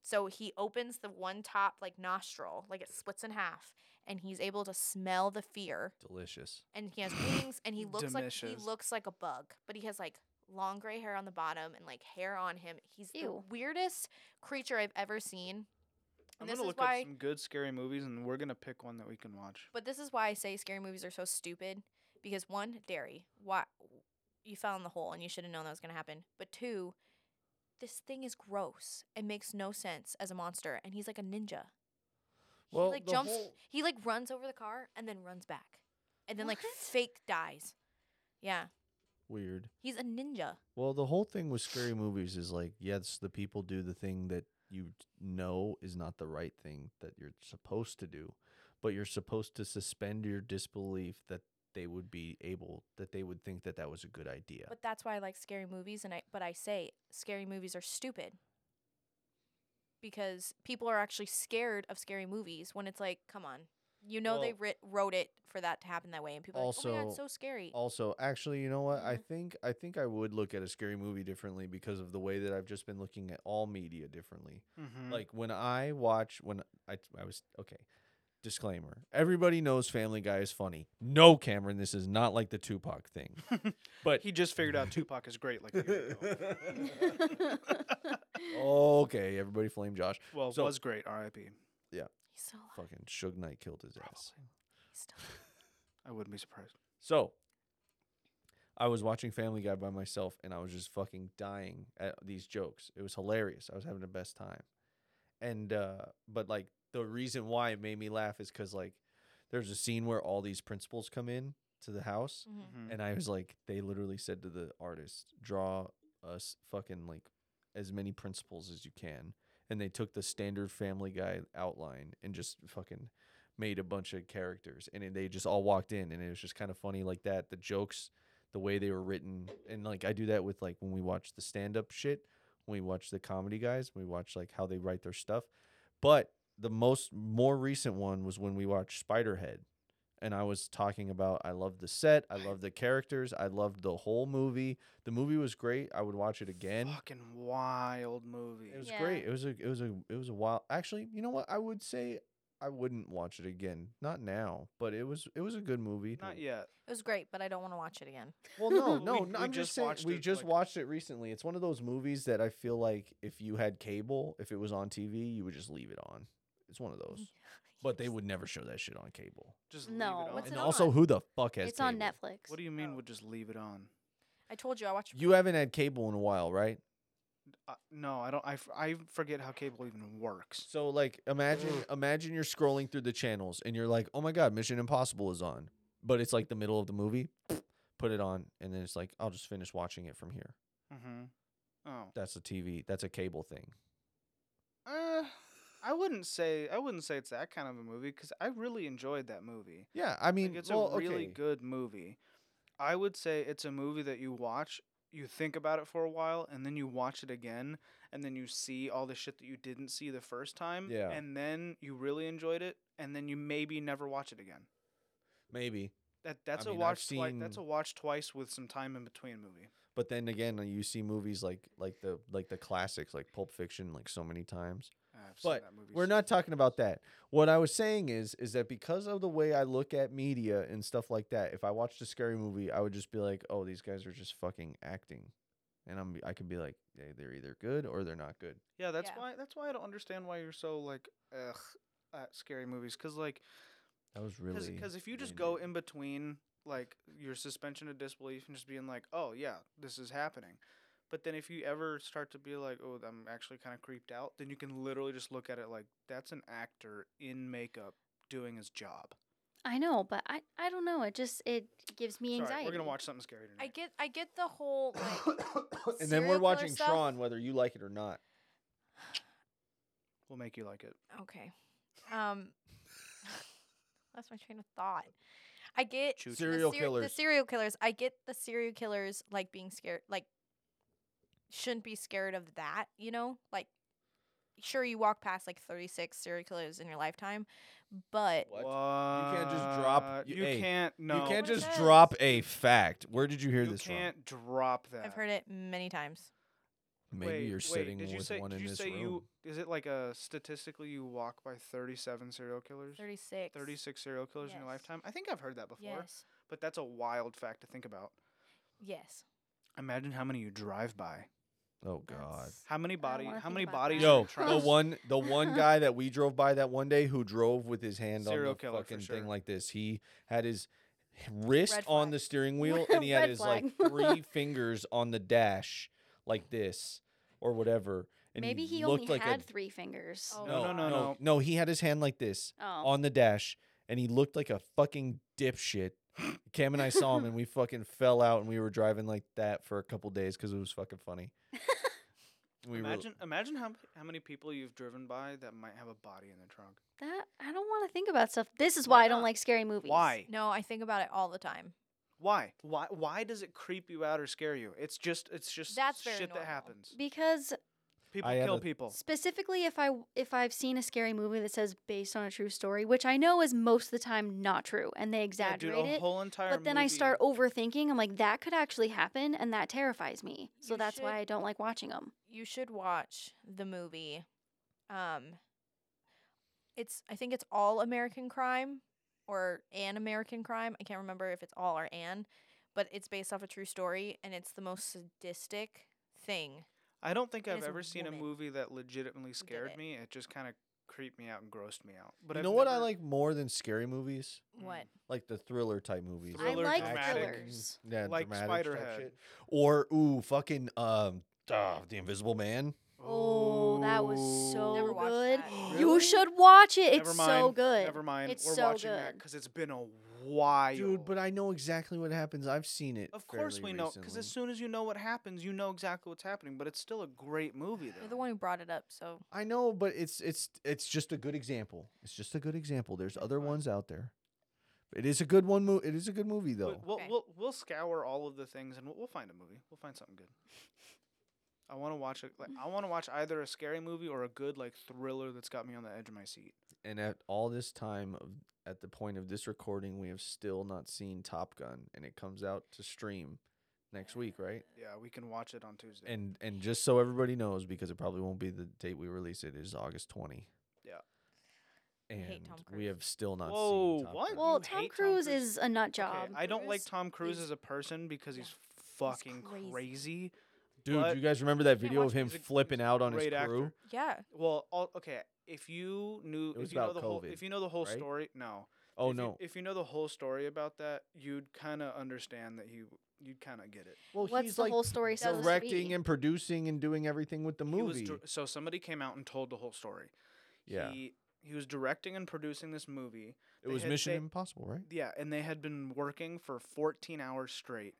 [SPEAKER 3] So he opens the one top like nostril, like it splits in half, and he's able to smell the fear.
[SPEAKER 2] delicious.
[SPEAKER 3] And he has wings, and he looks like
[SPEAKER 1] Delicious.
[SPEAKER 3] he looks like a bug, but he has like long gray hair on the bottom and like hair on him. He's
[SPEAKER 4] Ew.
[SPEAKER 3] the weirdest creature I've ever seen.
[SPEAKER 1] I'm
[SPEAKER 3] And this
[SPEAKER 1] gonna
[SPEAKER 3] is
[SPEAKER 1] look
[SPEAKER 3] why-
[SPEAKER 1] up some good scary movies, and we're gonna pick one that we can watch.
[SPEAKER 3] But this is why I say scary movies are so stupid because one, dairy. Why you fell in the hole and you should have known that was going to happen. But two, this thing is gross and makes no sense as a monster, and he's like a ninja.
[SPEAKER 2] Well,
[SPEAKER 3] he like
[SPEAKER 2] the
[SPEAKER 3] jumps.
[SPEAKER 2] whole-
[SPEAKER 3] He like runs over the car and then runs back, and then like
[SPEAKER 4] What?
[SPEAKER 3] fake dies. Yeah,
[SPEAKER 2] Weird.
[SPEAKER 3] he's a ninja.
[SPEAKER 2] Well, the whole thing with scary movies is like, yes, the people do the thing that you t- know is not the right thing that you're supposed to do, but you're supposed to suspend your disbelief that they would be able, that they would think that that was a good idea.
[SPEAKER 3] But that's why I like scary movies, and I but I say scary movies are stupid because people are actually scared of scary movies when it's like, come on, you know they writ- wrote it for that to happen that way, and people are like, oh my god, it's
[SPEAKER 2] Also-
[SPEAKER 3] so scary.
[SPEAKER 2] also, actually, you know what? I think I think I would look at a scary movie differently because of the way that I've just been looking at all media differently.
[SPEAKER 1] Mm-hmm.
[SPEAKER 2] Like when I watch when I I was okay. Disclaimer. Everybody knows Family Guy is funny. No, Cameron, this is not like the Tupac thing. but
[SPEAKER 1] he just figured out Tupac is great. Like, a year ago.
[SPEAKER 2] okay, everybody flame Josh.
[SPEAKER 1] well,
[SPEAKER 2] So-
[SPEAKER 1] was great. R.I.P.
[SPEAKER 3] he's still alive.
[SPEAKER 2] Fucking Suge Knight killed his ass.
[SPEAKER 3] He's still
[SPEAKER 1] I wouldn't be surprised.
[SPEAKER 2] So I was watching Family Guy by myself and I was just fucking dying at these jokes. It was hilarious. I was having the best time. And uh but like the reason why it made me laugh is cuz like there's a scene where all these principals come in to the house
[SPEAKER 3] Mhm.
[SPEAKER 1] Mhm.
[SPEAKER 2] and I was like they literally said to the artist, "Draw us fucking like as many principles as you can." And they took the standard Family Guy outline and just fucking made a bunch of characters and then they just all walked in and it was just kind of funny like that the jokes the way they were written and like i do that with like when we watch the stand-up shit when we watch the comedy guys we watch like how they write their stuff but the most more recent one was when we watched spiderhead and i was talking about i love the set i love the characters i loved the whole movie the movie was great i would watch it again
[SPEAKER 1] Fucking wild movie.
[SPEAKER 2] it was
[SPEAKER 4] Yeah.
[SPEAKER 2] great. It was a it was a it was a while. Actually, you know what? I would say I wouldn't watch it again. Not now, but it was it was a good movie.
[SPEAKER 1] Not
[SPEAKER 2] to-
[SPEAKER 1] yet.
[SPEAKER 3] It was great, but I don't want to watch it again.
[SPEAKER 2] Well, no,
[SPEAKER 1] We-
[SPEAKER 2] no.
[SPEAKER 1] we
[SPEAKER 2] no I'm
[SPEAKER 1] just
[SPEAKER 2] just saying
[SPEAKER 1] watched
[SPEAKER 2] we
[SPEAKER 1] it,
[SPEAKER 2] just
[SPEAKER 1] like-
[SPEAKER 2] watched it recently. It's one of those movies that I feel like if you had cable, if it was on TV, you would just leave it on. It's one of those. But they would never show that shit on cable.
[SPEAKER 1] Just
[SPEAKER 4] No.
[SPEAKER 1] Leave it on.
[SPEAKER 3] What's
[SPEAKER 2] and
[SPEAKER 3] it
[SPEAKER 2] also,
[SPEAKER 3] on?
[SPEAKER 2] who the fuck has?
[SPEAKER 4] it's on
[SPEAKER 2] cable?
[SPEAKER 4] Netflix.
[SPEAKER 1] What do you mean? Would just leave it on?
[SPEAKER 3] I told you I watched.
[SPEAKER 2] You haven't had cable in a while, right?
[SPEAKER 1] Uh, no, I don't. I, f- I forget how cable even works.
[SPEAKER 2] So like imagine imagine you're scrolling through the channels and you're like, "Oh my god, Mission Impossible is on." But it's like the middle of the movie. Put it on and then it's like, "I'll just finish watching it from here."
[SPEAKER 1] Mm-hmm. Oh.
[SPEAKER 2] That's a TV. That's a cable thing.
[SPEAKER 1] Uh, I wouldn't say I wouldn't say it's that kind of a movie because I really enjoyed that movie.
[SPEAKER 2] Yeah, I mean,
[SPEAKER 1] Like, it's
[SPEAKER 2] well,
[SPEAKER 1] a really
[SPEAKER 2] okay.
[SPEAKER 1] good movie. I would say it's a movie that you watch, you think about it for a while, and then you watch it again, and then you see all the shit that you didn't see the first time,
[SPEAKER 2] Yeah.
[SPEAKER 1] and then you really enjoyed it, and then you maybe never watch it again.
[SPEAKER 2] Maybe.
[SPEAKER 1] That that's
[SPEAKER 2] mean,
[SPEAKER 1] a
[SPEAKER 2] I've
[SPEAKER 1] watch twice. That's a
[SPEAKER 2] seen-
[SPEAKER 1] watch twice with some time in between movie.
[SPEAKER 2] But then again, you see movies like like the like the classics like Pulp Fiction like so many times.
[SPEAKER 1] I've seen
[SPEAKER 2] But
[SPEAKER 1] that movie
[SPEAKER 2] we're
[SPEAKER 1] so
[SPEAKER 2] not
[SPEAKER 1] many
[SPEAKER 2] talking about that. What I was saying is, is that because of the way I look at media and stuff like that, if I watched a scary movie, I would just be like, "Oh, these guys are just fucking acting," and I'm, I could be like, "Yeah, "They're either good or they're not good."
[SPEAKER 1] Yeah, that's
[SPEAKER 3] Yeah.
[SPEAKER 1] why. That's why I don't understand why you're so like ugh at scary movies. Cause like,
[SPEAKER 2] That was
[SPEAKER 1] cause,
[SPEAKER 2] really
[SPEAKER 1] 'cause if you just
[SPEAKER 2] really
[SPEAKER 1] go
[SPEAKER 2] negative.
[SPEAKER 1] in between like your suspension of disbelief and just being like, oh yeah, this is happening, but then if you ever start to be like, oh, I'm actually kind of creeped out, then you can literally just look at it like that's an actor in makeup doing his job.
[SPEAKER 4] I know, but I, I don't know. It just it gives me
[SPEAKER 1] Sorry,
[SPEAKER 4] anxiety.
[SPEAKER 1] we're gonna watch something scary
[SPEAKER 3] I
[SPEAKER 1] tonight.
[SPEAKER 3] get, I get the whole like.
[SPEAKER 2] and then we're
[SPEAKER 3] serial killer
[SPEAKER 2] watching
[SPEAKER 3] stuff.
[SPEAKER 2] Tron, whether you like it or not.
[SPEAKER 1] we'll make you like it.
[SPEAKER 3] Okay. Um that's my train of thought. I get
[SPEAKER 1] Choo-choo.
[SPEAKER 3] the
[SPEAKER 2] Serial
[SPEAKER 3] seri- The
[SPEAKER 2] killers.
[SPEAKER 3] serial killers. I get the serial killers like being scared like shouldn't be scared of that, you know? Like sure you walk past like 36 serial killers in your lifetime, but
[SPEAKER 2] What? You can't just drop-
[SPEAKER 1] You,
[SPEAKER 2] you- hey,
[SPEAKER 1] can't. No.
[SPEAKER 2] You can't
[SPEAKER 3] What it
[SPEAKER 2] just
[SPEAKER 3] says.
[SPEAKER 2] drop a fact. Where did you hear
[SPEAKER 1] You
[SPEAKER 2] this
[SPEAKER 1] can't drop that.
[SPEAKER 3] I've heard it many times.
[SPEAKER 2] from? Maybe
[SPEAKER 1] Wait,
[SPEAKER 2] you're
[SPEAKER 1] wait,
[SPEAKER 2] sitting
[SPEAKER 1] did you
[SPEAKER 2] with
[SPEAKER 1] say,
[SPEAKER 2] one
[SPEAKER 1] did
[SPEAKER 2] in
[SPEAKER 1] you
[SPEAKER 2] this
[SPEAKER 1] say
[SPEAKER 2] room.
[SPEAKER 1] You, is it like a statistically you walk by 37 serial killers?
[SPEAKER 3] 36.
[SPEAKER 1] 36 serial killers in your
[SPEAKER 3] Yes.
[SPEAKER 1] lifetime? I think I've heard that before,
[SPEAKER 3] Yes.
[SPEAKER 1] but that's a wild fact to think about.
[SPEAKER 3] Yes.
[SPEAKER 1] Imagine how many you drive by.
[SPEAKER 2] oh God.
[SPEAKER 3] That's-
[SPEAKER 1] How many body
[SPEAKER 4] wanna
[SPEAKER 1] how
[SPEAKER 4] think
[SPEAKER 1] many
[SPEAKER 4] about
[SPEAKER 1] bodies
[SPEAKER 4] that.
[SPEAKER 1] are
[SPEAKER 2] Yo,
[SPEAKER 1] you trying
[SPEAKER 2] the
[SPEAKER 1] to-
[SPEAKER 2] one, the one guy that we drove by that one day who drove with his hand
[SPEAKER 1] Serial
[SPEAKER 2] on the
[SPEAKER 1] killer, for
[SPEAKER 2] fucking
[SPEAKER 1] sure.
[SPEAKER 2] thing like this. He had his wrist
[SPEAKER 3] Red
[SPEAKER 2] on
[SPEAKER 3] flag.
[SPEAKER 2] the steering wheel and he had
[SPEAKER 4] Red
[SPEAKER 2] his
[SPEAKER 4] flag.
[SPEAKER 2] like three fingers on the dash like this. or whatever. And
[SPEAKER 4] Maybe he
[SPEAKER 2] looked
[SPEAKER 4] only
[SPEAKER 2] like
[SPEAKER 4] had
[SPEAKER 2] a,
[SPEAKER 4] three fingers.
[SPEAKER 3] Oh.
[SPEAKER 1] No, no, no,
[SPEAKER 2] no.
[SPEAKER 1] no.
[SPEAKER 2] No, he had his hand like this
[SPEAKER 4] Oh.
[SPEAKER 2] on the dash, and he looked like a fucking dipshit. Cam and I saw him, and we fucking fell out, and we were driving like that for a couple days because it was fucking funny. we
[SPEAKER 1] imagine, imagine how how many people you've driven by that might have a body in their trunk.
[SPEAKER 4] That I don't want to think about stuff. This is
[SPEAKER 1] Why
[SPEAKER 4] why, I don't
[SPEAKER 1] not?
[SPEAKER 4] like scary movies.
[SPEAKER 1] Why?
[SPEAKER 3] No, I think about it all the time.
[SPEAKER 1] Why? Why? Why does it creep you out or scare you? It's just, it's just
[SPEAKER 3] That's very
[SPEAKER 1] shit that
[SPEAKER 3] normal.
[SPEAKER 1] happens.
[SPEAKER 4] Because
[SPEAKER 1] People
[SPEAKER 2] I had
[SPEAKER 1] kill
[SPEAKER 2] a-
[SPEAKER 1] people.
[SPEAKER 4] specifically if I w- if I've seen a scary movie that says based on a true story, which I know is most of the time not true and they
[SPEAKER 1] Yeah,
[SPEAKER 4] exaggerate
[SPEAKER 1] dude,
[SPEAKER 4] it.
[SPEAKER 1] a whole entire.
[SPEAKER 4] but then I
[SPEAKER 1] movie-
[SPEAKER 4] start overthinking. I'm like, that could actually happen, and that terrifies me. So
[SPEAKER 3] You
[SPEAKER 4] that's
[SPEAKER 3] should-
[SPEAKER 4] why I don't like watching them.
[SPEAKER 3] You should watch the movie. Um, it's I think it's All American Crime or An American Crime. I can't remember if it's All or An, but it's based off a true story and it's the most sadistic thing.
[SPEAKER 1] I don't think
[SPEAKER 3] and
[SPEAKER 1] I've
[SPEAKER 3] as a
[SPEAKER 1] ever seen a
[SPEAKER 3] woman
[SPEAKER 1] movie that legitimately scared
[SPEAKER 3] it.
[SPEAKER 1] me. It just kind of creeped me out and grossed me out. But
[SPEAKER 2] but you
[SPEAKER 1] I've
[SPEAKER 2] know what I
[SPEAKER 1] never-
[SPEAKER 2] like more than scary movies,
[SPEAKER 3] What?
[SPEAKER 2] like the thriller type movies.
[SPEAKER 1] I Thriller,
[SPEAKER 4] I like
[SPEAKER 1] dramatic.
[SPEAKER 4] thrillers.
[SPEAKER 2] Yeah,
[SPEAKER 1] Like
[SPEAKER 2] dramatic type
[SPEAKER 1] Spiderhead.
[SPEAKER 2] shit. Or ooh, fucking um, ah, the Invisible Man.
[SPEAKER 4] Oh, that was so
[SPEAKER 3] Never watched
[SPEAKER 4] good.
[SPEAKER 3] that.
[SPEAKER 4] You
[SPEAKER 1] Really?
[SPEAKER 4] should watch it.
[SPEAKER 1] Never
[SPEAKER 4] It's
[SPEAKER 1] mind.
[SPEAKER 4] so good.
[SPEAKER 1] Never mind.
[SPEAKER 4] It's
[SPEAKER 1] We're
[SPEAKER 4] so
[SPEAKER 1] watching that
[SPEAKER 4] good.
[SPEAKER 1] because it's been a while,
[SPEAKER 2] Dude, but I know exactly what happens. I've seen it.
[SPEAKER 1] Of course we
[SPEAKER 2] fairly
[SPEAKER 1] know, because as
[SPEAKER 2] recently.
[SPEAKER 1] soon as you know what happens, you know exactly what's happening. But it's still a great movie, though.
[SPEAKER 3] You're the one who brought it up, so
[SPEAKER 2] I know, but it's it's it's just a good example. It's just a good example. There's other
[SPEAKER 1] fine.
[SPEAKER 2] ones out there. It is a good one. Mo- it is a good movie
[SPEAKER 1] We-
[SPEAKER 2] though.
[SPEAKER 1] We'll,
[SPEAKER 3] Okay.
[SPEAKER 1] we'll we'll scour all of the things and we'll, we'll find a movie. We'll find something good. I want to watch it. Like, I want to watch either a scary movie or a good like thriller that's got me on the edge of my seat.
[SPEAKER 2] And at all this time, of, at the point of this recording, we have still not seen Top Gun, and it comes out to stream next week, right?
[SPEAKER 1] Yeah, we can watch it on Tuesday.
[SPEAKER 2] And and just so everybody knows, because it probably won't be the date we release it, is August twenty.
[SPEAKER 1] Yeah.
[SPEAKER 3] I
[SPEAKER 2] And
[SPEAKER 3] hate Tom
[SPEAKER 2] we
[SPEAKER 3] Cruise.
[SPEAKER 2] have still not
[SPEAKER 1] Whoa,
[SPEAKER 2] seen. Top
[SPEAKER 1] what?
[SPEAKER 2] Gun.
[SPEAKER 4] Well,
[SPEAKER 1] You
[SPEAKER 4] Tom
[SPEAKER 1] hate Tom
[SPEAKER 4] Cruise,
[SPEAKER 1] Cruise?
[SPEAKER 4] is a nut job.
[SPEAKER 1] Okay, I don't like
[SPEAKER 3] Cruise
[SPEAKER 1] Tom Cruise
[SPEAKER 3] is-
[SPEAKER 1] as a person because
[SPEAKER 3] yeah,
[SPEAKER 1] he's fucking
[SPEAKER 3] crazy.
[SPEAKER 1] crazy.
[SPEAKER 2] Dude,
[SPEAKER 1] But-
[SPEAKER 2] you guys remember that
[SPEAKER 3] Can't
[SPEAKER 2] video
[SPEAKER 3] watch
[SPEAKER 2] of him
[SPEAKER 1] He's a- he's
[SPEAKER 2] flipping
[SPEAKER 1] a
[SPEAKER 2] out on his
[SPEAKER 1] great actor.
[SPEAKER 2] crew?
[SPEAKER 3] yeah.
[SPEAKER 1] Well, all, okay. If you knew,
[SPEAKER 2] It was
[SPEAKER 1] if you know
[SPEAKER 2] about
[SPEAKER 1] the whole,
[SPEAKER 2] COVID,
[SPEAKER 1] if you know the whole
[SPEAKER 2] right?
[SPEAKER 1] story, no.
[SPEAKER 2] Oh
[SPEAKER 1] if
[SPEAKER 2] no!
[SPEAKER 1] You, if you know the whole story about that, you'd kind of understand that you you'd kind of get it.
[SPEAKER 2] well,
[SPEAKER 4] What's
[SPEAKER 2] he's
[SPEAKER 4] the
[SPEAKER 2] like
[SPEAKER 4] whole story supposed to
[SPEAKER 2] directing
[SPEAKER 4] be?
[SPEAKER 2] and producing and doing everything with the
[SPEAKER 1] He was
[SPEAKER 2] movie.
[SPEAKER 1] dir- so somebody came out and told the whole story.
[SPEAKER 2] yeah,
[SPEAKER 1] He, he was directing and producing this movie.
[SPEAKER 2] it
[SPEAKER 1] they
[SPEAKER 2] was
[SPEAKER 1] had-
[SPEAKER 2] Mission
[SPEAKER 1] they-
[SPEAKER 2] Impossible, right?
[SPEAKER 1] Yeah, and they had been working for 14 hours straight.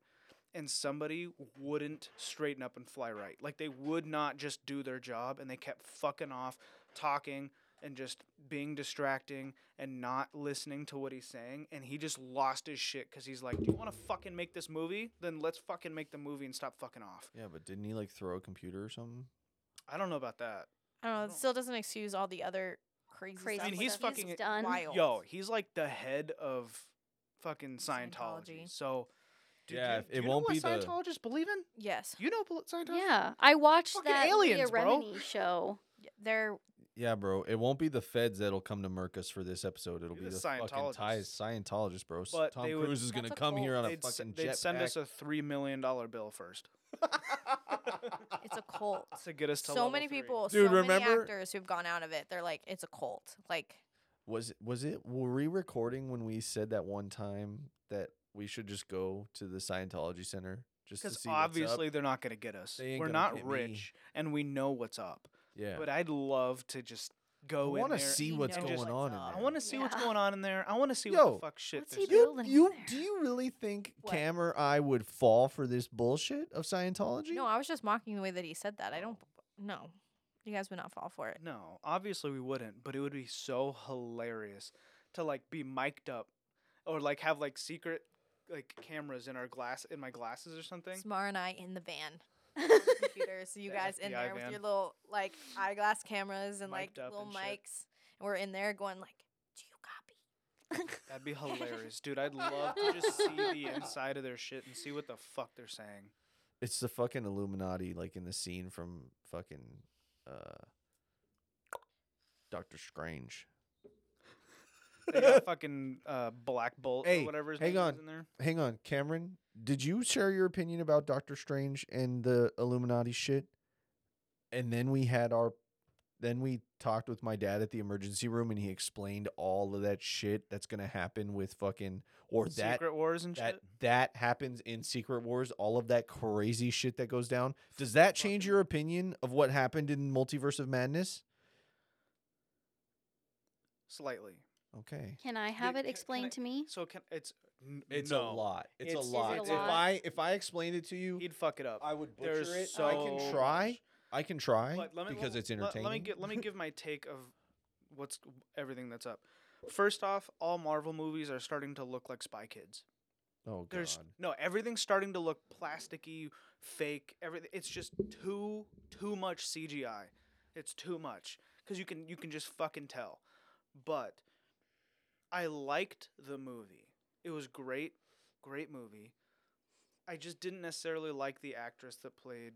[SPEAKER 1] And somebody wouldn't straighten up and fly right. Like they would not just do their job and they kept fucking off, talking and just being distracting and not listening to what he's saying. And he just lost his shit because he's like, Do you want to fucking make this movie? Then let's fucking make the movie and stop fucking off.
[SPEAKER 2] Yeah, but didn't he like throw a computer or something?
[SPEAKER 1] I don't know about that.
[SPEAKER 3] I don't know.
[SPEAKER 1] I
[SPEAKER 3] It
[SPEAKER 1] don't-
[SPEAKER 3] still doesn't excuse all the other crazy.
[SPEAKER 4] Crazy
[SPEAKER 3] stuff.
[SPEAKER 1] I mean, he's
[SPEAKER 3] like,
[SPEAKER 1] fucking-
[SPEAKER 4] done.
[SPEAKER 3] wild.
[SPEAKER 1] Yo, he's like the head of fucking Scientology.
[SPEAKER 3] Scientology.
[SPEAKER 1] So, do,
[SPEAKER 2] Yeah,
[SPEAKER 1] you,
[SPEAKER 2] if-
[SPEAKER 1] do
[SPEAKER 2] it
[SPEAKER 1] you
[SPEAKER 2] won't
[SPEAKER 1] know
[SPEAKER 2] be
[SPEAKER 1] what
[SPEAKER 2] the-
[SPEAKER 1] Scientologists believe in?
[SPEAKER 3] Yes,
[SPEAKER 1] You know pol- Scientology?
[SPEAKER 4] Yeah, I watched
[SPEAKER 1] Fucking
[SPEAKER 4] that Leah
[SPEAKER 1] aliens, bro.
[SPEAKER 4] Remini show.
[SPEAKER 3] Y- they're
[SPEAKER 2] Yeah, bro. It won't be the feds that'll come to murk us for this episode. It'll
[SPEAKER 1] Be
[SPEAKER 2] be the,
[SPEAKER 1] the
[SPEAKER 2] fucking Thai
[SPEAKER 1] Scientologists.
[SPEAKER 2] Scientologist, bro. S-
[SPEAKER 1] But
[SPEAKER 2] Tom
[SPEAKER 1] they would-
[SPEAKER 2] Cruise is
[SPEAKER 3] That's
[SPEAKER 2] gonna
[SPEAKER 3] a
[SPEAKER 2] come here on a
[SPEAKER 1] They'd, s-
[SPEAKER 2] fucking
[SPEAKER 1] they'd send us
[SPEAKER 2] jetpack.
[SPEAKER 1] a three million dollar bill first
[SPEAKER 3] it's a cult.
[SPEAKER 1] to get us to
[SPEAKER 3] so
[SPEAKER 1] level
[SPEAKER 3] many
[SPEAKER 1] three.
[SPEAKER 3] people,
[SPEAKER 2] Dude,
[SPEAKER 3] so many
[SPEAKER 2] remember-
[SPEAKER 3] actors who've gone out of it. They're like, it's a cult. Like,
[SPEAKER 2] Was was it were we recording when we said that one time that we should just go to the Scientology Center just to
[SPEAKER 1] because
[SPEAKER 2] see
[SPEAKER 1] obviously
[SPEAKER 2] what's up?
[SPEAKER 1] they're not going to get us.
[SPEAKER 2] They ain't
[SPEAKER 1] We're
[SPEAKER 2] gonna
[SPEAKER 1] not
[SPEAKER 2] get me.
[SPEAKER 1] rich, and we know what's up.
[SPEAKER 2] yeah.
[SPEAKER 1] But I'd love to just
[SPEAKER 2] I
[SPEAKER 1] go in
[SPEAKER 2] want
[SPEAKER 1] there.
[SPEAKER 2] to see
[SPEAKER 3] You
[SPEAKER 2] what's
[SPEAKER 1] know
[SPEAKER 2] going
[SPEAKER 1] what's
[SPEAKER 2] on in
[SPEAKER 3] up.
[SPEAKER 2] there.
[SPEAKER 1] I want to see what's
[SPEAKER 4] Yeah.
[SPEAKER 1] going on in there. I want to see
[SPEAKER 2] Yo,
[SPEAKER 1] what the fuck shit.
[SPEAKER 4] what's
[SPEAKER 1] they're
[SPEAKER 4] he
[SPEAKER 1] doing.
[SPEAKER 2] You,
[SPEAKER 4] building in
[SPEAKER 2] you
[SPEAKER 4] there.
[SPEAKER 2] do you really think
[SPEAKER 3] What?
[SPEAKER 2] Cam or I would fall for this bullshit of Scientology?
[SPEAKER 3] no, I was just mocking the way that he said that. I don't.
[SPEAKER 1] Oh.
[SPEAKER 3] No, you guys would not fall for it.
[SPEAKER 1] No, obviously we wouldn't, but it would be so hilarious to like be mic'd up or like have like secret like cameras in our glass in my glasses or something.
[SPEAKER 3] Smar and I in the van. on the computers, you
[SPEAKER 1] The
[SPEAKER 3] guys
[SPEAKER 1] FBI
[SPEAKER 3] in there with your
[SPEAKER 1] van.
[SPEAKER 3] little like eyeglass cameras and like
[SPEAKER 1] Mic'd up
[SPEAKER 3] little
[SPEAKER 1] and shit.
[SPEAKER 3] mics, and we're in there going like, "Do you copy?"
[SPEAKER 1] That'd be hilarious, dude. I'd love to just see the inside of their shit and see what the fuck they're saying.
[SPEAKER 2] It's the fucking Illuminati, like in the scene from fucking uh, Doctor Strange.
[SPEAKER 1] They got fucking uh, Black Bolt
[SPEAKER 2] Hey,
[SPEAKER 1] or whatever his
[SPEAKER 2] hang
[SPEAKER 1] name
[SPEAKER 2] on.
[SPEAKER 1] is in there.
[SPEAKER 2] Hang on, Cameron. Did you share your opinion about Doctor Strange and the Illuminati shit? And then we had our then we talked with my dad at the emergency room, and he explained all of that shit that's gonna happen with fucking or that
[SPEAKER 1] Secret Wars and
[SPEAKER 2] that
[SPEAKER 1] shit.
[SPEAKER 2] that happens in Secret Wars. All of that crazy shit that goes down. Does that change your opinion of what happened in Multiverse of Madness?
[SPEAKER 1] Slightly.
[SPEAKER 2] Okay,
[SPEAKER 4] Can I have
[SPEAKER 1] can-
[SPEAKER 4] it
[SPEAKER 1] can I-
[SPEAKER 4] explained to me?
[SPEAKER 1] So can it's n-
[SPEAKER 2] it's
[SPEAKER 1] no.
[SPEAKER 2] a lot. It's,
[SPEAKER 1] It's-
[SPEAKER 2] a
[SPEAKER 1] Is it
[SPEAKER 2] lot.
[SPEAKER 4] a
[SPEAKER 2] If
[SPEAKER 4] lot?
[SPEAKER 2] I if I explained it to you,
[SPEAKER 1] He'd fuck it up.
[SPEAKER 2] I would butcher
[SPEAKER 1] There's
[SPEAKER 2] it.
[SPEAKER 1] so
[SPEAKER 2] I can try.
[SPEAKER 1] much.
[SPEAKER 2] I can try
[SPEAKER 1] But let me-
[SPEAKER 2] because
[SPEAKER 1] let-
[SPEAKER 2] it's
[SPEAKER 1] let-
[SPEAKER 2] entertaining.
[SPEAKER 1] Let me gi- let me give my take of what's everything that's up. First off, all Marvel movies are starting to look like Spy Kids.
[SPEAKER 2] oh god.
[SPEAKER 1] There's no everything's starting to look plasticky, fake. Everything it's just too too much CGI. It's too much because you can you can just fucking tell. But I liked the movie. It was great, great movie. I just didn't necessarily like the actress that played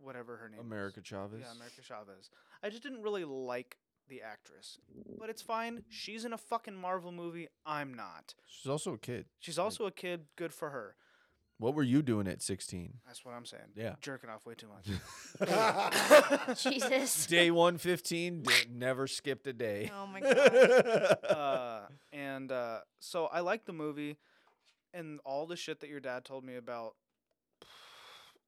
[SPEAKER 1] whatever her name. was.
[SPEAKER 2] America Chavez.
[SPEAKER 1] Yeah, America Chavez. I just didn't really like the actress, but it's fine. She's in a fucking Marvel movie. I'm not.
[SPEAKER 2] She's also a kid.
[SPEAKER 1] She's
[SPEAKER 2] Like-
[SPEAKER 1] also a kid. Good for her.
[SPEAKER 2] What were you doing at 16?
[SPEAKER 1] That's what I'm saying.
[SPEAKER 2] Yeah.
[SPEAKER 1] Jerking off way too much.
[SPEAKER 4] Jesus.
[SPEAKER 2] day 115, did, never skipped a day.
[SPEAKER 3] Oh my god.
[SPEAKER 1] uh, and uh, so I like the movie and all the shit that your dad told me about.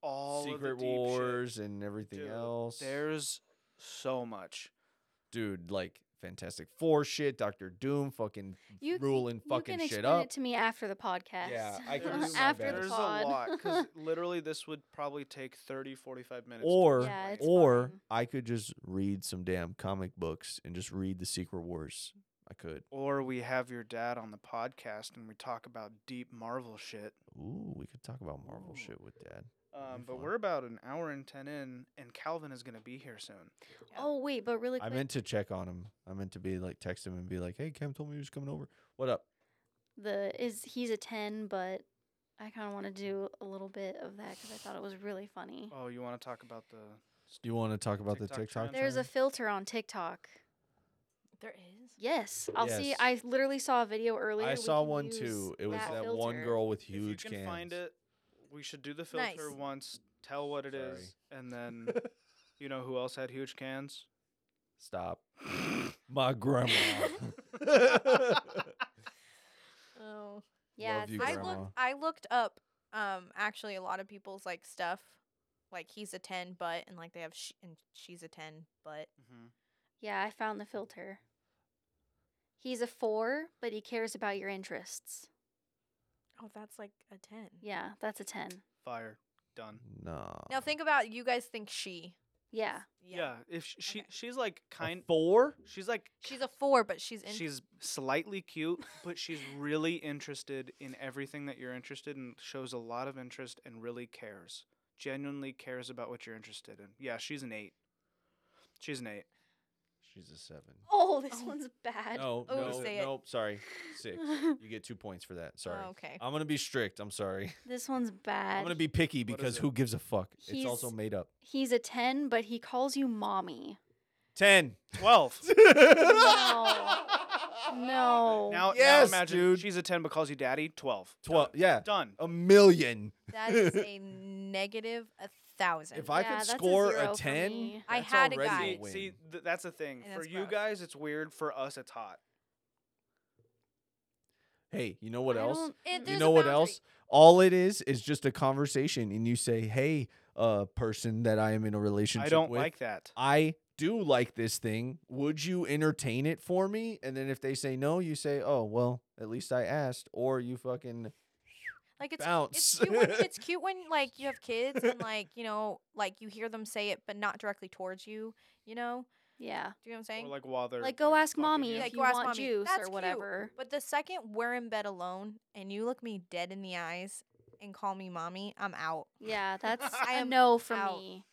[SPEAKER 1] All of the
[SPEAKER 2] Secret
[SPEAKER 1] deep shit.
[SPEAKER 2] Wars and everything
[SPEAKER 1] Dude,
[SPEAKER 2] else.
[SPEAKER 1] There's so much.
[SPEAKER 2] Dude, like Fantastic Four shit, Doctor Doom fucking
[SPEAKER 4] You c-
[SPEAKER 2] ruling fucking
[SPEAKER 4] you can
[SPEAKER 2] shit
[SPEAKER 4] explain
[SPEAKER 2] up.
[SPEAKER 4] it to me after the podcast.
[SPEAKER 2] I can do my
[SPEAKER 4] after
[SPEAKER 2] best.
[SPEAKER 4] the
[SPEAKER 1] There's
[SPEAKER 4] pod.
[SPEAKER 1] a lot because literally this would probably take 30, 45 minutes. to
[SPEAKER 2] Or
[SPEAKER 4] Yeah,
[SPEAKER 1] explain.
[SPEAKER 4] it's
[SPEAKER 2] or
[SPEAKER 4] fine.
[SPEAKER 2] I could just read some damn comic books and just read the Secret Wars. I could.
[SPEAKER 1] Or we have your dad on the podcast and we talk about deep Marvel shit.
[SPEAKER 2] Ooh, we could talk about Marvel
[SPEAKER 1] Ooh.
[SPEAKER 2] shit with dad.
[SPEAKER 1] Um, but
[SPEAKER 2] fun.
[SPEAKER 1] we're about an hour and 10 in, and Calvin is going to be here soon.
[SPEAKER 4] oh wait, but really
[SPEAKER 2] I
[SPEAKER 4] quick,
[SPEAKER 2] meant to check on him. I meant to be like text him and be like, "Hey, Cam told me he was coming over. What up?"
[SPEAKER 4] the is he's a ten, but I kind of want to do a little bit of that because I thought it was really funny.
[SPEAKER 1] Oh, you want to talk about the.
[SPEAKER 2] Do you want to talk about the
[SPEAKER 1] TikTok
[SPEAKER 2] TikTok?
[SPEAKER 1] trend?
[SPEAKER 4] There's a
[SPEAKER 2] trend?
[SPEAKER 4] filter on TikTok.
[SPEAKER 3] There is.
[SPEAKER 4] Yes, I'll see.
[SPEAKER 2] Yes.
[SPEAKER 4] I literally saw a video earlier.
[SPEAKER 2] I
[SPEAKER 4] We
[SPEAKER 2] saw
[SPEAKER 4] can
[SPEAKER 2] one
[SPEAKER 4] use
[SPEAKER 2] too. It was that, one
[SPEAKER 4] filter.
[SPEAKER 2] girl with
[SPEAKER 1] if you
[SPEAKER 2] huge
[SPEAKER 1] can
[SPEAKER 2] cans.
[SPEAKER 1] find it, we should do the filter
[SPEAKER 3] Nice.
[SPEAKER 1] once, tell what it is, and then you know who else had huge cans?
[SPEAKER 2] Stop.
[SPEAKER 3] Mm-hmm.
[SPEAKER 2] My grandma.
[SPEAKER 3] Oh.
[SPEAKER 4] Yeah,
[SPEAKER 2] Love you,
[SPEAKER 4] it's-
[SPEAKER 3] I
[SPEAKER 4] I
[SPEAKER 2] grandma.
[SPEAKER 4] look.
[SPEAKER 3] looked I looked up um actually a lot of people's like stuff. Like he's a 10 but and like they have sh- and she's a 10 but
[SPEAKER 1] hmm
[SPEAKER 4] Yeah, I found the filter. He's a four, but he cares about your interests.
[SPEAKER 3] oh that's like a 10.
[SPEAKER 4] Yeah, that's a ten.
[SPEAKER 1] Fire. Done.
[SPEAKER 2] no.
[SPEAKER 3] Now think about you guys think she.
[SPEAKER 4] Yeah,
[SPEAKER 1] Yeah. if sh- she,
[SPEAKER 3] Okay.
[SPEAKER 1] she's like kind.
[SPEAKER 2] four.
[SPEAKER 1] She's like
[SPEAKER 3] She's a 4 but she's in
[SPEAKER 1] She's slightly cute, but she's really interested in everything that you're interested in, shows a lot of interest, and really cares. Genuinely cares about what you're interested in. Yeah, she's an eight. She's an eight.
[SPEAKER 2] She's a seven.
[SPEAKER 4] Oh, this
[SPEAKER 3] Oh.
[SPEAKER 4] one's bad.
[SPEAKER 2] No,
[SPEAKER 3] Oh,
[SPEAKER 2] no,
[SPEAKER 3] say it.
[SPEAKER 2] nope. Sorry, six. You get two points for that. Sorry.
[SPEAKER 3] Oh,
[SPEAKER 1] Um,
[SPEAKER 3] okay.
[SPEAKER 2] I'm gonna be strict. I'm sorry.
[SPEAKER 4] this one's bad.
[SPEAKER 2] I'm gonna be picky
[SPEAKER 1] What is
[SPEAKER 2] because
[SPEAKER 1] it?
[SPEAKER 2] who gives a fuck? it's also
[SPEAKER 4] He's-
[SPEAKER 2] made up.
[SPEAKER 4] He's a 10, but he calls you mommy.
[SPEAKER 2] Ten.
[SPEAKER 1] Twelve.
[SPEAKER 4] No.
[SPEAKER 3] Oh,
[SPEAKER 4] No.
[SPEAKER 1] now, now
[SPEAKER 2] Yes,
[SPEAKER 1] imagine
[SPEAKER 2] dude.
[SPEAKER 1] she's a ten but calls you daddy. Twelve.
[SPEAKER 2] Twelve. Yeah.
[SPEAKER 1] Done.
[SPEAKER 2] A million.
[SPEAKER 3] that is a negative a 1000.
[SPEAKER 2] If I
[SPEAKER 4] Yeah,
[SPEAKER 2] could
[SPEAKER 4] that's a
[SPEAKER 2] score a,
[SPEAKER 4] zero for
[SPEAKER 2] ten,
[SPEAKER 4] me.
[SPEAKER 3] I
[SPEAKER 2] that's
[SPEAKER 3] had a
[SPEAKER 2] already
[SPEAKER 3] guy.
[SPEAKER 1] See,
[SPEAKER 2] win.
[SPEAKER 1] see th- that's the thing.
[SPEAKER 3] And
[SPEAKER 1] For
[SPEAKER 3] that's
[SPEAKER 1] you
[SPEAKER 3] gross.
[SPEAKER 1] guys, it's weird. For us, it's hot.
[SPEAKER 2] Hey, you know what
[SPEAKER 4] I
[SPEAKER 2] else?
[SPEAKER 4] don't-
[SPEAKER 3] It-
[SPEAKER 2] You
[SPEAKER 3] There's
[SPEAKER 2] know
[SPEAKER 3] a
[SPEAKER 2] what
[SPEAKER 3] boundary.
[SPEAKER 2] else? All it is is just a conversation, and you say, "Hey, uh, person that I am in a relationship
[SPEAKER 1] I don't
[SPEAKER 2] with,
[SPEAKER 1] like that.
[SPEAKER 2] I do like this thing. Would you entertain it for me?" And then if they say no, you say, "Oh, well, at least I asked," or you fucking
[SPEAKER 3] Like it's
[SPEAKER 2] bounce.
[SPEAKER 3] it's cute when it's cute when like you have kids and like you know like you hear them say it but not directly towards you. You know,
[SPEAKER 4] Yeah.
[SPEAKER 3] do you know what I'm
[SPEAKER 1] Or
[SPEAKER 3] saying?
[SPEAKER 1] like while they're
[SPEAKER 4] Like, go ask
[SPEAKER 1] fucking
[SPEAKER 4] mommy
[SPEAKER 1] you.
[SPEAKER 4] if
[SPEAKER 3] Like,
[SPEAKER 4] you
[SPEAKER 3] go ask
[SPEAKER 4] want
[SPEAKER 3] mommy.
[SPEAKER 4] juice
[SPEAKER 3] That's
[SPEAKER 4] or
[SPEAKER 3] cute.
[SPEAKER 4] whatever.
[SPEAKER 3] but the second we're in bed alone and you look me dead in the eyes and call me mommy, I'm out.
[SPEAKER 4] Yeah, that's
[SPEAKER 1] I
[SPEAKER 4] a
[SPEAKER 3] am
[SPEAKER 4] no for
[SPEAKER 3] out.
[SPEAKER 4] me.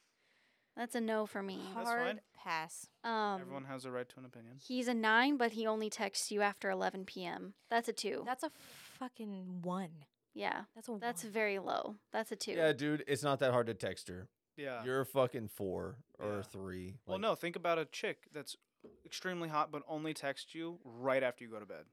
[SPEAKER 4] That's a no for me.
[SPEAKER 1] Mm, That's
[SPEAKER 3] Hard
[SPEAKER 1] fine.
[SPEAKER 3] pass.
[SPEAKER 4] Um,
[SPEAKER 1] Everyone has a right to an opinion.
[SPEAKER 4] he's a 9, but he only texts you after 11 p.m. That's a 2.
[SPEAKER 3] That's a fucking one.
[SPEAKER 4] yeah.
[SPEAKER 3] That's a
[SPEAKER 4] That's
[SPEAKER 3] one.
[SPEAKER 4] very low. That's a 2.
[SPEAKER 2] yeah, dude, it's not that hard to text her.
[SPEAKER 1] Yeah.
[SPEAKER 2] You're a fucking four or
[SPEAKER 1] Yeah.
[SPEAKER 2] three.
[SPEAKER 1] well,
[SPEAKER 2] Like,
[SPEAKER 1] no. Think about a chick that's extremely hot but only texts you right after you go to bed.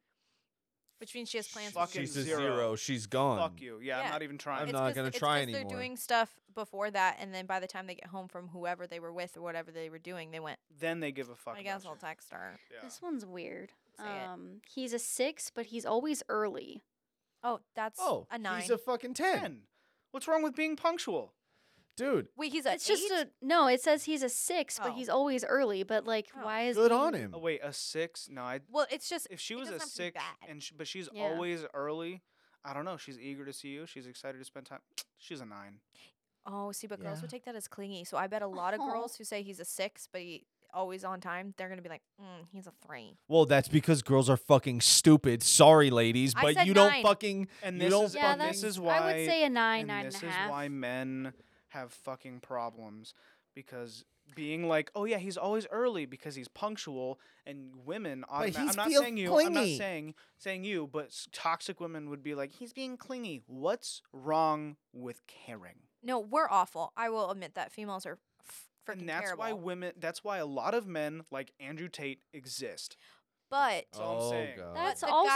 [SPEAKER 3] which means she has plans.
[SPEAKER 1] Fucking
[SPEAKER 2] She's a
[SPEAKER 1] zero.
[SPEAKER 2] zero. She's gone.
[SPEAKER 1] Fuck you. Yeah,
[SPEAKER 3] Yeah.
[SPEAKER 1] I'm not even trying.
[SPEAKER 2] I'm
[SPEAKER 3] It's
[SPEAKER 2] not
[SPEAKER 3] 'cause-
[SPEAKER 2] gonna
[SPEAKER 3] it's
[SPEAKER 2] try
[SPEAKER 3] 'cause They're
[SPEAKER 2] anymore.
[SPEAKER 3] doing stuff before that, and then by the time they get home from whoever they were with or whatever they were doing, they went.
[SPEAKER 1] then they give a fuck.
[SPEAKER 3] I
[SPEAKER 1] about
[SPEAKER 3] guess
[SPEAKER 1] you.
[SPEAKER 3] I'll text her.
[SPEAKER 1] Yeah.
[SPEAKER 4] This one's weird.
[SPEAKER 3] Say it.
[SPEAKER 4] Um, he's a six, but he's always early.
[SPEAKER 3] Oh, that's
[SPEAKER 2] Oh,
[SPEAKER 3] a nine.
[SPEAKER 2] he's a fucking ten,
[SPEAKER 1] Ten. What's wrong with being punctual?
[SPEAKER 2] dude.
[SPEAKER 3] Wait, he's a.
[SPEAKER 4] it's just a no. It says he's a six,
[SPEAKER 3] Oh.
[SPEAKER 4] but he's always early. But like,
[SPEAKER 3] Oh.
[SPEAKER 4] why is
[SPEAKER 2] Good
[SPEAKER 4] he-
[SPEAKER 2] on him.
[SPEAKER 1] Oh wait, a six? No, I.
[SPEAKER 3] Well, it's just
[SPEAKER 1] If she
[SPEAKER 3] it
[SPEAKER 1] was a
[SPEAKER 3] doesn't have to be
[SPEAKER 1] six,
[SPEAKER 3] bad.
[SPEAKER 1] and sh but she's
[SPEAKER 4] Yeah.
[SPEAKER 1] always early. I don't know. She's eager to see you. She's excited to spend time. She's a nine.
[SPEAKER 3] Oh, see, but girls
[SPEAKER 2] Yeah.
[SPEAKER 3] would take that as clingy. So I bet a lot of
[SPEAKER 4] Aw.
[SPEAKER 3] girls who say he's a six, but he always on time, they're gonna be like, mm, he's a three.
[SPEAKER 2] Well, that's because girls are fucking stupid. Sorry, ladies,
[SPEAKER 3] I
[SPEAKER 2] but
[SPEAKER 3] said
[SPEAKER 2] you
[SPEAKER 3] nine.
[SPEAKER 2] don't fucking.
[SPEAKER 1] And
[SPEAKER 2] You
[SPEAKER 1] this
[SPEAKER 2] don't
[SPEAKER 1] is
[SPEAKER 4] Yeah,
[SPEAKER 1] and
[SPEAKER 4] that's.
[SPEAKER 1] this is why
[SPEAKER 4] I would say a nine,
[SPEAKER 1] and
[SPEAKER 4] nine and
[SPEAKER 1] this
[SPEAKER 4] a half.
[SPEAKER 1] is why men have fucking problems because being like, oh yeah, he's always early because he's punctual, and women. automa-
[SPEAKER 2] he's
[SPEAKER 1] I'm not
[SPEAKER 2] feel
[SPEAKER 1] saying you. I'm not
[SPEAKER 2] clingy.
[SPEAKER 1] saying saying you, but s- toxic women would be like, he's being clingy. What's wrong with caring?
[SPEAKER 3] No, we're awful. I will admit that females are f- freaking
[SPEAKER 1] and that's
[SPEAKER 3] terrible.
[SPEAKER 1] why women. That's why a lot of men like Andrew Tate exist.
[SPEAKER 3] but
[SPEAKER 1] That's
[SPEAKER 2] Oh,
[SPEAKER 1] all I'm saying.
[SPEAKER 4] That's
[SPEAKER 3] the guys-
[SPEAKER 1] That's
[SPEAKER 4] also.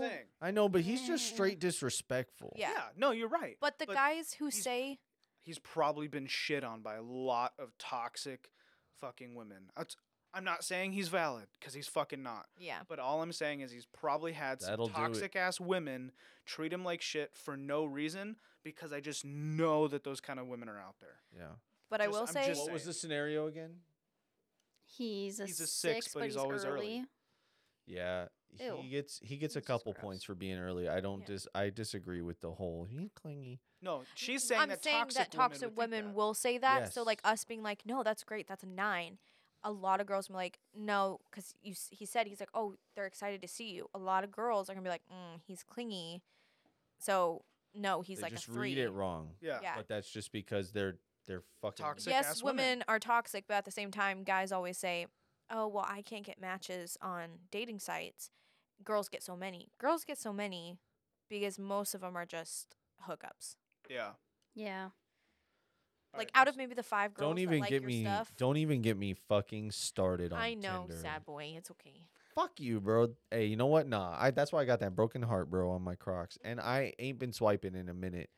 [SPEAKER 1] what I'm saying.
[SPEAKER 2] I know, but he's just
[SPEAKER 4] Yeah.
[SPEAKER 2] straight disrespectful.
[SPEAKER 3] Yeah.
[SPEAKER 1] Yeah. No, you're right.
[SPEAKER 3] but the
[SPEAKER 1] but
[SPEAKER 3] guys who
[SPEAKER 1] he's-
[SPEAKER 3] say
[SPEAKER 1] he's probably been shit on by a lot of toxic fucking women. That's- I'm not saying he's valid because he's fucking not.
[SPEAKER 3] yeah,
[SPEAKER 1] But all I'm saying is he's probably had some
[SPEAKER 2] That'll do it.
[SPEAKER 1] toxic ass women treat him like shit for no reason because I just know that those kind of women are out there.
[SPEAKER 2] Yeah.
[SPEAKER 3] but I
[SPEAKER 1] Just-
[SPEAKER 3] will
[SPEAKER 1] I'm
[SPEAKER 3] say
[SPEAKER 1] just
[SPEAKER 2] What was
[SPEAKER 1] saying.
[SPEAKER 2] the scenario again?
[SPEAKER 4] He's a,
[SPEAKER 1] He's a
[SPEAKER 4] six, but he's, always early.
[SPEAKER 2] Yeah.
[SPEAKER 4] Ew.
[SPEAKER 2] He gets he gets a
[SPEAKER 4] This is
[SPEAKER 2] couple
[SPEAKER 4] gross.
[SPEAKER 2] points for being early. I don't
[SPEAKER 3] Yeah.
[SPEAKER 2] dis I disagree with the whole he's clingy.
[SPEAKER 1] No, she's saying
[SPEAKER 3] Mm, I'm
[SPEAKER 1] that
[SPEAKER 3] saying
[SPEAKER 1] toxic
[SPEAKER 3] that toxic
[SPEAKER 1] women, would think
[SPEAKER 3] women
[SPEAKER 1] that.
[SPEAKER 3] will say that. So like
[SPEAKER 2] Yes.
[SPEAKER 3] us being like, no, that's great, that's a nine. A lot of girls are like, no, because you s- he said he's like, oh, they're excited to see you. A lot of girls are gonna be like, mm, he's clingy. So no, he's
[SPEAKER 2] they
[SPEAKER 3] like
[SPEAKER 2] just
[SPEAKER 3] a three.
[SPEAKER 2] read it wrong.
[SPEAKER 1] Yeah.
[SPEAKER 3] Yeah.
[SPEAKER 2] But that's just because they're they're fucking
[SPEAKER 1] Toxic.
[SPEAKER 3] yes,
[SPEAKER 1] ass women.
[SPEAKER 3] women. are toxic, but at the same time, guys always say, oh, well, I can't get matches on dating sites. Girls get so many. Girls get so many because most of them are just hookups.
[SPEAKER 1] Yeah. All
[SPEAKER 4] Yeah.
[SPEAKER 3] Like
[SPEAKER 1] right,
[SPEAKER 3] out of
[SPEAKER 1] next-
[SPEAKER 3] maybe the five girls
[SPEAKER 2] Don't
[SPEAKER 3] that
[SPEAKER 2] even
[SPEAKER 3] like
[SPEAKER 2] get
[SPEAKER 3] your
[SPEAKER 2] me
[SPEAKER 3] stuff.
[SPEAKER 2] don't even get me fucking started on
[SPEAKER 3] I know,
[SPEAKER 2] Tinder.
[SPEAKER 3] sad boy. It's okay.
[SPEAKER 2] Fuck you, bro. Hey, you know what? Nah. I that's why I got that broken heart, bro, on my Crocs. And I ain't been swiping in a minute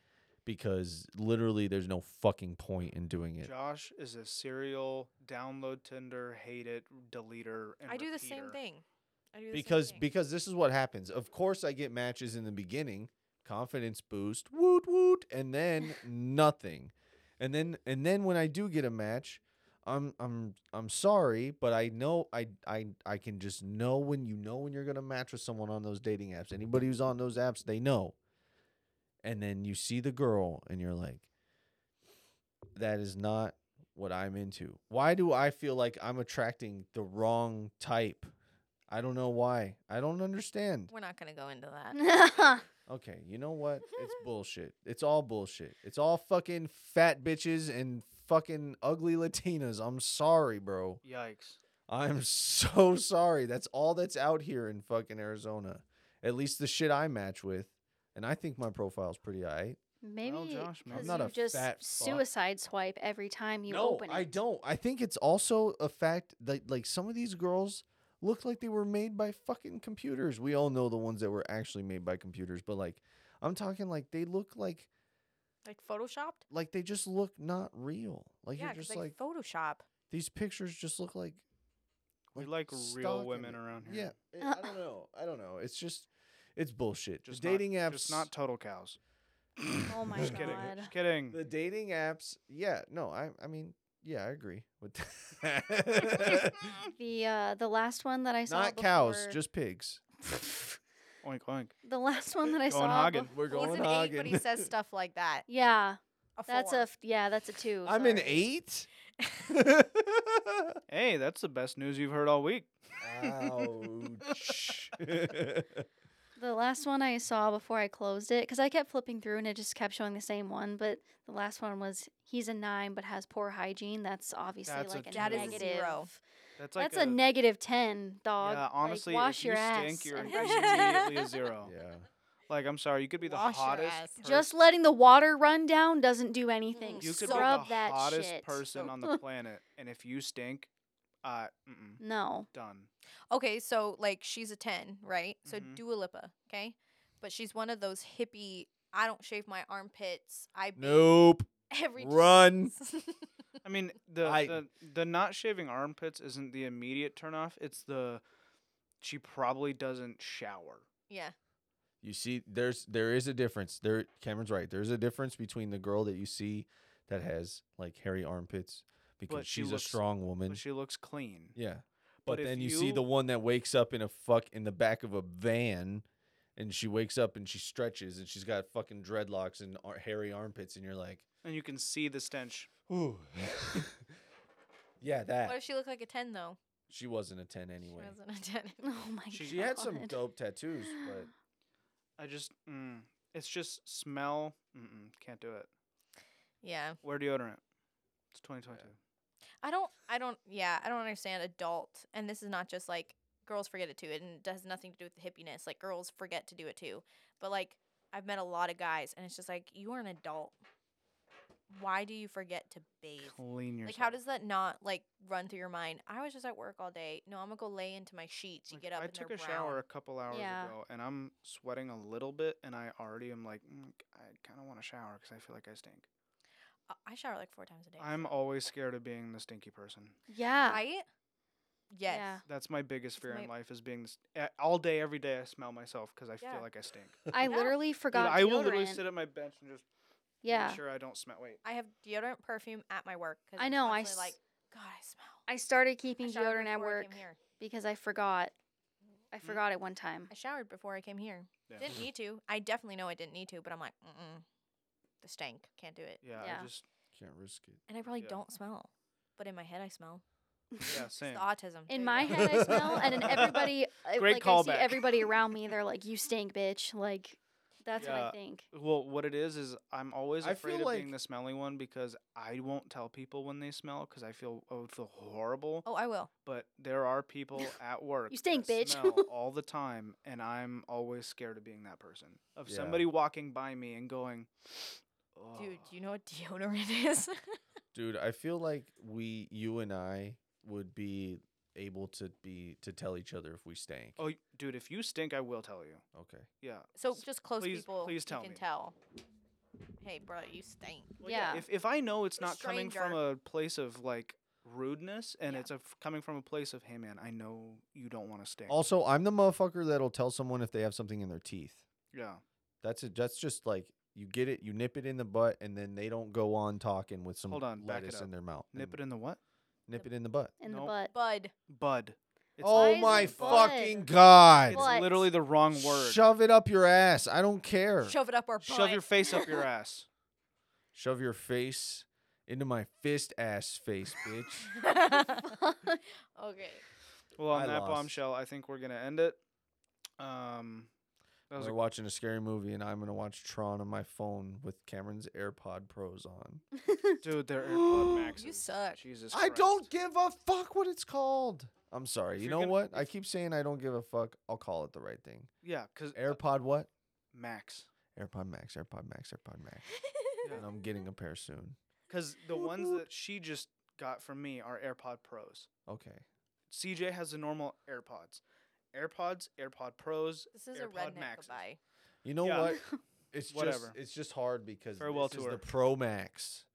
[SPEAKER 2] because literally there's no fucking point in doing it.
[SPEAKER 1] Josh is a serial download Tinder, hate it, deleter, and
[SPEAKER 3] I do the same
[SPEAKER 1] repeater.
[SPEAKER 3] thing. I do the
[SPEAKER 2] because
[SPEAKER 3] same thing.
[SPEAKER 2] because this is what happens. Of course, I get matches in the beginning, confidence boost, woot woot, and then nothing, and then and then when I do get a match, I'm I'm I'm sorry, but I know I I I can just know when you know when you're gonna match with someone on those dating apps. Anybody who's on those apps, they know. And then you see the girl, and you're like, that is not what I'm into. Why do I feel like I'm attracting the wrong type? I don't know why. I don't understand.
[SPEAKER 3] we're not gonna go into that.
[SPEAKER 4] That's
[SPEAKER 2] Okay, you know what? It's bullshit. It's all bullshit. It's all fucking fat bitches and fucking ugly Latinas. I'm sorry, bro.
[SPEAKER 1] Yikes.
[SPEAKER 2] I'm so sorry. That's all that's out here in fucking Arizona. At least the shit I match with. And I think my profile's pretty high.
[SPEAKER 4] Maybe
[SPEAKER 1] Josh, man. I'm
[SPEAKER 4] because
[SPEAKER 2] not
[SPEAKER 4] you
[SPEAKER 2] a
[SPEAKER 4] just
[SPEAKER 2] fat fuck.
[SPEAKER 4] suicide swipe every time you
[SPEAKER 2] no,
[SPEAKER 4] open it.
[SPEAKER 2] I don't. I think it's also a fact that like some of these girls look like they were made by fucking computers. We all know the ones that were actually made by computers, but like I'm talking like they look like
[SPEAKER 3] like photoshopped?
[SPEAKER 2] like they just look not real. Like
[SPEAKER 3] Yeah,
[SPEAKER 2] you're
[SPEAKER 3] 'cause
[SPEAKER 2] just
[SPEAKER 3] they
[SPEAKER 2] like
[SPEAKER 3] Photoshop.
[SPEAKER 2] these pictures just look like
[SPEAKER 1] We like real
[SPEAKER 2] stock
[SPEAKER 1] women
[SPEAKER 2] image.
[SPEAKER 1] around
[SPEAKER 2] Yeah, eh,
[SPEAKER 1] here.
[SPEAKER 2] I I don't know. I don't know. It's just it's bullshit.
[SPEAKER 1] Just
[SPEAKER 2] Just dating
[SPEAKER 1] not,
[SPEAKER 2] apps
[SPEAKER 1] Just not total cows.
[SPEAKER 4] Oh my
[SPEAKER 1] just
[SPEAKER 4] god.
[SPEAKER 1] kidding. Just kidding.
[SPEAKER 2] The dating apps, yeah, no, I, I mean, yeah, I agree with that.
[SPEAKER 4] The uh the last one that I saw
[SPEAKER 2] Not cows,
[SPEAKER 4] before-
[SPEAKER 2] just pigs.
[SPEAKER 1] oink oink.
[SPEAKER 4] the last one that I
[SPEAKER 1] Going
[SPEAKER 4] saw
[SPEAKER 1] hogging.
[SPEAKER 4] bef-
[SPEAKER 2] We're
[SPEAKER 3] Well, he's
[SPEAKER 2] going
[SPEAKER 3] an eight, but he
[SPEAKER 2] hogging.
[SPEAKER 3] says stuff like that.
[SPEAKER 4] Yeah,
[SPEAKER 3] A
[SPEAKER 4] that's a
[SPEAKER 3] four.
[SPEAKER 4] f- yeah, that's a 2.
[SPEAKER 2] I'm an
[SPEAKER 4] sorry.
[SPEAKER 2] eight.
[SPEAKER 1] Hey, that's the best news you've heard all week.
[SPEAKER 2] Ouch.
[SPEAKER 4] The last one I saw before I closed it cuz I kept flipping through and it just kept showing the same one, but the last one was he's a 9 but has poor hygiene. That's obviously
[SPEAKER 1] That's a
[SPEAKER 4] like a,
[SPEAKER 1] That is a
[SPEAKER 4] negative.
[SPEAKER 3] zero.
[SPEAKER 1] That's like
[SPEAKER 4] That's a, negative 10, dog.
[SPEAKER 1] Yeah,
[SPEAKER 4] Like,
[SPEAKER 1] honestly,
[SPEAKER 4] wash
[SPEAKER 1] if
[SPEAKER 4] your
[SPEAKER 1] you
[SPEAKER 4] ass.
[SPEAKER 1] stink, your
[SPEAKER 4] and-
[SPEAKER 1] impression's immediately a zero.
[SPEAKER 2] yeah.
[SPEAKER 1] Like, I'm sorry, you could be the
[SPEAKER 3] Wash your
[SPEAKER 1] hottest.
[SPEAKER 3] ass.
[SPEAKER 1] pers-
[SPEAKER 4] Just letting the water run down doesn't do anything.
[SPEAKER 1] you could be
[SPEAKER 4] Scrub
[SPEAKER 1] the
[SPEAKER 4] that
[SPEAKER 1] hottest
[SPEAKER 4] shit.
[SPEAKER 1] person on the planet, and if you stink, Uh, mm-mm,
[SPEAKER 4] No.
[SPEAKER 1] done.
[SPEAKER 3] Okay, so like she's a 10, right? So
[SPEAKER 1] Mhm.
[SPEAKER 3] Dua Lipa, okay? But she's one of those hippie, I don't shave my armpits, I bathe
[SPEAKER 2] Nope.
[SPEAKER 3] every day."
[SPEAKER 2] Run.
[SPEAKER 1] I mean, the,
[SPEAKER 2] I-
[SPEAKER 1] the the not shaving armpits isn't the immediate turnoff. It's the she probably doesn't shower.
[SPEAKER 3] yeah.
[SPEAKER 2] You see, there's there is a difference. There, Cameron's right. There's a difference between the girl that you see that has like hairy armpits because
[SPEAKER 1] she
[SPEAKER 2] she's
[SPEAKER 1] looks-
[SPEAKER 2] a strong woman.
[SPEAKER 1] But she looks clean.
[SPEAKER 2] yeah,
[SPEAKER 1] but
[SPEAKER 2] but,
[SPEAKER 1] if
[SPEAKER 2] then you, see
[SPEAKER 1] you-
[SPEAKER 2] the one that wakes up in a fuck in the back of a van, and she wakes up and she stretches and she's got fucking dreadlocks and ar- hairy armpits, and you're like,
[SPEAKER 1] And you can see the stench.
[SPEAKER 2] ooh, yeah,
[SPEAKER 3] What
[SPEAKER 2] that.
[SPEAKER 3] if she looked like a 10 though?
[SPEAKER 2] She wasn't a ten anyway.
[SPEAKER 3] She wasn't a 10.
[SPEAKER 4] Oh my god.
[SPEAKER 1] She-
[SPEAKER 2] She had some dope tattoos, but
[SPEAKER 1] I just, mm, it's just smell. Mm-mm, can't do it.
[SPEAKER 3] yeah.
[SPEAKER 1] Wear deodorant. It's 2022.
[SPEAKER 3] I don't I don't yeah, I don't understand adult and this is not just like girls forget it too and it has nothing to do with the hippiness. Like girls forget to do it too. But like I've met a lot of guys and it's just like you are an adult. Why do you forget to bathe?
[SPEAKER 1] Clean yourself.
[SPEAKER 3] Like, how does that not like run through your mind? I was just at work all day. No, I'm gonna go lay into my sheets. You
[SPEAKER 1] Like,
[SPEAKER 3] get up.
[SPEAKER 1] I
[SPEAKER 3] and
[SPEAKER 1] took
[SPEAKER 3] they're
[SPEAKER 1] a shower
[SPEAKER 3] brown.
[SPEAKER 1] a couple hours
[SPEAKER 4] Yeah.
[SPEAKER 1] ago, and I'm sweating a little bit, and I already am like, mm, I kind of want to shower because I feel like I stink.
[SPEAKER 3] Uh, I- I shower like four times a day.
[SPEAKER 1] I'm always scared of being the stinky person.
[SPEAKER 4] Yeah.
[SPEAKER 3] right. Yes.
[SPEAKER 4] Yeah.
[SPEAKER 1] That's my biggest
[SPEAKER 3] It's
[SPEAKER 1] fear in
[SPEAKER 3] my-
[SPEAKER 1] life is being this, all day, every day. I smell myself because I
[SPEAKER 3] Yeah.
[SPEAKER 1] feel like I stink.
[SPEAKER 4] I
[SPEAKER 3] Yeah.
[SPEAKER 4] literally
[SPEAKER 1] Dude,
[SPEAKER 4] forgot.
[SPEAKER 1] I will literally
[SPEAKER 4] deodorant.
[SPEAKER 1] sit at my bench and just
[SPEAKER 4] Yeah.
[SPEAKER 1] make sure I don't smell. Wait,
[SPEAKER 3] I have deodorant perfume at my work. 'cause
[SPEAKER 4] I
[SPEAKER 3] I'm
[SPEAKER 4] know, I
[SPEAKER 3] constantly
[SPEAKER 4] s-
[SPEAKER 3] like God. I smell.
[SPEAKER 4] I started
[SPEAKER 3] I
[SPEAKER 4] keeping
[SPEAKER 3] showered
[SPEAKER 4] deodorant at
[SPEAKER 3] before I
[SPEAKER 4] work
[SPEAKER 3] came here.
[SPEAKER 4] because I forgot. I
[SPEAKER 1] Mm.
[SPEAKER 4] forgot it one time.
[SPEAKER 3] Mm-hmm. I showered before I came here.
[SPEAKER 1] yeah,
[SPEAKER 3] Didn't need to. I definitely know I didn't need to, but I'm like, mm, the stank. Can't do it.
[SPEAKER 1] yeah,
[SPEAKER 4] Yeah.
[SPEAKER 1] I just
[SPEAKER 2] can't risk it.
[SPEAKER 3] And I probably
[SPEAKER 1] Yeah.
[SPEAKER 3] don't smell, but in my head I smell.
[SPEAKER 1] yeah,
[SPEAKER 3] It's
[SPEAKER 1] same.
[SPEAKER 3] the autism. There
[SPEAKER 4] In
[SPEAKER 3] you
[SPEAKER 4] my
[SPEAKER 3] go.
[SPEAKER 4] head, I smell, and in everybody, I-
[SPEAKER 1] Great
[SPEAKER 4] like I
[SPEAKER 1] callback.
[SPEAKER 4] see everybody around me, they're like, "You stink, bitch!" Like, that's what
[SPEAKER 1] Yeah.
[SPEAKER 4] I think.
[SPEAKER 1] Well, what it is is I'm always
[SPEAKER 2] I
[SPEAKER 1] afraid of
[SPEAKER 2] feel
[SPEAKER 1] being
[SPEAKER 2] like-
[SPEAKER 1] the smelly one because I won't tell people when they smell because I feel oh, I would feel horrible.
[SPEAKER 3] Oh, I will.
[SPEAKER 1] But there are people at work
[SPEAKER 4] stink,
[SPEAKER 1] that
[SPEAKER 4] bitch.
[SPEAKER 1] smell all the time, and I'm always scared of being that person of
[SPEAKER 2] Yeah.
[SPEAKER 1] somebody walking by me and going, oh.
[SPEAKER 3] Dude, do you know what deodorant is?
[SPEAKER 2] Dude, I feel like we, you and I, would be able to be to tell each other if we stank.
[SPEAKER 1] oh, y- dude, if you stink, I will tell you.
[SPEAKER 2] okay.
[SPEAKER 1] Yeah,
[SPEAKER 3] So
[SPEAKER 1] S-
[SPEAKER 3] just close
[SPEAKER 1] please-
[SPEAKER 3] people.
[SPEAKER 1] please
[SPEAKER 3] you
[SPEAKER 1] tell
[SPEAKER 3] can
[SPEAKER 1] me.
[SPEAKER 3] tell. Hey, bro, you stink.
[SPEAKER 1] Well, yeah.
[SPEAKER 4] Yeah.
[SPEAKER 1] If if I know it's
[SPEAKER 3] A
[SPEAKER 1] not coming from a place of like rudeness and
[SPEAKER 3] Yeah.
[SPEAKER 1] it's a f coming from a place of hey man, I know you don't want to stink.
[SPEAKER 2] Also, I'm the motherfucker that'll tell someone if they have something in their teeth.
[SPEAKER 1] yeah.
[SPEAKER 2] That's it. That's just like you get it, you nip it in the butt, and then they don't go on talking with some
[SPEAKER 1] Hold on, back it
[SPEAKER 2] lettuce in
[SPEAKER 1] up.
[SPEAKER 2] their mouth.
[SPEAKER 1] Nip it
[SPEAKER 2] and
[SPEAKER 1] in the what?
[SPEAKER 2] nip it in the butt.
[SPEAKER 4] In
[SPEAKER 1] Nope.
[SPEAKER 4] the butt.
[SPEAKER 3] Bud.
[SPEAKER 1] Bud. It's
[SPEAKER 4] Why
[SPEAKER 2] oh
[SPEAKER 4] is
[SPEAKER 2] my
[SPEAKER 4] it butt?
[SPEAKER 2] fucking god!
[SPEAKER 1] It's
[SPEAKER 4] Butt.
[SPEAKER 1] literally the wrong word.
[SPEAKER 2] Shove it up your ass. I don't care.
[SPEAKER 3] Shove it up our butt.
[SPEAKER 1] Shove your face up your ass.
[SPEAKER 2] Shove your face into my fist ass face, bitch.
[SPEAKER 3] okay.
[SPEAKER 1] Well, on
[SPEAKER 2] I
[SPEAKER 1] that
[SPEAKER 2] lost.
[SPEAKER 1] bombshell, I think we're gonna end it. Um, that was
[SPEAKER 2] We're
[SPEAKER 1] a,
[SPEAKER 2] watching a scary movie, and I'm gonna watch Tron on my phone with Cameron's AirPod Pros on.
[SPEAKER 1] dude. They're AirPod Maxes.
[SPEAKER 3] You suck.
[SPEAKER 1] Jesus.
[SPEAKER 2] I
[SPEAKER 1] Christ.
[SPEAKER 2] don't give a fuck what it's called. I'm sorry.
[SPEAKER 1] If
[SPEAKER 2] you
[SPEAKER 1] you're
[SPEAKER 2] know
[SPEAKER 1] gonna-
[SPEAKER 2] what?
[SPEAKER 1] if-
[SPEAKER 2] I keep saying I don't give a fuck. I'll call it the right thing.
[SPEAKER 1] Yeah, cause AirPod
[SPEAKER 2] AirPod what?
[SPEAKER 1] Max.
[SPEAKER 2] AirPod Max. AirPod Max. AirPod Max.
[SPEAKER 1] Yeah.
[SPEAKER 2] and I'm getting a pair soon.
[SPEAKER 1] Cause the ones that she just got from me are AirPod Pros.
[SPEAKER 2] Okay.
[SPEAKER 1] CJ has the normal AirPods. AirPods, AirPod Pros,
[SPEAKER 3] This is a
[SPEAKER 1] AirPod
[SPEAKER 3] redneck
[SPEAKER 1] Maxes.
[SPEAKER 3] goodbye.
[SPEAKER 2] You know
[SPEAKER 1] Yeah.
[SPEAKER 2] what? It's
[SPEAKER 1] Whatever.
[SPEAKER 2] Just, it's just hard because
[SPEAKER 1] Farewell
[SPEAKER 2] this
[SPEAKER 1] to
[SPEAKER 2] is
[SPEAKER 1] her.
[SPEAKER 2] the Pro Max.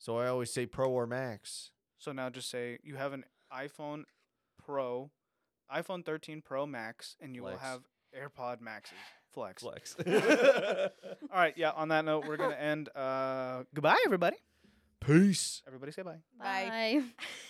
[SPEAKER 2] So I always say Pro or Max.
[SPEAKER 1] So now just say you have an iPhone Pro, iPhone 13 Pro Max, and you
[SPEAKER 2] Flex.
[SPEAKER 1] will have AirPod Maxes. Flex.
[SPEAKER 2] Flex.
[SPEAKER 1] All right. Yeah. On that note, we're gonna end. Uh, goodbye, everybody.
[SPEAKER 2] Peace.
[SPEAKER 1] Everybody say bye.
[SPEAKER 3] Bye.
[SPEAKER 4] Bye.